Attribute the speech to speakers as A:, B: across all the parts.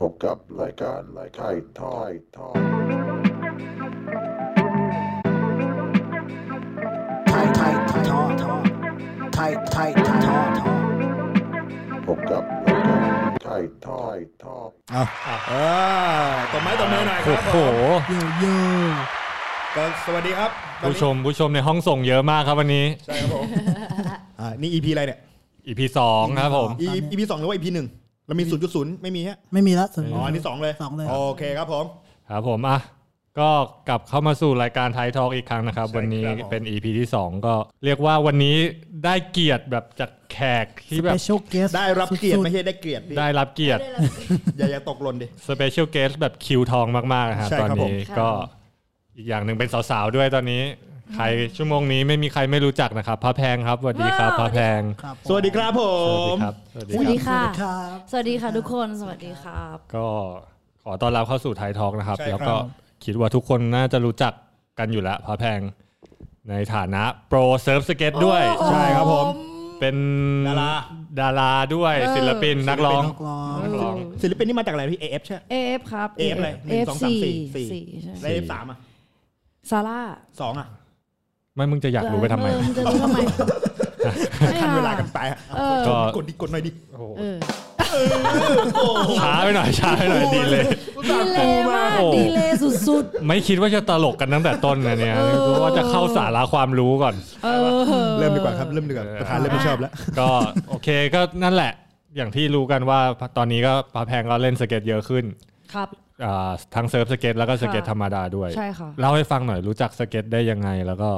A: พบกับรายการรายการทอยทอย
B: tight tight talk talk tight tight talk talk
A: พบกับรายการไทยทอยทอย
C: เอาเออ
D: ตบไม้ตบมือหน่อยค
E: โอ้
D: รับ
E: โห
D: ก็สวัสดีครับวัน
E: ผู้
D: นี้
E: ชมผู้ชมในห้องส่งเยอะมากครับวันนี้
D: ใช่ครับ ผม
C: อ่านี่ EP อะไรเนี่ย
E: EP สองครับผม
C: EP สองหรือว่า EP หนึ่งเรามีศูนย์จุดศูนย์ไม่มีฮะ
F: ไม่มีแล้วส
C: อ๋ออันนี้สองเลย
F: สองเลย
C: โอเคครับผม
E: ครับผมอ่ะก็กลับเข้ามาสู่รายการไทยทอ l k อีกครั้งนะครับ
C: ใช่
E: วันนี้
C: ครับผม
E: เป็น EP ที่ 2 ก็เรียกว่าวันนี้ได้เกียรติแบบจากแขกที่แบบ
F: เปเชียลเกส
C: ได้รับเกียรติไม่ใช่ได้เกียรติพี่
E: ได้รับเกียรติ
C: อย่าอย่าตกหล่นดิ
E: สเปเชียลเกสแบบคิวทองมากๆนะฮะ
C: ใช่
E: ตอน
C: ครับผม
E: นี้ก็อีกอย่างหนึ่งเป็นสาวๆด้วยตอนนี้ ใครชั่วโมงนี้ไม่มีใครไม่รู้จักนะครับพระแพงครับสวัสดีครับพระแพง
F: ครับผม
C: สวัสดีครับผ
E: สวัสดี
C: ม
E: ครับ
G: สวัสดีค่ะ
F: ครับ
G: สวัสดีค่ะทุกคน สวัสดีครับ
E: ก็ขอต้อนรับเข้าสู่ไทยทอล์กนะครับ
C: ใช่ครับ
E: แล้วก็คิดว่าทุกคนน่าจะรู้จักกันอยู่แล้วพระแพงในฐานะโปรเซิร์ฟสเก็ตด้วย
C: ใช่ครับผม
E: เป็น
C: ดารา
E: ดาราด้วยศิลปินนักร้อง
F: นักร้อง
E: นักร้อง
C: ศิลปินนี่มาจากอะไรพี่ AF ใช่
G: เอฟครับ
C: AF อะไรหนึ่งสองสามสี่สี่
G: ใช่
C: แล้ว AF สามอ่ะ
G: ซาร่า
C: สองอ่ะ
E: ไม่มึงจะอยากรู้ไปทำไม
G: เออจะรู้ทำไมไม่
C: ทัน
G: อะ
C: เวลากันไปอ่ะ
G: เออ
E: ก็
C: กดดิกดหน่อยดิ
G: เออ
E: ช้าไปหน่อยช้าไปหน่อยดีเลย
G: ดีเลยมาก
E: โอ้โห
G: ดีเลยสุด
E: ไม่คิดว่าจะตลกกันตั้งแต่ต้นนะเนี่ย
G: เออ
E: เพราะว่าจะเข้าสาระความรู้ก่อน
G: ๆ เออ
C: เริ่มดีกว่าครับเริ่มดีกว่าประธานเริ่มไม่ชอบแล้ว
E: ก็โอเคก็นั่นแหละ อย่างที่รู้กันว่าตอนนี้ก็พระแพงก็เล่นสเก็ตเยอะขึ้น
G: ครับ
E: อ่าทั้งเซิร์ฟสเก็ตแล้วก็สเก็ตธรรมดาด้วย
G: ใช่ค่ะ
E: เล่าให้ฟังหน่อยรู้จักสเก็ตได้ยังไง แล้วก็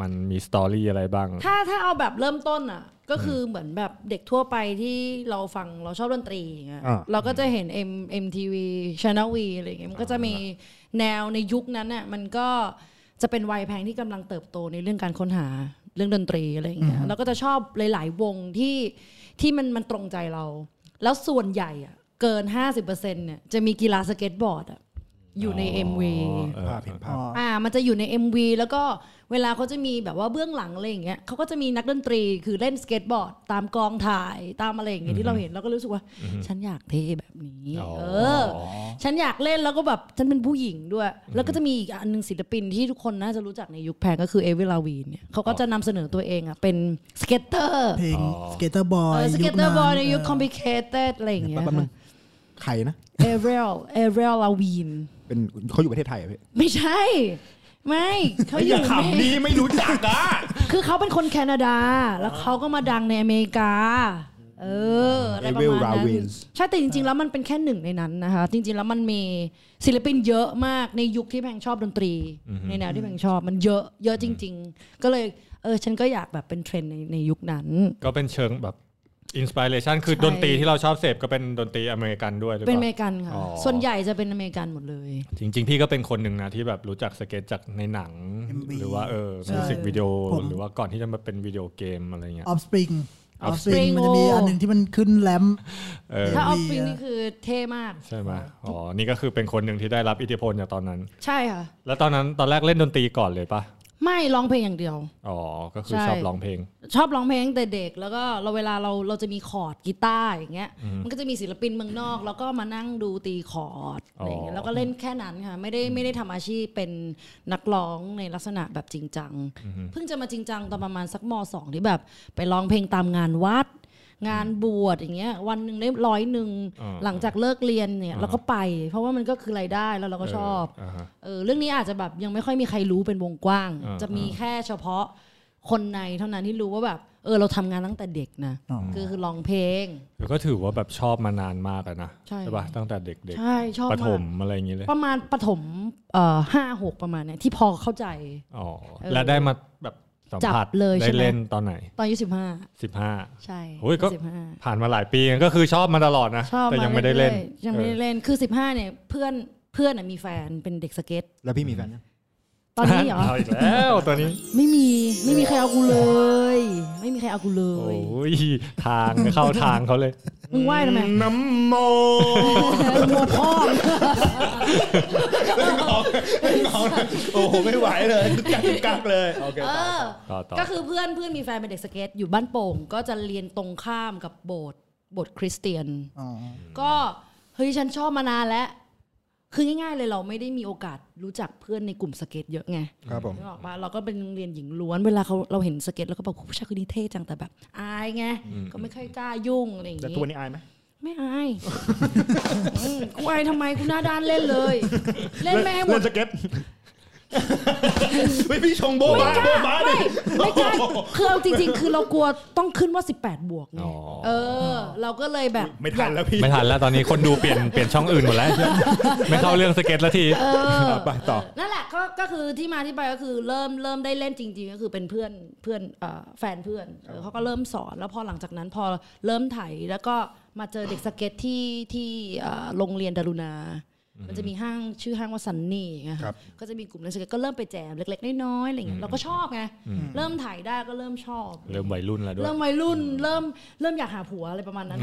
E: มันมีสตอรี่อะไรบ้าง
G: ถ้าถ้าเอาแบบเริ่มต้นอ่ะ ก็คือเหมือนแบบเด็กทั่วไปที่เราฟังเราชอบดนตรีอย่างเงี้ย
C: อ่า
G: เราก็จะเห็น M MTV Channel V อะไรอย่างเงี้ยมันก็จะมีแนวในยุคนั้นน่ะมันก็จะเป็นวัยแพงที่กำลังเติบโตในเรื่องการค้นหาเรื่องดนตรีอะไรอย่างเงี้ยเราก็จะชอบหลาย ๆ วงที่ที่มันมันตรงใจเรา แล้วส่วนใหญ่อ่ะเกิน 50%เนี่ยจะมีกีฬาสเก็ตบอร์ดอ่ะอยู่ใน MV
E: เออ
C: ภาพเห็นภาพ
F: อ๋อ
G: อ่ามันจะอยู่ใน MV แล้วก็เวลาเขาจะมีแบบว่าเบื้องหลังอะไรอย่างเงี้ยเขาก็จะมีนักดนตรีคือเล่นสเก็ตบอร์ด ตามกองถ่ายตามอะไรอย่างเงี้ยที่เราเห็นเราก็รู้สึกว่า ฉันอยากเทแบบนี้
E: อ๋อ
G: เออ ฉันอยากเล่นแล้วก็แบบฉันเป็นผู้หญิงด้วย แล้วก็จะมีอีกอันหนึ่งศิลปินที่ทุกคนน่าจะรู้จักในยุคแพงก็คือเอวิลาวีนเนี่ยเขาก็จะนำเสนอตัวเองอ่ะเป็นสเก็ตเตอร์
F: เพลงสเกตเตอร์บอ
G: เอย อสเก็ตเตอร์บอยในยุคคอมพิเคเต็ดอะไรอย่างเงี้ย
C: แป๊บนึง ใครนะ
G: เอเวลเอเวลลาวีน
C: เป็นเขาอยู่ประเทศไทยเหรอพี่
G: ไม่ใช่ ไม่เขาอ
C: อย่า
G: ยู่เมกา
C: ขำดีไม่รู้จักอ่ะ
G: คือเขาเป็นคนแคนาดา แล้วเขาก็มาดังในอเมริกา เอออะไรประ
C: Avril
G: มาณนั้น
C: Lavigne
G: ใช่แต่จริงๆ แล้วมันเป็นแค่หนึ่งในนั้นนะคะ จริงๆ แล้วมันมีศิลปินเยอะมากในยุคที่แพงชอบดนตรี ในแนวที่แพงชอบมันเยอะเยอะจริง ๆ ก็เลยเออฉันก็อยากแบบเป็นเทรนด์ในในยุคนั้น
E: ก็เป็นเชิงแบบอินสปิเรชันคือ
G: ใช่
E: ดนตรีที่เราชอบเสพก็เป็นดนตรีอเมริกันด้วยหรือเป
G: เป็น
E: ล่า
G: อเมริกันค่ะ
E: อ๋อ
G: ส่วนใหญ่จะเป็นอเมริกันหมดเลย
E: จริง ๆ พี่ก็เป็นคนหนึ่งนะที่แบบรู้จักสเก็ตจากในหนัง หรือว่าเออมิวสิกวิดีโอหรือว่าก่อนที่จะมาเป็นวิดีโอเกมอะไรเงี้ย
F: ออฟสปริงออฟสปริง
G: Offspring
F: มันจะมี
G: โอ้
F: อันหนึ่งที่มันขึ้นแรม
E: เออ
G: ถ้าออฟ
F: MV
G: ฟิง
F: อะ
G: นี่คือเท่มาก
E: ใช่ไหมอ๋อนี่ก็คือเป็นคนหนึ่งที่ได้รับอิทธิพลจากตอนนั้น
G: ใช่ค่ะ
E: แล้วตอนนั้นตอนแรกเล่นดนตรีก่อนเลยปะ
G: ไม่ร้องเพลงอย่างเดียว
E: อ๋อก็คือ
G: ใช่
E: ชอบร้องเพลง
G: ชอบร้องเพลงตั้งแต่เด็กแล้วก็เราเวลาเราเราจะมีคอร์ดกีตาร์อย่างเงี้ยมันก็จะมีศิลปินเมืองนอก แล้วก็มานั่งดูตีคอร์ดอะไรอย่างเงี้
E: อ๋อ
G: ยแล้วก็เล่นแค่นั้นค่ะไม่ได้ไม่ได้ทำอาชีพเป็นนักร้องในลักษณะแบบจริงจัง เพิ่งจะมาจริงจังตอนประมาณสักมสองที่แบบ ไปร้องเพลงตามงานวัด งานบวชอย่างเงี้ยวันหนึ่งได้ร้อยหนึ่งหลังจากเลิกเรียนเนี่ยเราก็ไป เพราะว่ามันก็คือรายได้แล้วเราก็ชอบ
E: เาฮะ
G: เออเรื่องนี้อาจจะแบบยังไม่ค่อยมีใครรู้เป็นวงกว้าง
E: อ่า
G: จะมีแค่เฉพาะคนในเท่านั้นที่รู้ว่าแบบ เออเราทำงานตั้งแต่เด็กนะ
F: อ๋อ
G: คือคือร้องเพลง
E: แล้วก็ถือว่าแบบชอบมานานมากอะนะ
G: ใช่
E: ป่ะตั้งแต่เด็ก
G: ใช่ชอบ
E: ๆประถ
G: มาก
E: มอะไรอย่างงี้เลย
G: ประมาณประถมเอ่อห้าหกประมาณเนี่ยที่พอเข้าใจ
E: อ๋อ
G: เออ
E: แล้วได้มาแบบสัมผัส
G: จับเลย
E: ได้
G: ใช่ไหม
E: เล่นตอนไหน
G: ตอนอายุสิบห้า
E: 15
G: ใช่
E: โอ้ยก็
G: สิบห้า
E: ผ่านมาหลายปีก็คือชอบมาตลอดนะ
G: ชอ
E: แต่
G: บา
E: ยังไม่ได้เล่น
G: รื่อๆยังไม่ได้เล่นคือสิบห้าเนี่ยเพื่อนเพื่อนอะมีแฟนเป็นเด็กสเก็ต
C: แล้วพี่มีแฟนยัง
G: ตอนนี้เหรอ
E: าอีกแล้วตอนนี้
G: ไม่มีไม่มีใครเอากูเลย ไม่มีใครเอากูเล
E: โอย ้ยทางเข้าทางเขาเลย
G: มึงไหว้ทำไม
C: น้ำโม
G: โมพ่อ
C: ไม่งอกไม่งอกโอ้โห ไม่ไหวเลยกักกักเลย โอเค
G: เออ
E: ต่อต่อ
G: ก็คือเพื่อนเพื่อนมีแฟนเป็นเด็กสเก็ตอยู่บ้านโป่ง ก็จะเรียนตรงข้ามกับโบสถ์โบสถ์คริสเตียน
F: อ๋อ
G: ก็ เฮ้ยฉันชอบมานานแล้วคือง่ายๆเลยเราไม่ได้มีโอกาสรู้จักเพื่อนในกลุ่มสเก็ตเยอะไง
D: ครับผม
G: นึกออกปะเราก็เป็นโรงเรียนหญิงล้วนเวลาเขาเราเห็นสเก็ตแล้วก็แบบผู้ชายคนนี้เท่จังแต่แบบอายไงก็ไม่ค่อยกล้ายุ่งอะไรอย่าง
C: แต่
G: งี้
C: ตัวนี้อายไหม
G: ไม่อาย อืมกูอายทำไมกูหน้าด้านเล่นเลย เล่นแม่งหม
C: เล่
G: ด
C: นสเก็ตไม่พี่ชงโบ๊ะบ้าโบ๊ะบ้าดิ
G: ไม่ไม่กล้าคือเอาจริงๆ คือเรากลัวต้องขึ้นว่า 18 บวกไง
E: อ๋อ
G: เออ เราก็เลยแบบ
C: ไม่ทันแล้วพี่
E: ไม่ทันแล้วตอนนี้คนดูเปลี่ยนเปลี่ยนช่องอื่นหมดแล้ว ไม่เข้าเรื่องสเก็ตแล้วที
C: เอา ไปต่อ
G: นั่นแหละก็ก็คือที่มาที่ไปก็คือเริ่มเริ่มได้เล่นจริงๆก็คือเป็นเพื่อนเพื่อนเอ่อแฟนเพื่อนเออเขาก็เริ่มสอนแล้วพอหลังจากนั้นพอเริ่มไถแล้วก็มาเจอเด็กสเก็ตที่ที่เอ่อโรงเรียนดารุณา มันจะมีห้างชื่อห้างว่าซันนี่ไง
D: ครับ
G: ก็จะมีกลุ่มเล่นสเก็ตก็เริ่มไปแจมเล็กๆน้อยๆอะไรอย่างเงี้ยเราก็ชอบไงเริ่มไถ่ายได้ก็เริ่มชอบ
E: เริ่มวัยรุ่นแล้วด้วย
G: เริ่มวัยรุ่นเริ่มเริ่มอยากหาผัวอะไรประมาณนั้น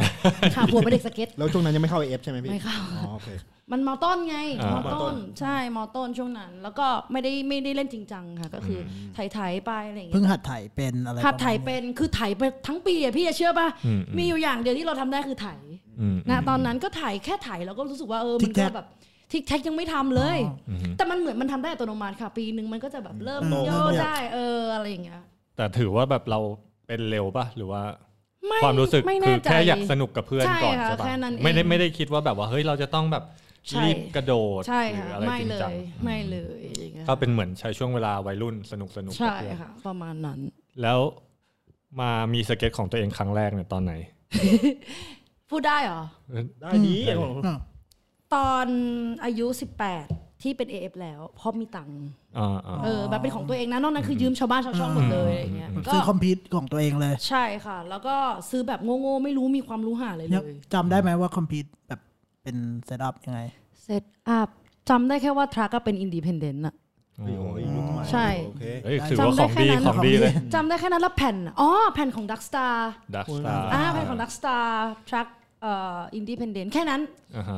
G: หาผัวเป็นเด็กสเก็ต
D: แล้วช่วงนั้นยังไม่เข้าเอฟใช่ไหมพี่
G: ไม่เข้า
D: อ๋อโอเค
G: มันมอต้นไง
E: อ่าม ม
G: อต้นใช่มอต้นช่วงนั้น แล้วก็ไม่ได้ไม่ได้เล่นจริงจังค่ะ ก็คืออไถ่ายๆไปอะไรอย่าง
F: เพิ่ง
G: เงี้ย
F: หัดถ่ายเป็นอะไร
G: ขับไถ่าย
F: ประมาณนี้
G: เป็นคือไถ่ายไปทั้งปีอะพี่อะเชื่อป่ะ
E: อืม
G: มีอยู่อย่างเดียวที่เราทำได้คือไถ่าย
E: อืม
G: นะตอนนั้นก็ไถ่ายแค่ไถ่ายแล้วก็รู้สึกว่าเออ
F: ทิก
G: มัน
F: แท็
G: ก็
F: ก
G: แบบทิกแท็กยังไม่ทำเลย
E: อืม
G: แต่มันเหมือนมันทำได้อัตโนมัติค่ะ ปีหนึ่งมันก็จะแบบเริ่ม
F: โต
G: โย
F: ขึ้น
G: ได้เอออะไรอย่างเงี้ย
E: แต่ถือว่าแบบเราเป็นเร็วป่ะหรือว่า
G: ไม่
E: ความรู้สึก
G: ไม่
E: คื
G: แน่
E: อ
G: ใจ
E: แค่อยากสนุกกับเพื่อน
G: ใช่
E: ก่อน
G: ค่ะ
E: ใช่ป่ะ
G: แค่นั้นเอง
E: ไม่ได้ไม่ได้คิดว่าแบบว่าเฮ้ยเราจะต้องแบบ
G: ใช่
E: รีบกระโดด
G: ใช่
E: หรื
G: ค่ะ
E: ออะไร
G: ไม่
E: จริง
G: เล
E: จัง
G: ยไม่เลยอะไรอย่างเงี้ย
E: ก็เป็นเหมือนใช้ช่วงเวลาวัยรุ่นสนุกสนุกกับ
G: ใช่
E: เพื่อน
G: ค่ะ ประมาณนั้น
E: แล้วมามีสเก็ตของตัวเองครั้งแรกเนี่ยตอนไหน
G: พูดได้เหรอ
C: ได้ดีโอ้โห
F: อ้าว
G: ตอนอายุ 18 ที่เป็น AF แล้วเพราะมีตังค์
E: อ่าอ่า
G: เออแบบเป็นของตัวเองนะนอกนั้นคือยืมชาวบ้านชาวช่องหมดเลยอะไรอย่างเงี้ย
F: แบบ
G: ก็
F: ซื้อคอมพิวต์ของตัวเองเลย
G: ใช่ค่ะ แล้วก็ซื้อแบบโง่ๆไม่รู้มีความรู้หาอะไร
F: เนี่ย
G: เลย
F: จำได้ไหมว่าคอมพิวต์แบบเป็นเซตอัพยังไง
G: เซตอัพจำได้แค่ว่าทรัคก็เป็นอินดีเพนเดนต์อะ
D: ยุคใหม่
G: ใช่
D: โอเค
E: เอ้ยถือว่าของดี
G: จำได้
E: ขอ
G: แค่นั้น
E: งดีเลย
G: จำได้แค่นั้นแล้วแผ่นอะอ๋อแผ่นของดักสตาร์
E: ดักสตาร์
G: อ่าแผ่นของดักสตาร์ทรัคเอ่ออินดีเพนเดนต์แค่นั้น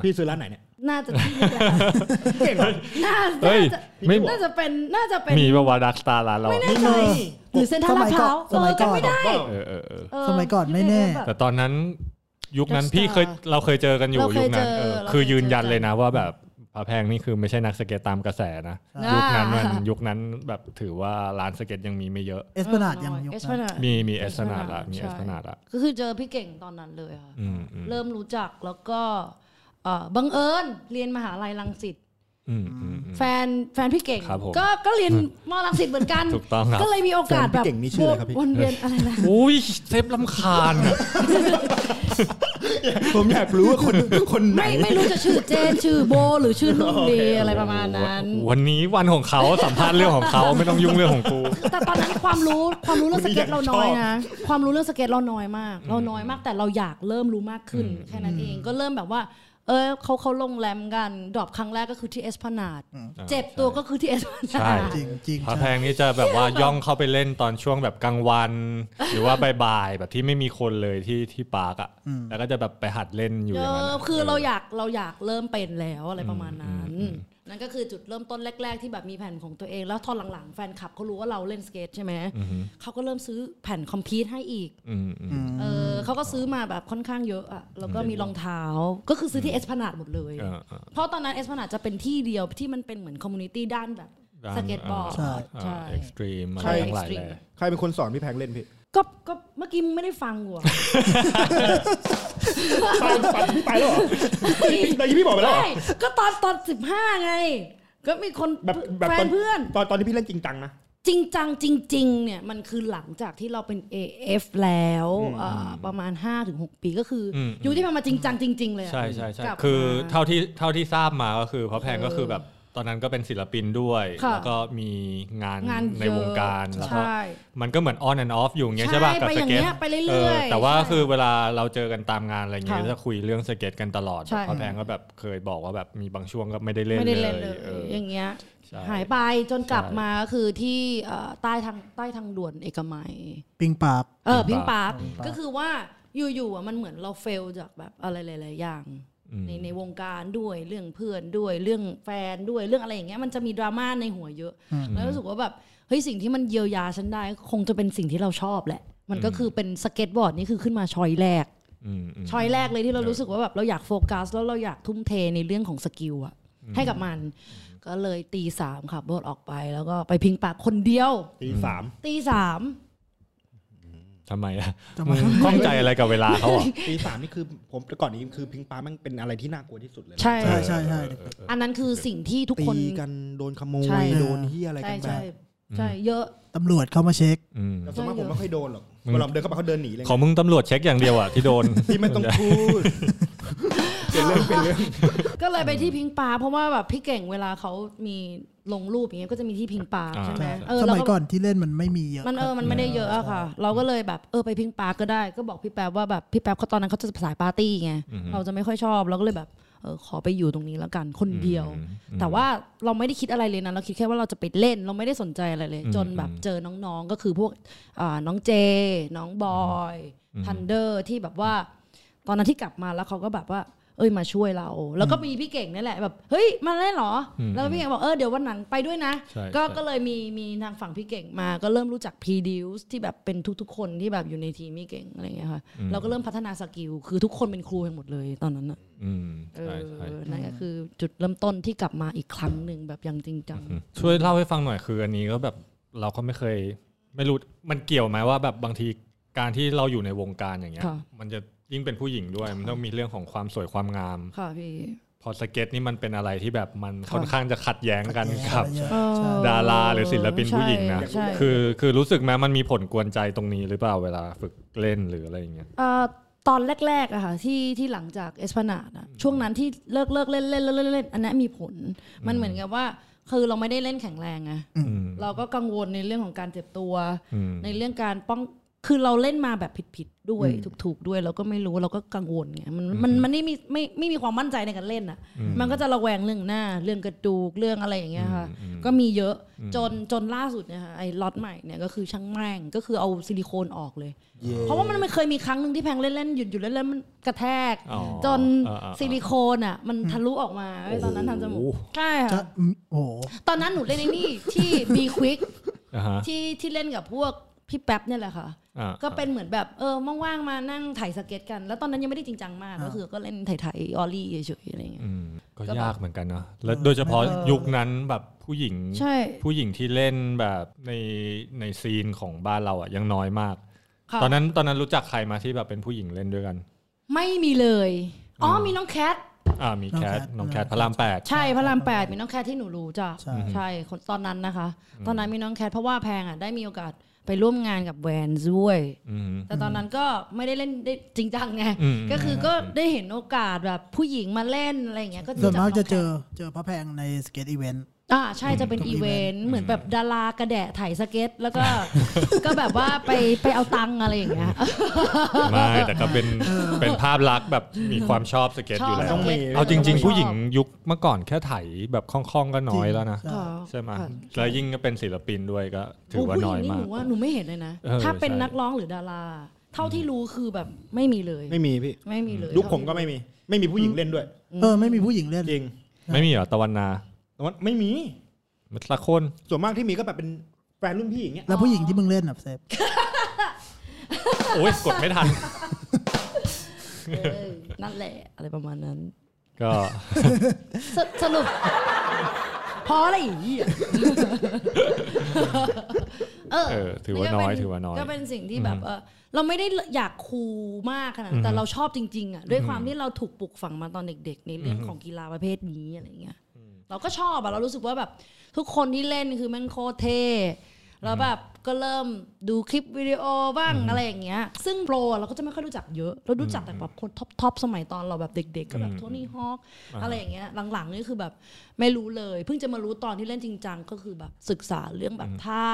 C: พี่ซื้อร้านไหนเนี่ย
G: น่าจะที่นี่แหละน่า
E: เฮ้ย
G: จะ
E: ไม่
G: น่าจะเป็นน่าจะเป็น
E: มีประวัติดักสตาร์ร้านเรา
G: ไม่
E: อะ
G: แน่ใจหรือเซ็นทรัลลาดพร้าว
F: ส
G: เอ
F: มัก่อน
G: อยจำไม่ได้
E: เออเออเออ
G: เ
F: สมัยก่อนไม่แน่
G: ยุค AF อะ
E: แต่ตอนนั้นยุคนั้น
G: ดักสตาร์
E: พี่เคยเราเคยเจอกันอยู่
G: เราเค
E: ยุ
G: ย
E: คนั้น
G: เจอ
E: เออ
G: เราเคย
E: คือยืนยัน
G: เจอกัน
E: เลยนะว่าแบบพระแพงนี่คือไม่ใช่นักสเก็ตตามกระแสนะ
G: อ
E: ยุค
G: ่ายุ
E: นั้นมันยุคนั้นแบบถือว่าร้านสเก็ตยังมีไม่เยอะ
F: เอสปนาดยังยุค
G: เอสพ
F: นั้น
G: นาด
E: มีมีเอสนาดละมีเอสนาดละ
G: ก็คือเจอพี่เก่งตอนนั้นเลยค่ะ
E: อืมอืม
G: เริ่มรู้จักแล้วก็เอ่อบังเอิญเรียนมหาลัยรังสิต
E: อืมอืมอืม
G: แฟนแฟนพี่เก่ง
E: ครับผม
G: ก็ก็เรียนมอรังสิตเหมือนกัน
E: ถูกต้องครับ
G: ก็เลยมีโอกาสแบบ
D: แฟนพี่เก่งนี่ชื่ออะไรครับพี่
G: วนเวียนอะไรนะ
E: อุ้ยเซฟลำคาญอะ
D: ผมอยากรู้ว่าคนคนไหน
G: ไม่ไม่รู้จะชื่อเจนชื่อโบหรือชื่อนุ่มดีอะไรประมาณนั้น
E: วันนี้วันของเขาสัมภาษณ์เรื่องของเขาไม่ต้องยุ่งเรื่องของกู
G: แต่ตอนนั้นความรู้ความรู้เรื่องสเก็ตเราน้อย
D: ชอ
G: นะ
D: บ
G: ความรู้เรื่องสเก็ตเราน้อยมาก เราน้อยมากแต่เราอยากเริ่มรู้มากขึ้น แค่นั้นเองก็เริ่มแบบว่า เออเขาเขาลงแรมกันดรอปครั้งแรกก็คือที่เอสพนาดเจ็บตัวก็คือที่เอสพ
E: ใช่
G: นาด
F: จริงจริง
E: พระ
F: ใช่
E: แพงนี่จะแบบว่า ย่องเข้าไปเล่นตอนช่วงแบบกลางวัน หรือว่าบ่ายๆแบบที่ไม่มีคนเลยที่ที่ปาร์กอ่ะแล้วก็จะแบบไปหัดเล่นอยู่อ
G: เอย่าง
E: นั้
G: อน คือเราอยากเราอยากเริ่มเป็นแล้วอะไรประมาณนั้นนั่นก็คือจุดเริ่มต้นแรก ๆ ที่แบบมีแผ่นของตัวเอง แล้วตอนหลังๆแฟนคลับเขารู้ว่าเราเล่นสเก็ตใช่ไหมเขาก็เริ่มซื้อแผ่นคอมพิวต์ให้อีก
E: อืมอืม
G: เออเขาก็ซื้อมาแบบค่อนข้างเยอะอะแล้วก็มีรองเท้าก็คือซื้อที่เอสพนาดหมดเลย
E: เออเออ
G: เพราะตอนนั้นเอสพนาดจะเป็นที่เดียวที่มันเป็นเหมือนคอมมูนิตี้ด้านแบบ
E: ด้าน
G: สเก็ตบอร์ด
F: ใช่
E: เอ็กซ์ตรีมอะไร
G: ใช่
E: ทั้งหลาย
G: เอ็กซ์ตรี
E: เล
G: ม
E: ย
D: ใครเป็นคนสอนพี่แพงเล่นพี่
G: ก็ก็เมื่อกี้มึงไม่ได้ฟังกูอะ
C: ไปไปพี่ไปแล้วเหรอตอนนี้พี่บอกไปแล้วเหรอ
G: ใช่ก็ตอนตอนสิบห้าไง ก็มีคน
C: แบบแบบ
G: แฟ
C: ต
G: นเพื่อน
C: ตอนตอนที่พี่เล่นจริงจังนะ
G: จริงจังจริง ๆ เนี่ย มันคือหลังจากที่เราเป็น AF แล้วอ่าประมาณ 5-6 ปีก็คือออยู่ที่มันมาจริงจังจริง ๆ เลยอะ
E: ใช่ใช่ใช่
G: กลับ
E: คือ
G: มา
E: เท่าที่เท่าที่ทราบมาก็คือพระแพง
G: เออ
E: ก็คือแบบตอนนั้นก็เป็นศิลปินด้วย
G: ค่ะ
E: แล้วก็มีงาน
G: งาน
E: ใน
G: เยอะ
E: วงการแล้วก็
G: ใช่
E: มันก็เหมือน on and off อยู่อย่างเงี้ย
G: ใช่
E: ใช่ป่ะกับ
G: ไป
E: ส
G: อย่าง
E: เก็ต
G: เงี้ยไปเรื่อยๆ
E: แต่ว่า
G: ใช่
E: คือเวลาเราเจอกันตามงานอะไรเงี้ย
G: ค่ะ
E: จะคุยเรื่องสเก็ตกันตลอด
G: ใช่
E: พอแพงก็แบบเคยบอกว่าแบบมีบางช่วงก็ไม่ได้เล่น
G: ไม่
E: เล
G: ได้
E: ย
G: เล่นเลย
E: เออ
G: อย่างเงี้ย
E: ใช่
G: หายไปจนกลับ
E: ใช่
G: มาก็คือที่เอ่อใต้ทางใต้ทางด่วนเอกมัย
F: ปิงปาก
G: เออพิงปาร์คก็คือว่าอยู่ๆอ่ะมันเหมือนเราเฟลจากแบบอะไรหลายๆอย่างในในวงการด้วยเรื่องเพื่อนด้วยเรื่องแฟนด้วยเรื่องอะไรอย่างเงี้ยมันจะมีดราม่าในหัวเยอะ แล้วรู้สึกว่าแบบเฮ้ยสิ่งที่มันเยียวยาฉันได้ คงจะเป็นสิ่งที่เราชอบแหละ มันก็คือเป็นสเก็ตบอร์ดนี่คือขึ้นมาชอยแรก
E: อืมม
G: ช้อยแรกเลยที่เรารู้สึกว่าแบบเราอยากโฟกัส แล้วเราอยากทุ่มเทในเรื่องของสกิลอะให้กับมัน ก็เลยตีสามขับรถออกไปแล้วก็ไปพิงปากคนเดียว
C: ตีสาม
G: ตีสาม
E: ทำไมอะ
F: ทำไม
E: มึงข้องใจอะไรกับเวลาเขาเหรอ
C: ตีสามนี่คือผมแต่ก่อนนี้คือพิงปามันเป็นอะไรที่น่ากลัวที่สุดเลยนะ
G: ใช่
F: ใช่ใช่ใช่
G: อันนั้นคือสิ่งที่ทุก
C: ตี
G: คน
C: กันโดนขโม
G: ใช่
C: ยโดนเฮียอะไร
G: ใช่
C: กันแบ
G: ใช่
C: บ
G: ใช่เยอะ
F: ตำรวจเข้ามาเช็ค
E: อื ม
C: แต่ส่วนมากผมไม่ค่อยโดนหรอกเวลาผมเดินเข้าไปเขาเดินหนีเลยนะ
E: ของมึงตำรวจเช็คอย่างเดียวอะที่โดน
C: ที่ไม่ต้องพูด เป็นเรื่องเป็นเรื่อง
G: ก็เลยไปที่พิงปลาเพราะว่าแบบพี่เก่งเวลาเขามีลงรูปอย่างเงี้ยก็จะมีที่พิงปลา
E: อ่า
G: ใช่ไหมเออ
F: ส
G: เรา
F: มัย
G: ก็
F: ก่อนที่เล่นมันไม่มีเยอะ
G: มั
F: ค
G: นเอ
F: รับ
G: อมันไม่ได้เยอะอะค่ะ เราก็เลยแบบเออไปพิงปลาก็ได้ ก็บอกพี่แป๊บว่าแบบพี่แป๊บเขาตอนนั้นเขาจะสายปาร์ตี้ไงเราจะไม่ค่อยชอบเราก็เลยแบบเออขอไปอยู่ตรงนี้แล้วกันคนเดียว แต่ว่าเราไม่ได้คิดอะไรเลยนะเราคิดแค่ว่าเราจะไปเล่นเราไม่ได้สนใจอะไรเลย จนแบบเจอน้องๆก็คือพวกอ่าน้องเจ น้องบอยทันเดอร์ที่แบบว่า ตอนนั้นที่กลับมาแล้วเขาก็แบบว่า เอ้ยมาช่วยเรา แล้วก็มีพี่เก่งนี่แหละแบบเฮ้ยมาเล่นเหรอ
E: อืม
G: แล้วพี่เก่งบอกเออเดี๋ยววันหนังไปด้วยนะ
E: ใช่
G: ก็
E: ใช่
G: ก็เลยมีมีทางฝั่งพี่เก่งมา ก็เริ่มรู้จักพีดิวส์ที่แบบเป็นทุกๆ คนที่แบบอยู่ในทีมพี่เก่งอะไรอย่างเงี้ยค่ะเราก็เริ่มพัฒนาสกิลคือทุกคนเป็นครูกันหมดเลยตอนนั้นน่ะ
E: อืม
G: เออ
E: ใช่ใช่
G: นั่นก็คือจุดเริ่มต้นที่กลับมาอีกครั้งหนึ่งแบบอย่างจริงจัง
E: อืมช่วยเล่าให้ฟังหน่อยคืออันนี้ก็แบบเราก็ไม่เคย ไม่รู้มันเกี่ยวไหมว่าแบบบางทีการที่เราอยู่ในวงการอย่างเงี้ย
G: ค่ะ
E: มันจะยิ่งเป็นผู้หญิงด้วย มันต้องมีเรื่องของความสวยความงาม
G: ค่ะพี่
E: พอสเก็ตนี่มันเป็นอะไรที่แบบมัน
G: ค่ะ
E: ค่อนข้างจะขัดแย้งกันครับ
F: เยอะ
G: เออ
F: ใช่
E: ดาราหรือศิลปินผู้หญิงนะ
G: ใช่ใช่
E: คือคือรู้สึกไหมมันมีผลกวนใจตรงนี้หรือเปล่าเวลาฝึกเล่นหรืออะไรอย่างเงี้ย
G: เอ่อตอนแรกๆอะค่ะที่ที่หลังจากเอสพนาดอะช่วงนั้นที่เลิกเลิกเล่นเล่นเลิกเลิกเล่นอันนั้นมีผล มันเหมือนกับว่า คือเราไม่ได้เล่นแข็งแรงไง
E: อืม
G: เราก็กังวลในเรื่องของการเจ็บตัว
E: อืม
G: ในเรื่องการป้องคือเราเล่นมาแบบผิดๆด้วยถูกๆด้วยเราก็ไม่รู้เราก็กังวลไงมันมันมันไม่มีไม่ไม่มีความมั่นใจในการเล่นอ่ะ มันก็จะระแวงเรื่องหน้า เรื่องกระดูกเรื่องอะไรอย่างเงี้ยค่ะ ก็มีเยอะจนจนล่าสุดเนี่ยค่ะไอ้ล็อตใหม่เนี่ยก็คือช่างแม่งก็คือเอาซิลิโคนออกเลย เพราะว่ามันไม่เคยมีครั้งหนึ่งที่แพงเล่นๆหยุดหยุดเล่นๆมันกระแทก
E: อ๋อ
G: จน
E: อ่าอ่าอ่า
G: ซิลิโคนอ่ะมันทะลุออกมาเอ้ยตอนนั้นทำจมูกใช่
F: จะ
G: ค่ะ
F: อืมโอ้โห
G: ตอนนั้นหนูเล่นไอ้นี่ที่ B Quick
E: อ่าฮะ
G: ที่ที่เล่นกับพวกพี่แป๊บเนี่ยแหละค่ะ
E: อ่า
G: ก็เป็นเหมือนแบบเออว่างๆมานั่งถ่ายสเก็ตกัน แล้วตอนนั้นยังไม่ได้จริงจังมากก็คือก็เล่นถ่ายๆออลลี่เฉยๆอะไรเงี้ย
E: อืมก็
G: ก็แบบ
E: ยากเหมือนกันเนาะแล้วโดยเฉพาะ
G: เออ
E: ยุคนั้นแบบผู้หญิง
G: ใช่
E: ผู้หญิงที่เล่นแบบในในซีนของบ้านเราอ่ะยังน้อยมาก
G: ค่ะ
E: ตอนนั้นตอนนั้นรู้จักใครมาที่แบบเป็นผู้หญิงเล่นด้วยกัน
G: ไม่มีเลย อ๋อมีน้องแคท
E: อ่ามีแคทน้องแคทพระรามแปด
G: ใช่พระรามแปดมีน้องแคทที่หนูรู้จักใช่คนตอนนั้นนะคะ ตอนนั้นมีน้องแคทเพราะว่าแพงอ่ะได้มีโอกาสไปร่วมงานกับแวนด้วย แต่ตอนนั้นก็ไม่ได้เล่นได้จริงจังไง
E: อืม
G: ก็คือก็ได้เห็นโอกาสแบบผู้หญิงมาเล่นอะไรอย่างเงี้ยก็
F: ส่วนมาก
G: น้
F: จะ
G: งแคท
F: เจอเจอพระแพงในสเก็ตอีเวนต์
G: อ่าใช่จะเป็นอีเวนต์เหมือนแบบดารากระแดะถ่ายสเก็ต แล้วก็ ก็แบบว่าไปไปเอาตังค์อะไรอย่างเงี้ย
E: ไม่แต่ก็เป็นเป็นภาพลักษณ์แบบมีความชอบสเก็ตอยู่
G: ชอบ
E: แล้ว
G: สเก็ต
E: เอาจริง
G: ชอบ
E: ๆ ผู้หญิงยุคเมื่อก่อนแค่ไถแบบคล่องๆก็น้อยแล้วนะ
F: จริง
G: อ๋อ
E: ใช่ไหม
G: ค่ะ
E: แล้วยิ่งก็เป็นศิลปินด้วยก็ถือว่า
G: ผู้ห
E: น้อ
G: ญิ
E: ย
G: งนี่
E: มา
G: ห
E: ก
G: นูว่าหนูไม่เห็นเลยนะ
E: เออ
G: ถ้าเป็น
E: ใช่
G: นักร้องหรือดารา เท่าที่รู้คือแบบไม่มีเลย
C: ไม่มีพี่
G: ไม่มีเลย
C: ยุคผมก็ไม่มี ไม่มีผู้หญิงเล่นด้วย
F: เออไม่มีผู้หญิงเล่น
C: จริง
E: ไม่มีเหรอตะวันนา
C: แต่ว่าไม่มี
E: มันละคน
C: ส่วนมากที่มีก็แบบเป็นแฟนรุ่นพี่อย่างเงี้ย
F: แล้วผู้หญิงที่มึงเล่นอ่ะเซฟ
E: โอ้ยกดไม่ทัน
G: เออนั่นแหละอะไรประมาณนั้น
E: ก็
G: สส รุป พออะไรอย่างเงี้ยเออ
E: เออถือว่าน้อย
G: ก็เป็
E: ถือว่าน้อย
G: ก็เป็นสิ่งที่แบบเออเราไม่ได้อยากคูลมากขนาดนั้นแต่เราชอบจริง ๆอ่ะด้วยความที่เราถูกปลูกฝังมาตอนเด็ก ๆ ในเรื่องของกีฬาประเภทนี้อะไรเงี้ยเราก็ชอบอะเรารู้สึกว่าแบบทุกคนที่เล่นคือแม่งโคตรเท่แล้วแบบก็เริ่มดูคลิปวิดีโอบ้างอะไรอย่างเงี้ย ซึ่งโปรอะเราก็จะไม่ค่อยรู้จักเยอะ เรารู้จักแต่แบบคนท็อปทอปสมัยตอนเราแบบเด็ก ๆ ก็แบบโทนี่ฮอคอะไรอย่างเงี้ยหลังๆนี่คือแบบไม่รู้เลย เพิ่งจะมารู้ตอนที่เล่นจริงจังก็คือแบบศึกษาเรื่องแบบท่า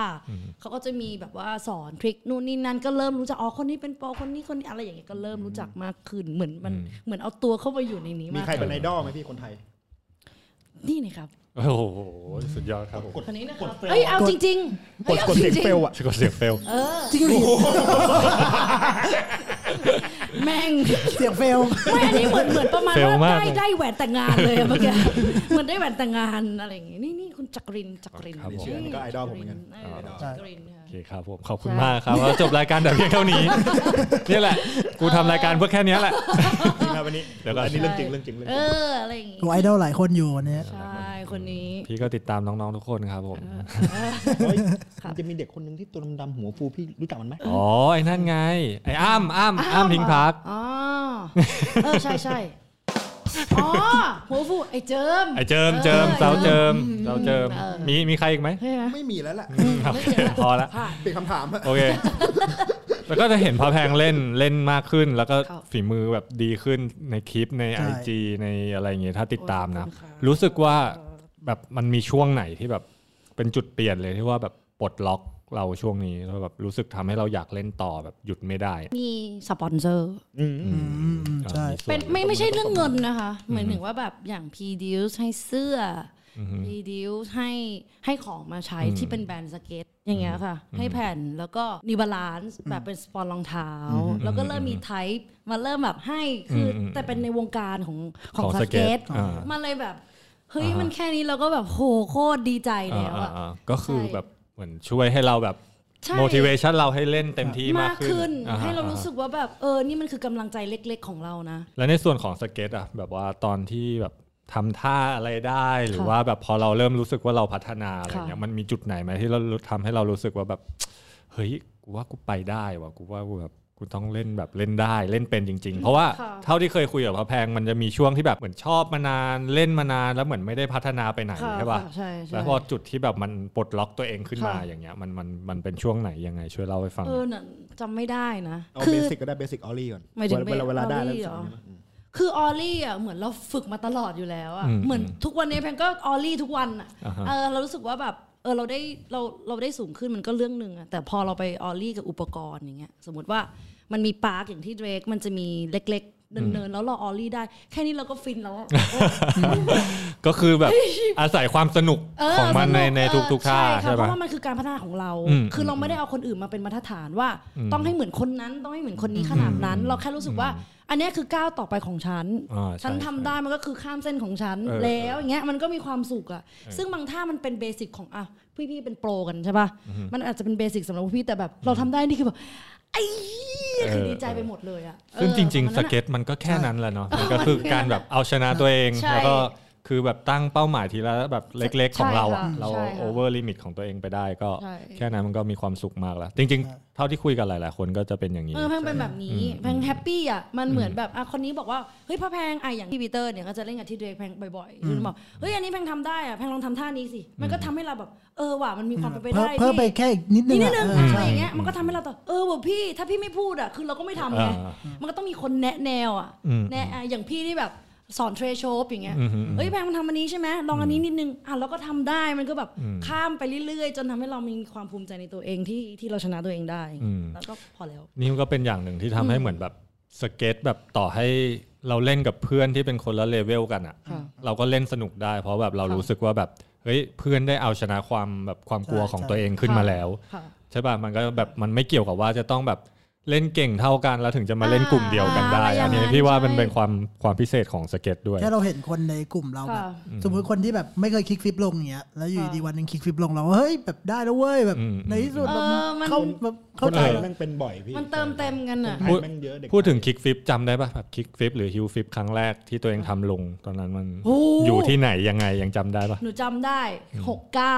G: เขาก็จะมีแบบว่าสอนทริคนู่นนี่นั่นก็เริ่มรู้จักอ๋อคนนี้เป็นโปรคนนี้คนนี้อะไรอย่างเงี้ยก็เริ่มรู้จักมากขึ้นเหมือนมันเหมือนเอาตัวเข้ามาอยู่ในนี้
C: มี
G: มาก
C: ใครเป็นไอดอลไหมพี่คนไทย
G: นี่นี่ครับ
E: โอ้โหสุดยอดครับ
G: คนนี้นะครับเอ้ยเอาจริงๆ
C: ก
G: อ้
C: ด
G: ยอาก
C: ดเสียง
G: จริๆ
C: เฟลอะ
E: กดเสียงเฟล
G: เออ
F: จริงดิ
G: แม่ง
F: เสียงเฟล
G: ไม่อันนี้เหมือนเหมือนประมาณ
E: เฟล
G: ว่าม
E: าก
G: ได้
E: เลย
G: ได้แหวนแต่งงานเลยอะเมื่อกี้ เหมือนได้แหวนแต่งงานอะไรอย่างงี้นี่นี่คุณจักรินจักริน
E: ครับผม
D: อันนี้ก็ไอดอลผมเหมือนกัน
G: จักรินค่ะ
E: โอเคครับผมขอบคุณมากครับแล้วจบรายการแต่เพียงเท่านี้ นี่แหละ กูทำรายการเพื่อแค่เนี้ยแหละ
D: จริงครับอันนี้
E: เดี๋ยวก่อน
D: อันนี้เรื่องจริง
G: ใช่
D: เรื่องจริงเรื่อง
G: เอ
D: จริง
G: ออะไรอย่างงี้
F: กูไอดอลหลายคนอยู่วันเนี้ย
G: ใช่คนนี้
E: พี่ก็ติดตามน้องๆทุกคนครับผม
D: เฮ้ย
G: ครับ
D: มันจะมีเด็กคนหนึ่งที่ตัวดำๆหัวฟูพี่รู้จักมันไหม
E: อ๋อไอ้นั่นไง ไอ้อ้ำอ้ำอ้ำพิงพัก
G: อ๋อเออใช่ใช่อ๋อหัวฟูไอ้เจิม
E: ไอ้เจิมเจิม
G: เออ
E: เสาเจิมเสาเจิม
G: เออ
E: มีมีใครอีกไหม
G: ใช่ไหม
D: ไม่มีแล้วแหละ
E: ครับพอละ
G: ผ่าน
D: เปลี่ยนคำถามอะ
E: โอเค แล้วก็จะเห็นพระแพงเล่นเล่นมากขึ้น แล้วก็
G: ครับ
E: ฝีมือแบบดีขึ้นในคลิปใน
F: ใช่
E: IG ในอะไรอย่างเงี้ยถ้าติดตามนะ
G: ขอบคุณค่ะ
E: รู้สึกว่าแบบมันมีช่วงไหนที่แบบเป็นจุดเปลี่ยนเลยที่ว่าแบบปลดล็อกเราช่วงนี้แล้วแบบรู้สึกทำให้เราอยากเล่นต่อแบบหยุดไม่ได้
G: มีสปอนเซอร์
F: อืมอืมใช่
E: อ่ะมีส่ว
G: เป็นไม่ไม่ใช่เรื่องเงินนะคะหมายถึงว่าแบบอย่าง p d u c e ให้เสื้ออ p d u c e ให้ให้ของมาใช้ที่เป็นแบรนด์สเก็ตอย่างเงี้ยค่ะ ให้แผ่นแล้วก็นิบาลานซ์แบบเป็นสปอนรองเท้า แล้วก็เริ่มมีไทป์มาเริ่มแบบให้คืออแต่เป็นในวงการของของสเก็ต
E: อ่า
G: มันเลยแบบ เฮ้ย
E: อ่ามั
G: มันแค่นี้เราก็แบบโหโคตรดีใจแล้ว
E: อ่า
G: อะ
E: อ่าอ่าก็คือ
G: ใช่
E: แบบเหมือนช่วยให้เราแบบ
G: ใช่
E: motivation เราให้เล่นเต็มที่มาม
G: าก ก
E: ขึ้
G: ขึ้น
E: อ่ฮะ
G: ให้เรา
E: อ่
G: รู้
E: ฮะ
G: สึกว่าแบบเออนี่มันคือกำลังใจเล็ก ๆ ของเรานะ
E: แล้วในส่วนของสเก็ตอะแบบว่าตอนที่แบบทำท่าอะไรได้หรือ
G: ค่ะ
E: ว่าแบบพอเราเริ่มรู้สึกว่าเราพัฒนาอะไรเงี้ย
G: ค่ะ
E: มันมีจุดไหนไหมที่เราทำให้เรารู้สึกว่าแบบ เฮ้ยกูว่ากูไปได้ว่ะกูว่ากูแบบกูต้องเล่นแบบเล่นได้เล่นเป็นจริง ๆ เพราะว่าเท่าที่เคยคุยกับพระแพงมันจะมีช่วงที่แบบเหมือนชอบมานานเล่นมานานแล้วเหมือนไม่ได้พัฒนาไปไหน
G: ค่ะ
E: ใช่ป่ะ
G: ใช่ใช่
E: แล้วพอจุดที่แบบมันปลดล็อกตัวเองขึ้นมา
G: ค่ะ
E: อย่างเงี้ยมันมันมันเป็นช่วงไหนยังไงช่วยเล่าให้ฟังหน่อ
G: เอ
E: ย
G: อน่ะจำไม่ได้นะ
D: เอาเบสิกก็ได้เบสิกออลี่ก่อน
G: หมายถึง
D: เวลาเวลาได้แล้ว
G: Ollie เหรอ คือออลลี่อ่ะเหมือนเราฝึกมาตลอดอยู่แล้วอ่ะ
E: อืม
G: เหมือนทุกวันนี้แพงก็ออลลี่ทุกวันอ่ะ
E: อ่าฮะ
G: เออเรารู้สึกว่าแบบเออเราได้เราเราได้สูงขึ้นมันก็เรื่องหนึ่งอ่ะแต่พอเราไปออลลี่กับอุปกรณ์อย่างเงี้ยสมมติว่ามันมีปาร์กอย่างที่เดรกมันจะมีเล็กๆ เนินๆแล้วเราออลลี่ได้ แค่นี้เราก็ฟินแล้วอะ
E: ก็คือแบบ อาศัยความสนุก
G: เ
E: ของมันใน
G: สก
E: ใน
G: เออ
E: ทุกๆท่า
G: ใช่ค่ะ
E: ใช่ปะ
G: เพราะว่ามันคือการพัฒนาของเรา
E: อืม
G: คือเราไม่ได้เอาคนอื่นมาเป็นมาตรฐานว่า ต้องให้เหมือนคนนั้นต้องให้เหมือนคนนี้ขนาดนั้น เราแค่รู้สึกว่า อันเนี้ยคือก้าวต่อไปของฉัน
E: อ่าใช่
G: ฉันทำได้มันก็คือข้ามเส้นของฉัน
E: เออ
G: แล้วอย่างเงี้ยมันก็มีความสุขอะซึ่งบางท่ามันเป็นเบสิกของอ่ะพี่พี่ๆเป็นโปรกันใช่ป่ะมันอาจจะเป็นเบสิกสำหรับพวกพี่แต่แบบเราทำได้นี่คือแบบไอ้คือ
E: เออ
G: ดีใจไปหมดเลยอะ
E: ซึ่งจริง
G: อ
E: ๆ
G: อปะ
E: ส
G: มาณนั้นอะ
E: เก็ตมันก็แค่นั้นแหละเนาะมันก็คือการแบบเอาชนะตัวเอง
G: ใช่
E: แล้วก็คือแบบตั้งเป้าหมายทีละแบบเล็ก ๆ ของเราอะ
G: ใช่ค่ะ
E: เรา
G: ใช่ค่ะ
E: โอเวอร์ลิมิตของตัวเองไปได้ก็
G: ใช่
E: แค่นั้นมันก็มีความสุขมากแล้ว จริง ๆ เท่าที่คุยกับหลาย ๆ คนก็จะเป็นอย่างนี้
G: เออแพงเป็นแบบนี้แพงแฮปปี้อ่ะมันเหมือนแบบอ่ะคนนี้บอกว่าเฮ้ยพระแพงอ่ะอย่างพี่ปีเตอร์เนี่ยก็จะเล่นกับที่เดรกแพงบ่อยๆคือบอกเฮ้ยอันนี้แพงทำได้อ่ะแพงลองทำท่านี้สิมันก็ทำให้เราแบบเออว่ะมันมีความเป็นไป
F: เพิ่ม
G: ได้
F: เพิ่มไปแค่อีกนิดนึ
G: นี่
F: ง
G: นิด
F: อะ
G: นึง
F: เออ
G: อะ
F: ใช่
G: ไรอย่างเงี้ยมันก็ทำให้เราต่อเออว่ะพี่ถ้าพี่ไม่พูดอ่ะคือเราก็ไม่ทำไง
E: อ่า
G: มันก็ต้องมีคนแนะแนวอ่ะ
E: อืม
G: แนะอ่ะอย่างพี่ที่แบบสอนเทรโชปอย่างเงี้ย
E: อืมอืม
G: เอ้ยแพงมันทำอันนี้ใช่ไหมลองอันนี้นิดนึงอ่ะเราก็ทำได้มันก็แบบ
E: อืม
G: ข้ามไปเรื่อยๆ จนทำให้เรามีความภูมิใจในตัวเองที่ที่เราชนะตัวเองได้
E: อืม
G: แล้วก็พอแล้ว
E: นี่มันก็เป็นอย่างหนึ่งที่ทำให้เหมือนแบบสเก็ตแบบต่อให้เราเล่นกับเพื่อนที่เป็นคนละเลเวลกันอะ่ะ
G: ค่ะ
E: เราก็เล่นสนุกได้ เพราะแบบเรา
G: ค่ะ
E: รู้สึกว่าแบบเฮ้ยเพื่อนได้เอาชนะความแบบความกลัวของตัวเองขึ้น
G: ค่ะ
E: มาแล้ว
G: ค่ะ
E: ใช่ป่ะมันก็แบบมันไม่เกี่ยวกับว่าจะต้องแบบเล่นเก่งเท่ากันแล้วถึงจะมาเล่นกลุ่มเดียวกันได้ อันนี้พี่ว่ามันเป็นความความพิเศษของสเก็ตด้วย
F: แค่เราเห็นคนในกลุ่มเราแบบ
G: ค่ะ
F: สมมติคนที่แบบไม่เคยคลิกฟลิปลงอย่างเงี้ยแล้วอยู่
G: ค่ะ
F: ดีวันหนึ่งคลิกฟลิปลงเราก็เฮ้ยแบบได้แล้วเว้ยแบบ
E: อืม
F: ในที่สุดแบบ
G: เออมัน
F: เข้าแบบ
D: ค
F: เข้านใจ
D: ไทย
F: แล้ว
D: แม่งเป็นบ่อยพี่
G: มันเติมเต็มกันอ่ะ
D: ไทยแม่งเยอะเด็ก
E: พูดถึงคิกฟิปจำได้ป่ะแบบคิกฟิปหรือฮิวฟิปครั้งแรกที่ตัวเองทำลงตอนนั้นมัน
G: โอ้
E: อยู่ที่ไหนยังไงยังจำได้ป่ะ
G: หนูจำได้หกเก้า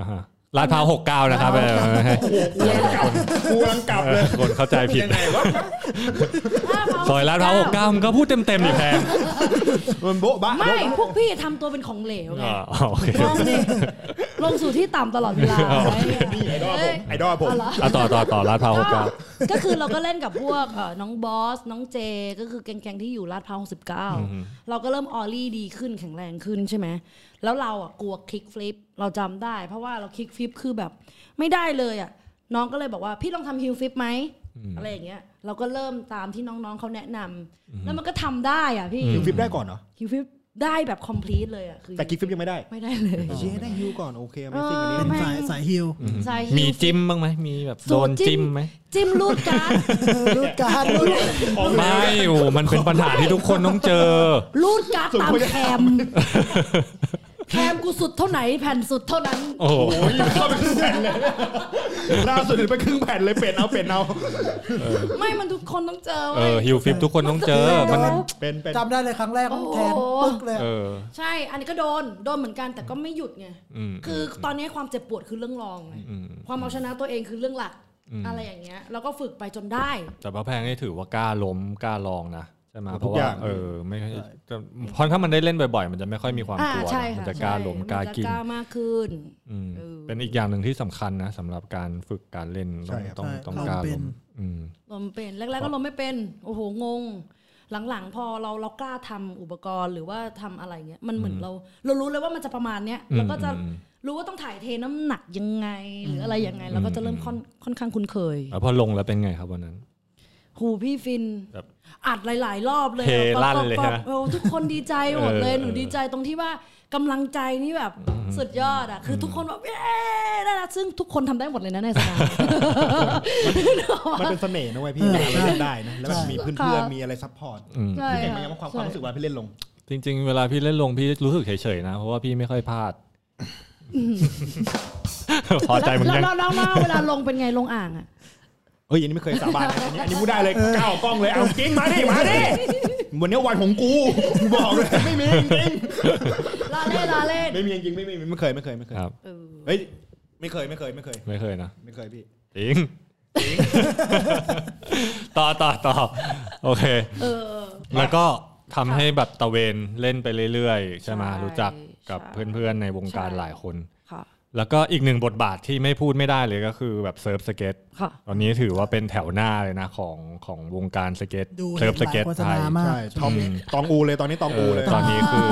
E: อ่าฮะลาดพร้าวหกเก้านะครับเออ
D: โอ้โหกูรังกลับกูรังกลับเลย
E: คนเข้าใจผิด
D: ยังไงวะ
E: ซอยลาดพร้าวหกเก้ามันก็พูดเต็มๆอยู่แพง
D: มันโบ๊ะบ้า
G: ไม่ พวกพี่ทำตัวเป็นของเหลวไง
E: อ๋อโอเค
G: ลงดิลงสู่ที่ต่ำตลอดเวลาอะไรเงี้ย
D: ไอดอลผ
G: เอ้
D: ม
G: ย
D: ไอดอลผม
G: อะไร
E: อ่ะต่อต่อต่อลาดพร้าวหก
G: ก็
E: เก้า
G: ก็คือเราก็เล่นกับพวกเอ่อน้องบอส น้องเจ ก็คือแก๊งๆที่อยู่ลาดพร้าวหกสิบเก้า
E: อืม
G: เราก็เริ่มออลลี่ดีขึ้นแข็งแรงขึ้นใช่ไหม แล้วเราอ่ะกลัวคลิกฟลิป เราจำได้ เพราะว่าเราคลิกฟลิปคือแบบไม่ได้เลยอ่ะ น้องก็เลยบอกว่าพี่ลองทำฮิลฟลิปไหมอะไรอย่างเงี้ย เราก็เริ่มตามที่น้องๆเขาแนะนำแล้วมันก็ทำได้อ่ะพี่
D: คิวฟิปได้ก่อนเหรอ
G: ฮิลฟลิป ได้แบบ complete เลยอ่ะคือ
D: แต่กิ๊กฟิปยังไม่ได้
G: ไม่ได้เลย
D: เชียได้ฮิวก่อนโอเคไม่
G: เออ
D: จริงอันนี้
F: เป็นสายสายฮิล
E: อืม
G: สายฮิว
E: มีจิ้มบ้างไหมมีแบบ
G: สู
E: โด
G: ต
E: น
G: รจิ้
E: จิ้
G: ม
E: มไหม
G: จิ้มรูดการ์ด
F: รูดการรูด
E: ไม่โอ้มันเป็นปัญหาที่ทุกคนต้องเจอ
G: รูดการ์ดตามแค มแคมกูสุดเท่าไหนแผ่นสุดเท่านั้น
E: โอ้โห
D: โอ้ยเข้าไปครึ่งแผ่นเลยล่าสุดเห็นไปครึ่งแผ่นเลยเป็ดเอาเป็ดเอา
G: ไม่มันทุกคนต้องเจอ
E: เอ
G: เว้ย
E: อฮิวฟิปทุกคนต้องเจอมัน
D: เป็นเป็น
F: จำได้เลยครั้งแรก
G: โอ้โห
F: แทนปึ๊กเลย
E: เออ
G: ใช่ อันนี้ก็โดน โดนเหมือนกันแต่ก็ไม่หยุดไง
E: อืม
G: คือตอนนี้ความเจ็บปวดคือเรื่องรองไง
E: อืม
G: ความเอาชนะตัวเองคือเรื่องหลัก อะไรอย่างเงี้ย แล้วก็ฝึกไปจนได้
E: แต่พระแพงนี่ถือว่ากล้าล้มกล้าลองนะใช่ไหมเพ
D: ทุกอ
E: ราะว่า
D: ย่าง
E: เออไม่ค่อยจะเพราะถ้ามันได้เล่นบ่อยๆ มันจะไม่ค่อยมีความ
G: อ่าก
E: ลัว
G: ใช่
E: มั
G: ค่ะ
E: จะกล้า
G: ใช่
E: ล้มกล้า
G: จะ
E: กิน
G: กล้ามากขึ้น
E: อืม
G: เออ
E: เป็นอีกอย่างหนึ่งที่สำคัญนะสำหรับการฝึกการเล่นต้องต้องต้องกล้าล้มอืม
G: ลมเป็นแรกๆก็ลมไม่เป็น โอ้โหงง หลังๆ พอเราเรากล้าทำอุปกรณ์หรือว่าทำอะไรเงี้ยมันเหมือนเรา เรารู้เลยว่ามันจะประมาณเนี้ย
E: อืม
G: เราก็จะ
E: อืม
G: รู้ว่าต้องถ่ายเทน้ำหนักยังไง หรืออะไรยังไงเราก็จะเริ่มค่อนค่อนข้างคุ้นเคย
E: แล้วพอลงแล้วเป็นไงครับวันนั้น
G: หูพี่ฟิน
E: แบบ
G: อัดหลาย ๆ รอบเลย
E: เท
G: แบบ
E: ลั่นเลย
G: แบบ
E: ใช่ไหม
G: โอ้ทุกคนดีใจหมดเลย
E: เออ
G: หนูดีใจตรงที่ว่ากำลังใจนี่แบบสุดยอดอ่ะคืออทุกคนแบบเอ๊ะได้ละซึ่งทุกคนทำได้หมดเลยนะในสนาม
D: มันเป็นเสน่ห์นะเว้ยพี่เวลาเราเล่นได้นะแล้วแบบมีเพื่อนๆมีอะไรซัพพอร์ต
E: อืม
G: ใช่
D: พี่เก่งไหม
G: ค่ะ
D: ว่าความความรู้สึกว่าพี่เล่นลง
E: จริง ๆ เวลาพี่เล่นลงพี่รู้สึกเฉยๆนะ เพราะว่าพี่ไม่ค่อยพ ลาด พอใจมึงยัง
G: แล้วแล้วแล้วเวลาลงเป็นไงลงอ่างอ่ะ
D: เฮ้ยอันนี้ไม่เคยสาบานนะอันนี้อันนี้พูดได้เลยก้าวกล้องเลยเอาจริงมาดิมาดิวันนี้วันของกูกูบอกเลยไม่มีจริง
G: ลาเล่นลาเล่น
D: ไม่มีจริงไม่มีไม่เคยไม่เคยไม่เคย
E: ครับ
G: เออ
D: เฮ้ยไม่เคยไม่เคยไม่เคย
E: ไม่เคยนะ
D: ไม่เคยพี่
E: จริง ต่อต่อต่อโอเค
G: เออ
E: แล้วก็ทำให้แบบตะเวนเล่นไปเรื่อยๆ ใช่ไหม
G: ใช่
E: รู้จักกับ
G: ใช่
E: เพื่อนๆในวงการ
G: ใช่
E: หลายคน
G: ค่ะ
E: แล้วก็อีกหนึ่งบทบาทที่ไม่พูดไม่ได้เลยก็คือแบบเซิร์ฟสเก็ต
G: ค่ะ
E: ตอนนี้ถือว่าเป็นแถวหน้าเลยนะของของวงการสเก็ต
F: ดู
E: เซิร์ฟส
F: หลาย
E: เก็ต
F: โฆษ
E: ไท
F: ณายมาก
D: ใช่ทอมตองอูเลยตอนนี้ตอง
E: เอ
D: อู
E: อ
D: เลย
E: ตอนนี้คือ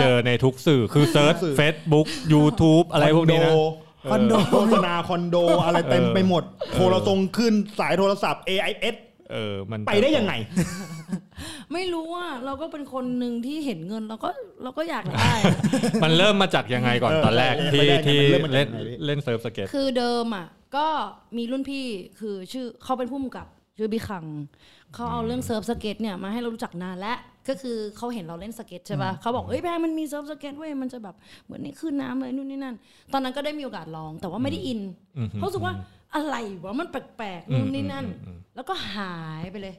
E: เจอในทุกสื่อคือเซิร์ช Facebook YouTube อะไรพวกนี้นะ
D: คอนโดโฆษณาคอนโดอะไรเต็ม
E: เออ
D: ไปหมดโทรทรงขึ้นสายโทรศัพท์ AIS
E: เออมัน
D: ไปได้ยังไง
G: ไม่รู้อ่ะเราก็เป็นคนหนึ่งที่เห็นเงินเราก็เราก็อยากได้อะ
E: มันเริ่มมาจากยังไงก่อน
D: เออ
E: ตอนแรก
D: เออ
E: ที่
D: ไปได้ไง
E: ที่
D: มันเริ่มมาจากไหนพี่
E: เล่นเล่นเซิร์ฟสเก็ต
G: คือเดิมอ่ะ ก็มีรุ่นพี่คือชื่อเขาเป็นผู้กำกับชื่อบิคังเขาเอาเรื่องเซิร์ฟสเก็ตเนี่ยมาให้เรารู้จักนานแล้วก็คือเขาเห็นเราเล่นสเก็ตใช่ป่ะเขาบอกเอ้ยแพงมันมีเซิร์ฟสเก็ตเว้ยมันจะแบบเหมือนนี่ขึ้นน้ำเลยนู่นนี่นั่น ตอนนั้นก็ได้มีโอกาสลอง แต่ว่าไม่ได้อิน
E: อืม
G: เขารู้สึกว่าอะไรวะมันแปลกๆนู่นนี่นั่น แล้วก็หายไปเลย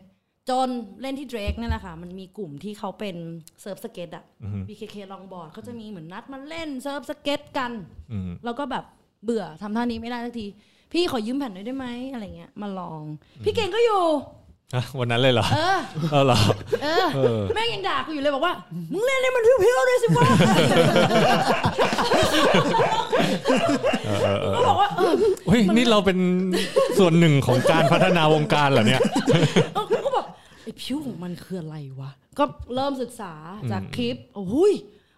G: จนเล่นที่เดรกนี่นแหละค่ะ มันมีกลุ่มที่เขาเป็นเซิร์ฟสเก็ตอะ BKK ลองบอร์ดเขาจะมีเหมือนนัดมาเล่นเซิร์ฟสเก็ตกัน
E: อืม
G: แล้วก็แบบเบื่อทำท่านี้ไม่ได้สักที พี่ขอยืมแผ่นหน่อยได้ไหมอะไรเงี้ยมาลอง พี่เก่งก็อยู่
E: ฮะวันนั้นเลยเหรอ
G: เออ
E: เออเหรอ
G: เออ
E: เออ
G: แม่งยังด่ากูอยู่เลยบอกว่า มึงเล่นให้มันเพี้ยวๆเลยสิวะ ก็บอกว่าเออ
E: เฮ้ยนี่เราเป็นส่วนหนึ่งของการพัฒนาวงการเหรอเนี่ย
G: เออกูก็บอกไอ้ผิวของมันคืออะไรวะ ก็เริ่มศึกษาจากคลิปโอ้ย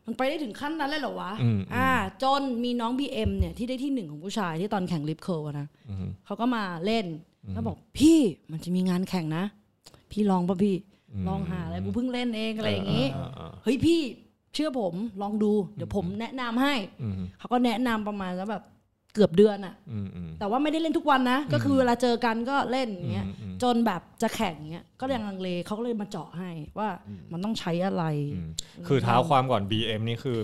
G: มันไปได้ถึงขั้นนั้นเลยเหรอวะ
E: อืม
G: อ่า จนมีน้อง BM เนี่ยที่ได้ที่หนึ่งของผู้ชายที่ตอนแข่งลิฟเคิลอะนะเขาก็มาเล่น แล้วบอกพี่มันจะมีงานแข่งนะ พี่ลองป่ะพี่ ลองหาอะไรกูเพิ่งเล่นเองอะไรอย่างงี้ เฮ้ยพี่เชื่อผมลองดู เดี๋ยวผมแนะนำให้
E: อืม
G: เขาก็แนะนำประมาณแล้วแบบเกือบเดือนอะ
E: อืมอืม
G: แต่ว่าไม่ได้เล่นทุกวันนะ ก็คือเวลาเจอกันก็เล่นอย่างเงี้ย
E: อืมอืม
G: จนแบบจะแข่งเงี้ยก็ยังลังเลเขาก็เลยมาเจาะให้ว่ามันต้องใช้อะไร
E: อืมคือเท้าความก่อน BM นี่คือ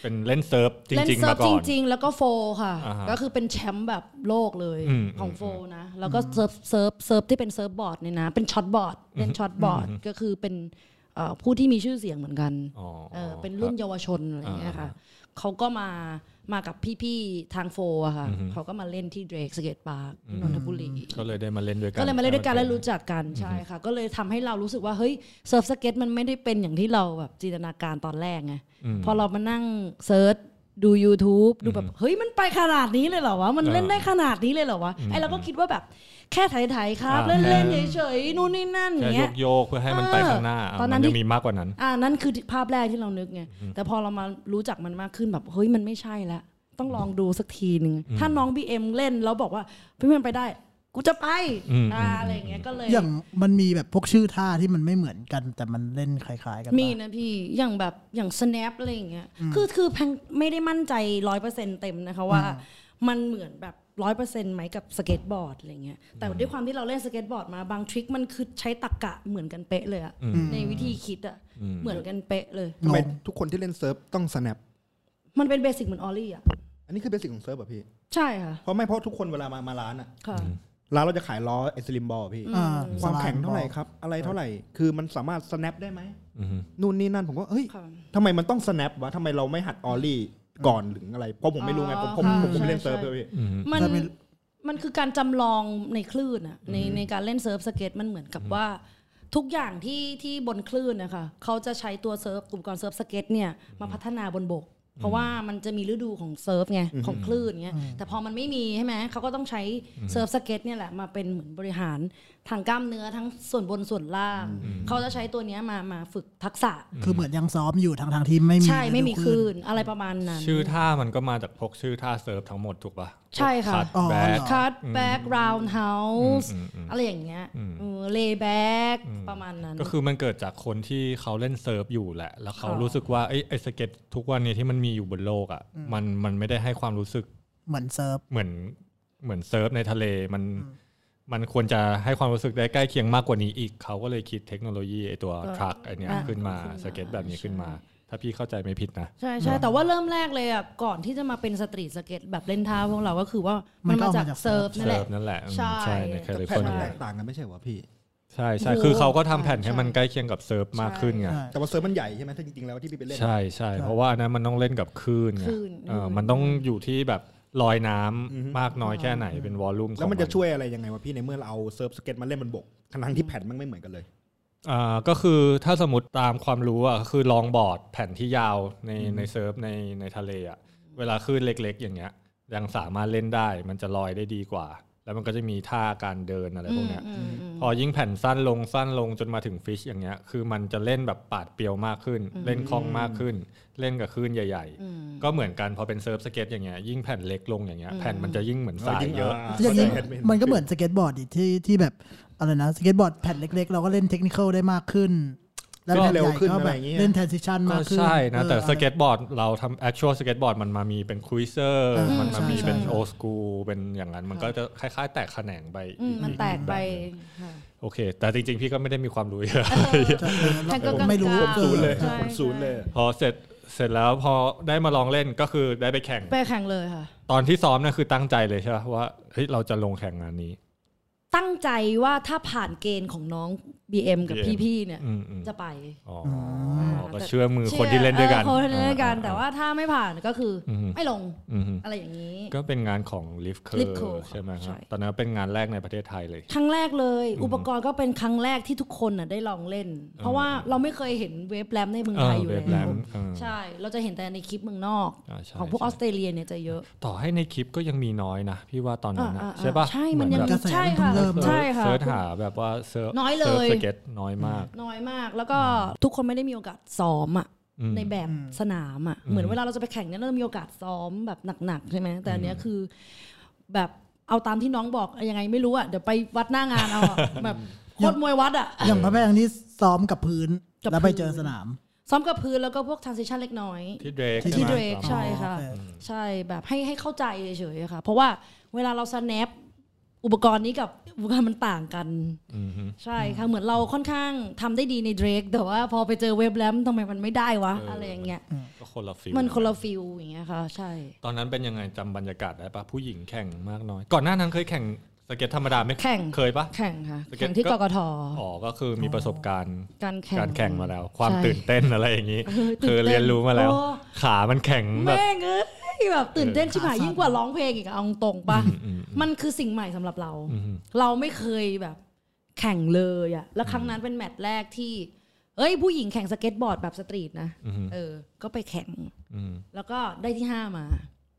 E: เป็นเล่นเซิร์ฟจ
G: เล่น
E: ริง ๆ
G: เซิร์
E: มา
G: ฟ
E: ก่
G: จ
E: อน
G: ริง ๆ แล้วก็โฟค่ะ
E: อ่าฮะ
G: ก็คือเป็นแชมป์แบบโลกเลย
E: อืม
G: ของ
E: อืม
G: โฟนะแล้วก็เซิร์ฟเซิร์ฟเซิร์ฟที่เป็นเซิร์ฟบอร์ดเนี่ยนะเป็นช็อตบอร์ดเล่นช็อตบอร์ดก็คือเป็นเอ่อผู้ที่มีชื่อเสียงเหมือนกัน
E: อ๋อ
G: เออเป็นรุ่นเยาวชนอะไรอย่างเงี้ยค่ะเขาก็มามากับพี่ๆทางโฟอะค่ะ
E: อือฮึ
G: เขาก็มาเล่นที่เดรกสเกตปาร์คนนทบุรี
E: ก็เลยได้มาเล่นด้วยกัน
G: ก็เลยมาเล่นด้วยกันและรู้จักกันใช่ค่ะ ก็เลยทำให้เรารู้สึกว่าเฮ้ยเซิร์ฟสเก็ตมันไม่ได้เป็นอย่างที่เราแบบจินตนาการตอนแรกไง
E: ม
G: พอเรามานั่งเซิร์ชดู YouTube ดูแบบเฮ้ยมันไปขนาดนี้เลยเหรอวะมันเล่นได้ขนาดนี้เลยเหรอวะไอเราก็คิดว่าแบบแค่ไถ่ายๆครับ
E: อ่า
G: เล่นๆเฉยๆนู่นนี่นั่นอ
E: แค่ย
G: ย่างเงี้ย
E: กโยกเพื่อให้มันไปข้างหน้า
G: เออ
E: อ่ะ
G: ตอนนั้
E: มัน น
G: ที่
E: ยังมีมากกว่านั้น
G: อ่านั่นคือภาพแรกที่เรานึกไงแต่พอเรามารู้จักมันมากขึ้นแบบเฮ้ยมันไม่ใช่ละต้องลองดูสักทีหนึ่งถ้าน้องบีเอ็มเล่นแล้วบอกว่าพี่มันไปได้ กูจะไป
E: อืม
G: อ่าอะไรอย่างเงี้ยก็เลย
F: อย่างมันมีแบบพวกชื่อท่าที่มันไม่เหมือนกัน แต่มันเล่นคล้าย ๆ กันป
G: มีนะพี่อย่างแบบอย่าง snap อะไรอย่างเงี้ยคือคือแพงไม่ได้มั่นใจร้อยเปอร์เซ็นเต็มนะคะว่า มันเหมือนแบบร้อยเปอร์เซ็นต์ไหมกับสเก็ตบอร์ดอะไรเงี้ยแต่ด้วยความที่เราเล่นสเก็ตบอร์ดมาบางทริคมันคือใช้ตรกกะเหมือนกันเป๊ะเลยอะในวิธีคิดอะเหมือนกันเป๊ะเลย
C: ทำไมทุกคนที่เล่นเซิร์ฟต้อง snap
G: มันเป็นเบสิกเหมือนออลลี่อะ
C: อันนี้คือเบสิกของเซิร์ฟเหรอ่ะพี่
G: ใช่ค่ะ
C: เพราะไม่เพราะทุกคนเวลามามาร้านอ่ะ
G: ค่ะ
C: ร้านเราจะขายล้อไอสลิมบอลพี่
F: อ่า
C: ความแข็งเท่าไหร่ครับ อะไรเท่าไหร่ คือมันสามารถ snap ได้ไหม
E: อืม
C: นู่นนี่นั่นผมก็เฮ้ย
G: ค่ะ
C: ทำไมมันต้อง snap วะทำไมเราไม่หัดออลลี่ก่อนหรืออะไร เพราะผมไม่รู้ไง ผมผม
G: อ๋อ
C: ผมไม่เล่น
G: ใช่
C: เซิร์ฟเลยพี่
G: มัน
F: แต่เป็น
G: มันคือการจำลองในคลื่นอะในในการเล่นเซิร์ฟสเก็ตมันเหมือนกับว่าทุกอย่างที่ที่บนคลื่นนะคะเขาจะใช้ตัวเซิร์ฟอุปกรณ์เซิร์ฟสเก็ตเนี่ยมาพัฒนาบนบก เพราะว่ามันจะมีฤดูของเซิร์ฟไงของคลื่นไงแต่พอมันไม่มีใช่ไหมเขาก็ต้องใช้เซิร์ฟสเก็ตเนี่ยแหละมาเป็นเหมือนบริหารทางกล้ามเนื้อทั้งส่วนบนส่วนล่างเขาจะใช้ตัวเนี้ยมามาฝึกทักษะ
F: คือเหมือนยังซ้อมอยู่ทางทางๆที่ไม่มี
G: ใช่ไม่มี
F: ฤดู
G: คลื่นอะไรประมาณนั้น
E: ชื่อท่ามันก็มาจากพวกชื่อท่าเซิร์ฟทั้งหมดถูกปะ
G: ใช่ค่ะ
E: คัด
F: อ๋อ
E: แบก
F: เหรอ
G: คัตแบ็กราวน์เฮาส์
E: อืมอืมอืม
G: อะไรอย่างเงี้ย
E: อืม
G: เลย์แบ็กประมาณนั้น
E: ก็คือมันเกิดจากคนที่เขาเล่นเซิร์ฟอยู่แหละ แล้วเขา
G: ค่ะ
E: รู้สึกว่าไอ้ไอ้สเก็ตทุกวันเนี้ที่มันมีอยู่บนโลกอ่ะมันมันไม่ได้ให้ความรู้สึก
F: เหมือนเซิร์ฟ
E: เหมือนเหมือนเซิร์ฟในทะเลมันมันควรจะให้ความรู้สึกได้ใกล้เคียงมากกว่านี้อีก เขาก็เลยคิดเทคโนโลยีไอ้ตัวทรัคไอเนี้ย
G: อ่า
E: ขึ้นมา
G: ขึ้น
E: ส
G: มา
E: เก็ตแบบนี้ขึ้นมา
G: ใช่
E: ถ้าพี่เข้าใจไม่ผิดนะ
G: ใช่ใช่แต่ว่าเริ่มแรกเลยอ่ะก่อนที่จะมาเป็นสตรีทสเก็ตแบบเล่นท่าพวกเราก็คือว่า
F: มั
G: มัน น
F: ก็
G: มาจาม
F: เอาาก จาก
G: เซิร์ฟนั่น
E: เซิ
G: แห
E: ร์
G: ละ
E: ฟนั่นแหละอืม
G: ใช่
E: ใช่ในแคลิ
C: แผ่
E: ฟอน ร์
C: มัน
E: เนีย
C: แตกต่างกันไม่ใช่เหรอพี่
E: ใช่ใช่
G: โอ้โห
E: คือเขาก็ทำแผ่น
G: ใช่
E: ให้มันใกล้เคียงกับเซิร์ฟมากขึ้นไง
F: ใช่
C: แต่ว่าเซิร์ฟมันใหญ่ใช่ไหมถ้าจริงๆแล้วที่พี่ไปเล่น
E: ใช่ใช่เพราะว่าอันนั้นมันต้องเล่นกับคลื่นไง
G: คลื่น
E: เออ
G: อืม
E: มันต้องอยู่ที่แบบลอยน้ำ
C: อือฮึ
E: มากน้อยแค่ไหนเป็นวอลลุ่ม
C: แล้วมันจะช่วยอะไรยังไงวะพี่ในเมื่อเราเอาเซิร์ฟสเก็ตมาเล่นบนบกทั้งๆที่แผ่นมันไม่เหมือนกันเลย
E: อ่าก็คือถ้าสมมติตามความรู้อ่ะคือลองบอร์ดแผ่นที่ยาวในในเซิร์ฟในในทะเลอ่ะเวลาคลื่นเล็ก ๆ อย่างเงี้ย ยังสามารถเล่นได้มันจะลอยได้ดีกว่า แล้วมันก็จะมีท่าการเดินอะไรพวกเนี้ย
G: อืมอืม
E: พอยิ่งแผ่นสั้นลงสั้นลงจนมาถึงฟิชอย่างเงี้ย คือมันจะเล่นแบบปาดเปรียวมากขึ้น เล่นคล่องมากขึ้น เล่นกับคลื่นใหญ่
G: อืม
E: ๆ ก็เหมือนกันพอเป็นเซิร์ฟสเก็ตอย่างเงี้ยยิ่งแผ่นเล็กลงอย่างเงี้ยแผ่นมันจะยิ่งเหมือนสายเยอะ
F: อย่างนี้มันก็เหมือนสเก็ตบอร์ดอีกที่ที่แบบอะไรนะสเก็ตบอร์ดแผ่นเล็กๆ เราก็เล่นเทคนิคได้มากขึ้น แล้ว
C: ก็
F: แผ่น
C: เร็ว
F: ใหญ่
C: ขึ้น
F: ก็
C: อะไร
F: แบ
C: อบ ย่างเงี้ย
F: เล่น transition
E: ก็
F: มากขึ้น
E: ใช่นะ
F: ออ
E: แต่
F: อะไร
E: สเก็ตบอร์ดเราทำ actual สเก็ตบอร์ดมันมามีเป็นครูเซอร์
F: เออ
E: มันมามี
F: ใช่
E: เป็น
F: ใช่
E: โอสกูเป็นอย่างนั้น มันก็จะคล้ายๆ แตกแขนงไป
G: อืมมันแตกไป
E: โอเค แต่จริงๆ พี่ก็ไม่ได้มีความรู้เยอะ
F: จะเออเรา
G: ท่านก็
F: ผมไม่รู้
G: กลาง
F: ออ
G: ๆ
C: ศูนย์เลย
G: ใช่
C: ผมศูนย์เลย
E: พอเสร็จเสร็จแล้วพอได้มาลองเล่นก็คือได้ไปแข่ง
G: ไปแข่งเลยค่ะ
E: ตอนที่ซ้อมนะคือตั้งใจเลยใช่ไหมว่าเฮ้ยเราจะลงแข่งงานนี้
G: ตั้งใจว่าถ้าผ่านเกณฑ์ของน้อง BM กับ
E: BM
G: พี่ๆเนี่ย
E: อืมอืม
G: จะไป
E: อ๋ออก็เชื่อมือคนที่เล่นด้วยกัน
G: เออคนที่เล่นด้วยกันแต่ว่าถ้าไม่ผ่านก็คืออ
E: ม
G: ไม่ลง
E: อืมฮึ
G: อะไรอย่างนี้
E: ก็เป็นงานของ l i f t c u r
G: Lift Curl
E: ใช่ไหมค
G: ใช่
E: รับตอนนั้นเป็นงานแรกในประเทศไทยเลย
G: ครั้งแรกเลย อุปกรณ์ก็เป็นครั้งแรกที่ทุกคนน่ะได้ลองเล่น เพราะว่าเราไม่เคยเห็นเวฟแรมในเมืองไทยอยู่
E: เออ
G: แล้
E: wave lamp
G: ว
E: เออ
G: ใช่ เราจะเห็นแต่ในคลิปเมืองนอก
E: อ่าใช่
G: ของพวกอ
E: ใช่
G: อสเตรเลียเนี่ยจะเยอะ
E: ต่อให้ในคลิปก็ยังมีน้อยนะ พี่ว่าตอนนั้นนะ
G: อ่า
E: ใช่ปะ
G: ใช่
E: เห
G: มัน
E: อ
G: ยัง
E: แบบ
F: กระแส
G: ใช่
F: มันเพิ่ง
G: ค่ะ
F: เริ่ม
G: ใช่ค่ะ
E: เซิร์ชหาแบบว่าเซิร์ช
G: น้อยเลย
E: ซิร์ชสเก็ตน้อยมาก
G: น้อยมากแล้วก็ทุกคนไม่ได้มีโอกาสซ้อมอ่ะ
E: อืม
G: ในแบบสนามอ่ะเหมือนเวลาเราจะไปแข่งเนี่ยเรามีโอกาสซ้อมแบบหนักๆใช่ไหมแต่อันเนี้ยคือแบบเอาตามที่น้องบอกยังไงไม่รู้อ่ะเดี๋ยวไปวัดหน้างานเอาอะแบบโคตรมวยวัดอ่ะ
F: อย่างพระแพงที่ซ้อมกับพื้น
G: กับ
F: แล้วไป
G: พื้น
F: เจอสนาม
G: ซ้อมกับพื้นแล้วก็พวก transition เล็กน้อย
E: ที่เดรก
G: ที่เดรก
E: ใช่ไหม
G: ใช่ค่ะ
F: อ๋อโอเค
G: ใช่แบบให้ให้เข้าใจเฉยๆค่ะ เพราะว่าเวลาเรา snap อุปกรณ์นี้กับอุปกรณ์มันต่างกัน
E: อืมฮึ
G: ใช่ค่ะเหมือนเราค่อนข้างทำได้ดีในเดรกแต่ว่าพอไปเจอเว็บแลมทำไมมันไม่ได้วะ อะไรอย่างเงี้ย
E: ก็คนละฟิล
G: มันคนละฟิลอย่างเงี้ยค่ะ ใช่
E: ตอนนั้นเป็นยังไงจำบรรยากาศได้ปะผู้หญิงแข่งมากน้อย ก่อนหน้านั้นเคยแข่งสเก็ตธรรมดาไหม
G: แข่ง
E: เคยปะ
G: แข่งค่ะ
E: สเก็ต
G: แข่งที่
E: ก็
G: กกท
E: อ๋อก็คือมีประสบการณ์
G: การแข่ง
E: การแข่งมาแล้ว ความ
G: ใช่
E: ตื่นเต้นอะไรอย่างนี้
G: เออตื่นเต้น
E: เธอเรียนรู้มาแล้ว
G: โอ้
E: ขามันแข็งแบบ
G: แม่งเอ้ยแบบตื่นเต้นชิบหายยิ่งกว่าร้องเพลงอีกอะเอาตรงปะมันคือสิ่งใหม่สำหรับเรา เราไม่เคยแบบแข่งเลยอะแล้วครั้งนั้นเป็นแมตช์แรกที่ เอ้ยผู้หญิงแข่งสเก็ตบอร์ดแบบสตรีทนะ
E: อือฮึ
G: เออ ก็ไปแข่ง
E: อืม
G: แล้วก็ได้ที่ห้ามา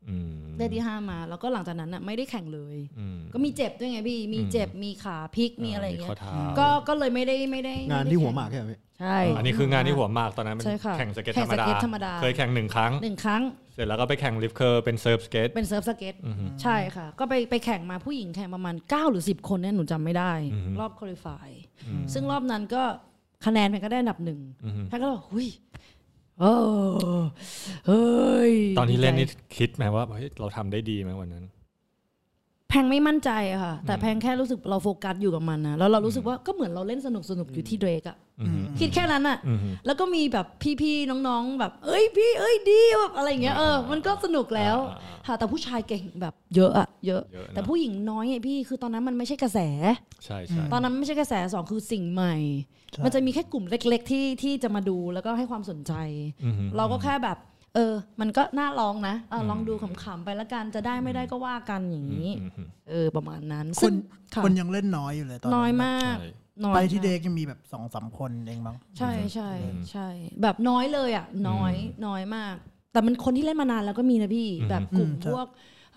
E: อืม
G: ได้ที่ห้ามา แล้วก็หลังจากนั้นอะไม่ได้แข่งเลย
E: อืม
G: ก็มีเจ็บด้วยไงพี่ มีเจ็บ มีขาพลิก มีอะไรอย่าง
E: ข้
G: เงี้
E: อย เท้า
G: ก็ก็เลยไม่ได้ไม่ได้
C: งาน
G: ไได้
C: ที่หัวหมากใช่ไหมพี่
G: ใช่
E: อันนี้คืองานที่หัวมากตอนนั้นเป็น
G: ใช่ค่ะ
E: แข่งสเก็ต
G: แข่
E: ธรง รม
G: ส
E: ดา
G: เก็ตธรรมดา
E: เคยแข่งหนึ่งครั้ง
G: หนึ่งครั้ง
E: เสร็จแล้วก็ไปแข่งลิฟต์เคอร์เป็นเซิร์ฟสเกต
G: เป็นเซิร์ฟสเก็ตใช่ค่ะ ก็ไปไปแข่งมาผู้หญิงแข่งประมาณ 9 หรือ 10 คนเนี่ยหนูจำไม่ได้ รอบคุริฟายซึ่งรอบนั้นก็คะแนนแพนก็ได้อันดับหนึ่งแพนก็เลยหุยโอ้เฮ้ย
E: ตอนที่เล่น
G: ดีใจ
E: นี่คิดไหมว่าเฮ้ยเราทำได้ดีไหมวันนั้น
G: แพงไม่มั่นใจอะค่ะ แต่แพงแค่รู้สึกเราโฟกัสอยู่กับมันนะแล้วเรารู้สึกว่าก็เหมือนเราเล่นสนุกสนุกอยู่ที่เดรกอะคิดแค่นั้นอะแล้วก็มีแบบพี่ๆน้องๆ แบบ เอ้ยพี่เอ้ยดีแบบอะไรอย่างเงี้ยเออมันก็สนุกแล้วค่ะแต่ผู้ชายเก่งแบบเยอะอะเยอะ
E: เยอะนะ
G: แต่ผู้หญิงน้อยไงพี่คือตอนนั้นมันไม่ใช่กระแส
E: ใช่ใช่
G: ตอนนั้นไม่ใช่กระแสสองคือสิ่งใหม่
F: ใช่
G: มันจะมีแค่กลุ่มเล็ก ๆ ที่ที่จะมาดูแล้วก็ให้ความสนใจ เราก็แค่แบบ เออ มันก็น่าลองนะเออลองดูขำๆไปละกันจะได้ไม่ได้ก็ว่ากันอย่างนี้ เออประมาณนั้น
F: ค
G: ซึ่
F: น
G: งค่ะ
F: คนยังเล่นน้อยอยู่เลยตอน
G: น้อยมาก
E: ใช่
G: น้อย
F: ไปที่เด็
G: มาก
F: ยังมีแบบสองสามคนเองมั้ง
G: ใช่ใช่ใช่ แบบน้อยเลยอ่ะ น้อยน้อยมาก แต่มันคนที่เล่นมานานแล้วก็มีนะพี่แบบกลุ่ม
F: อืมใช่
G: พวก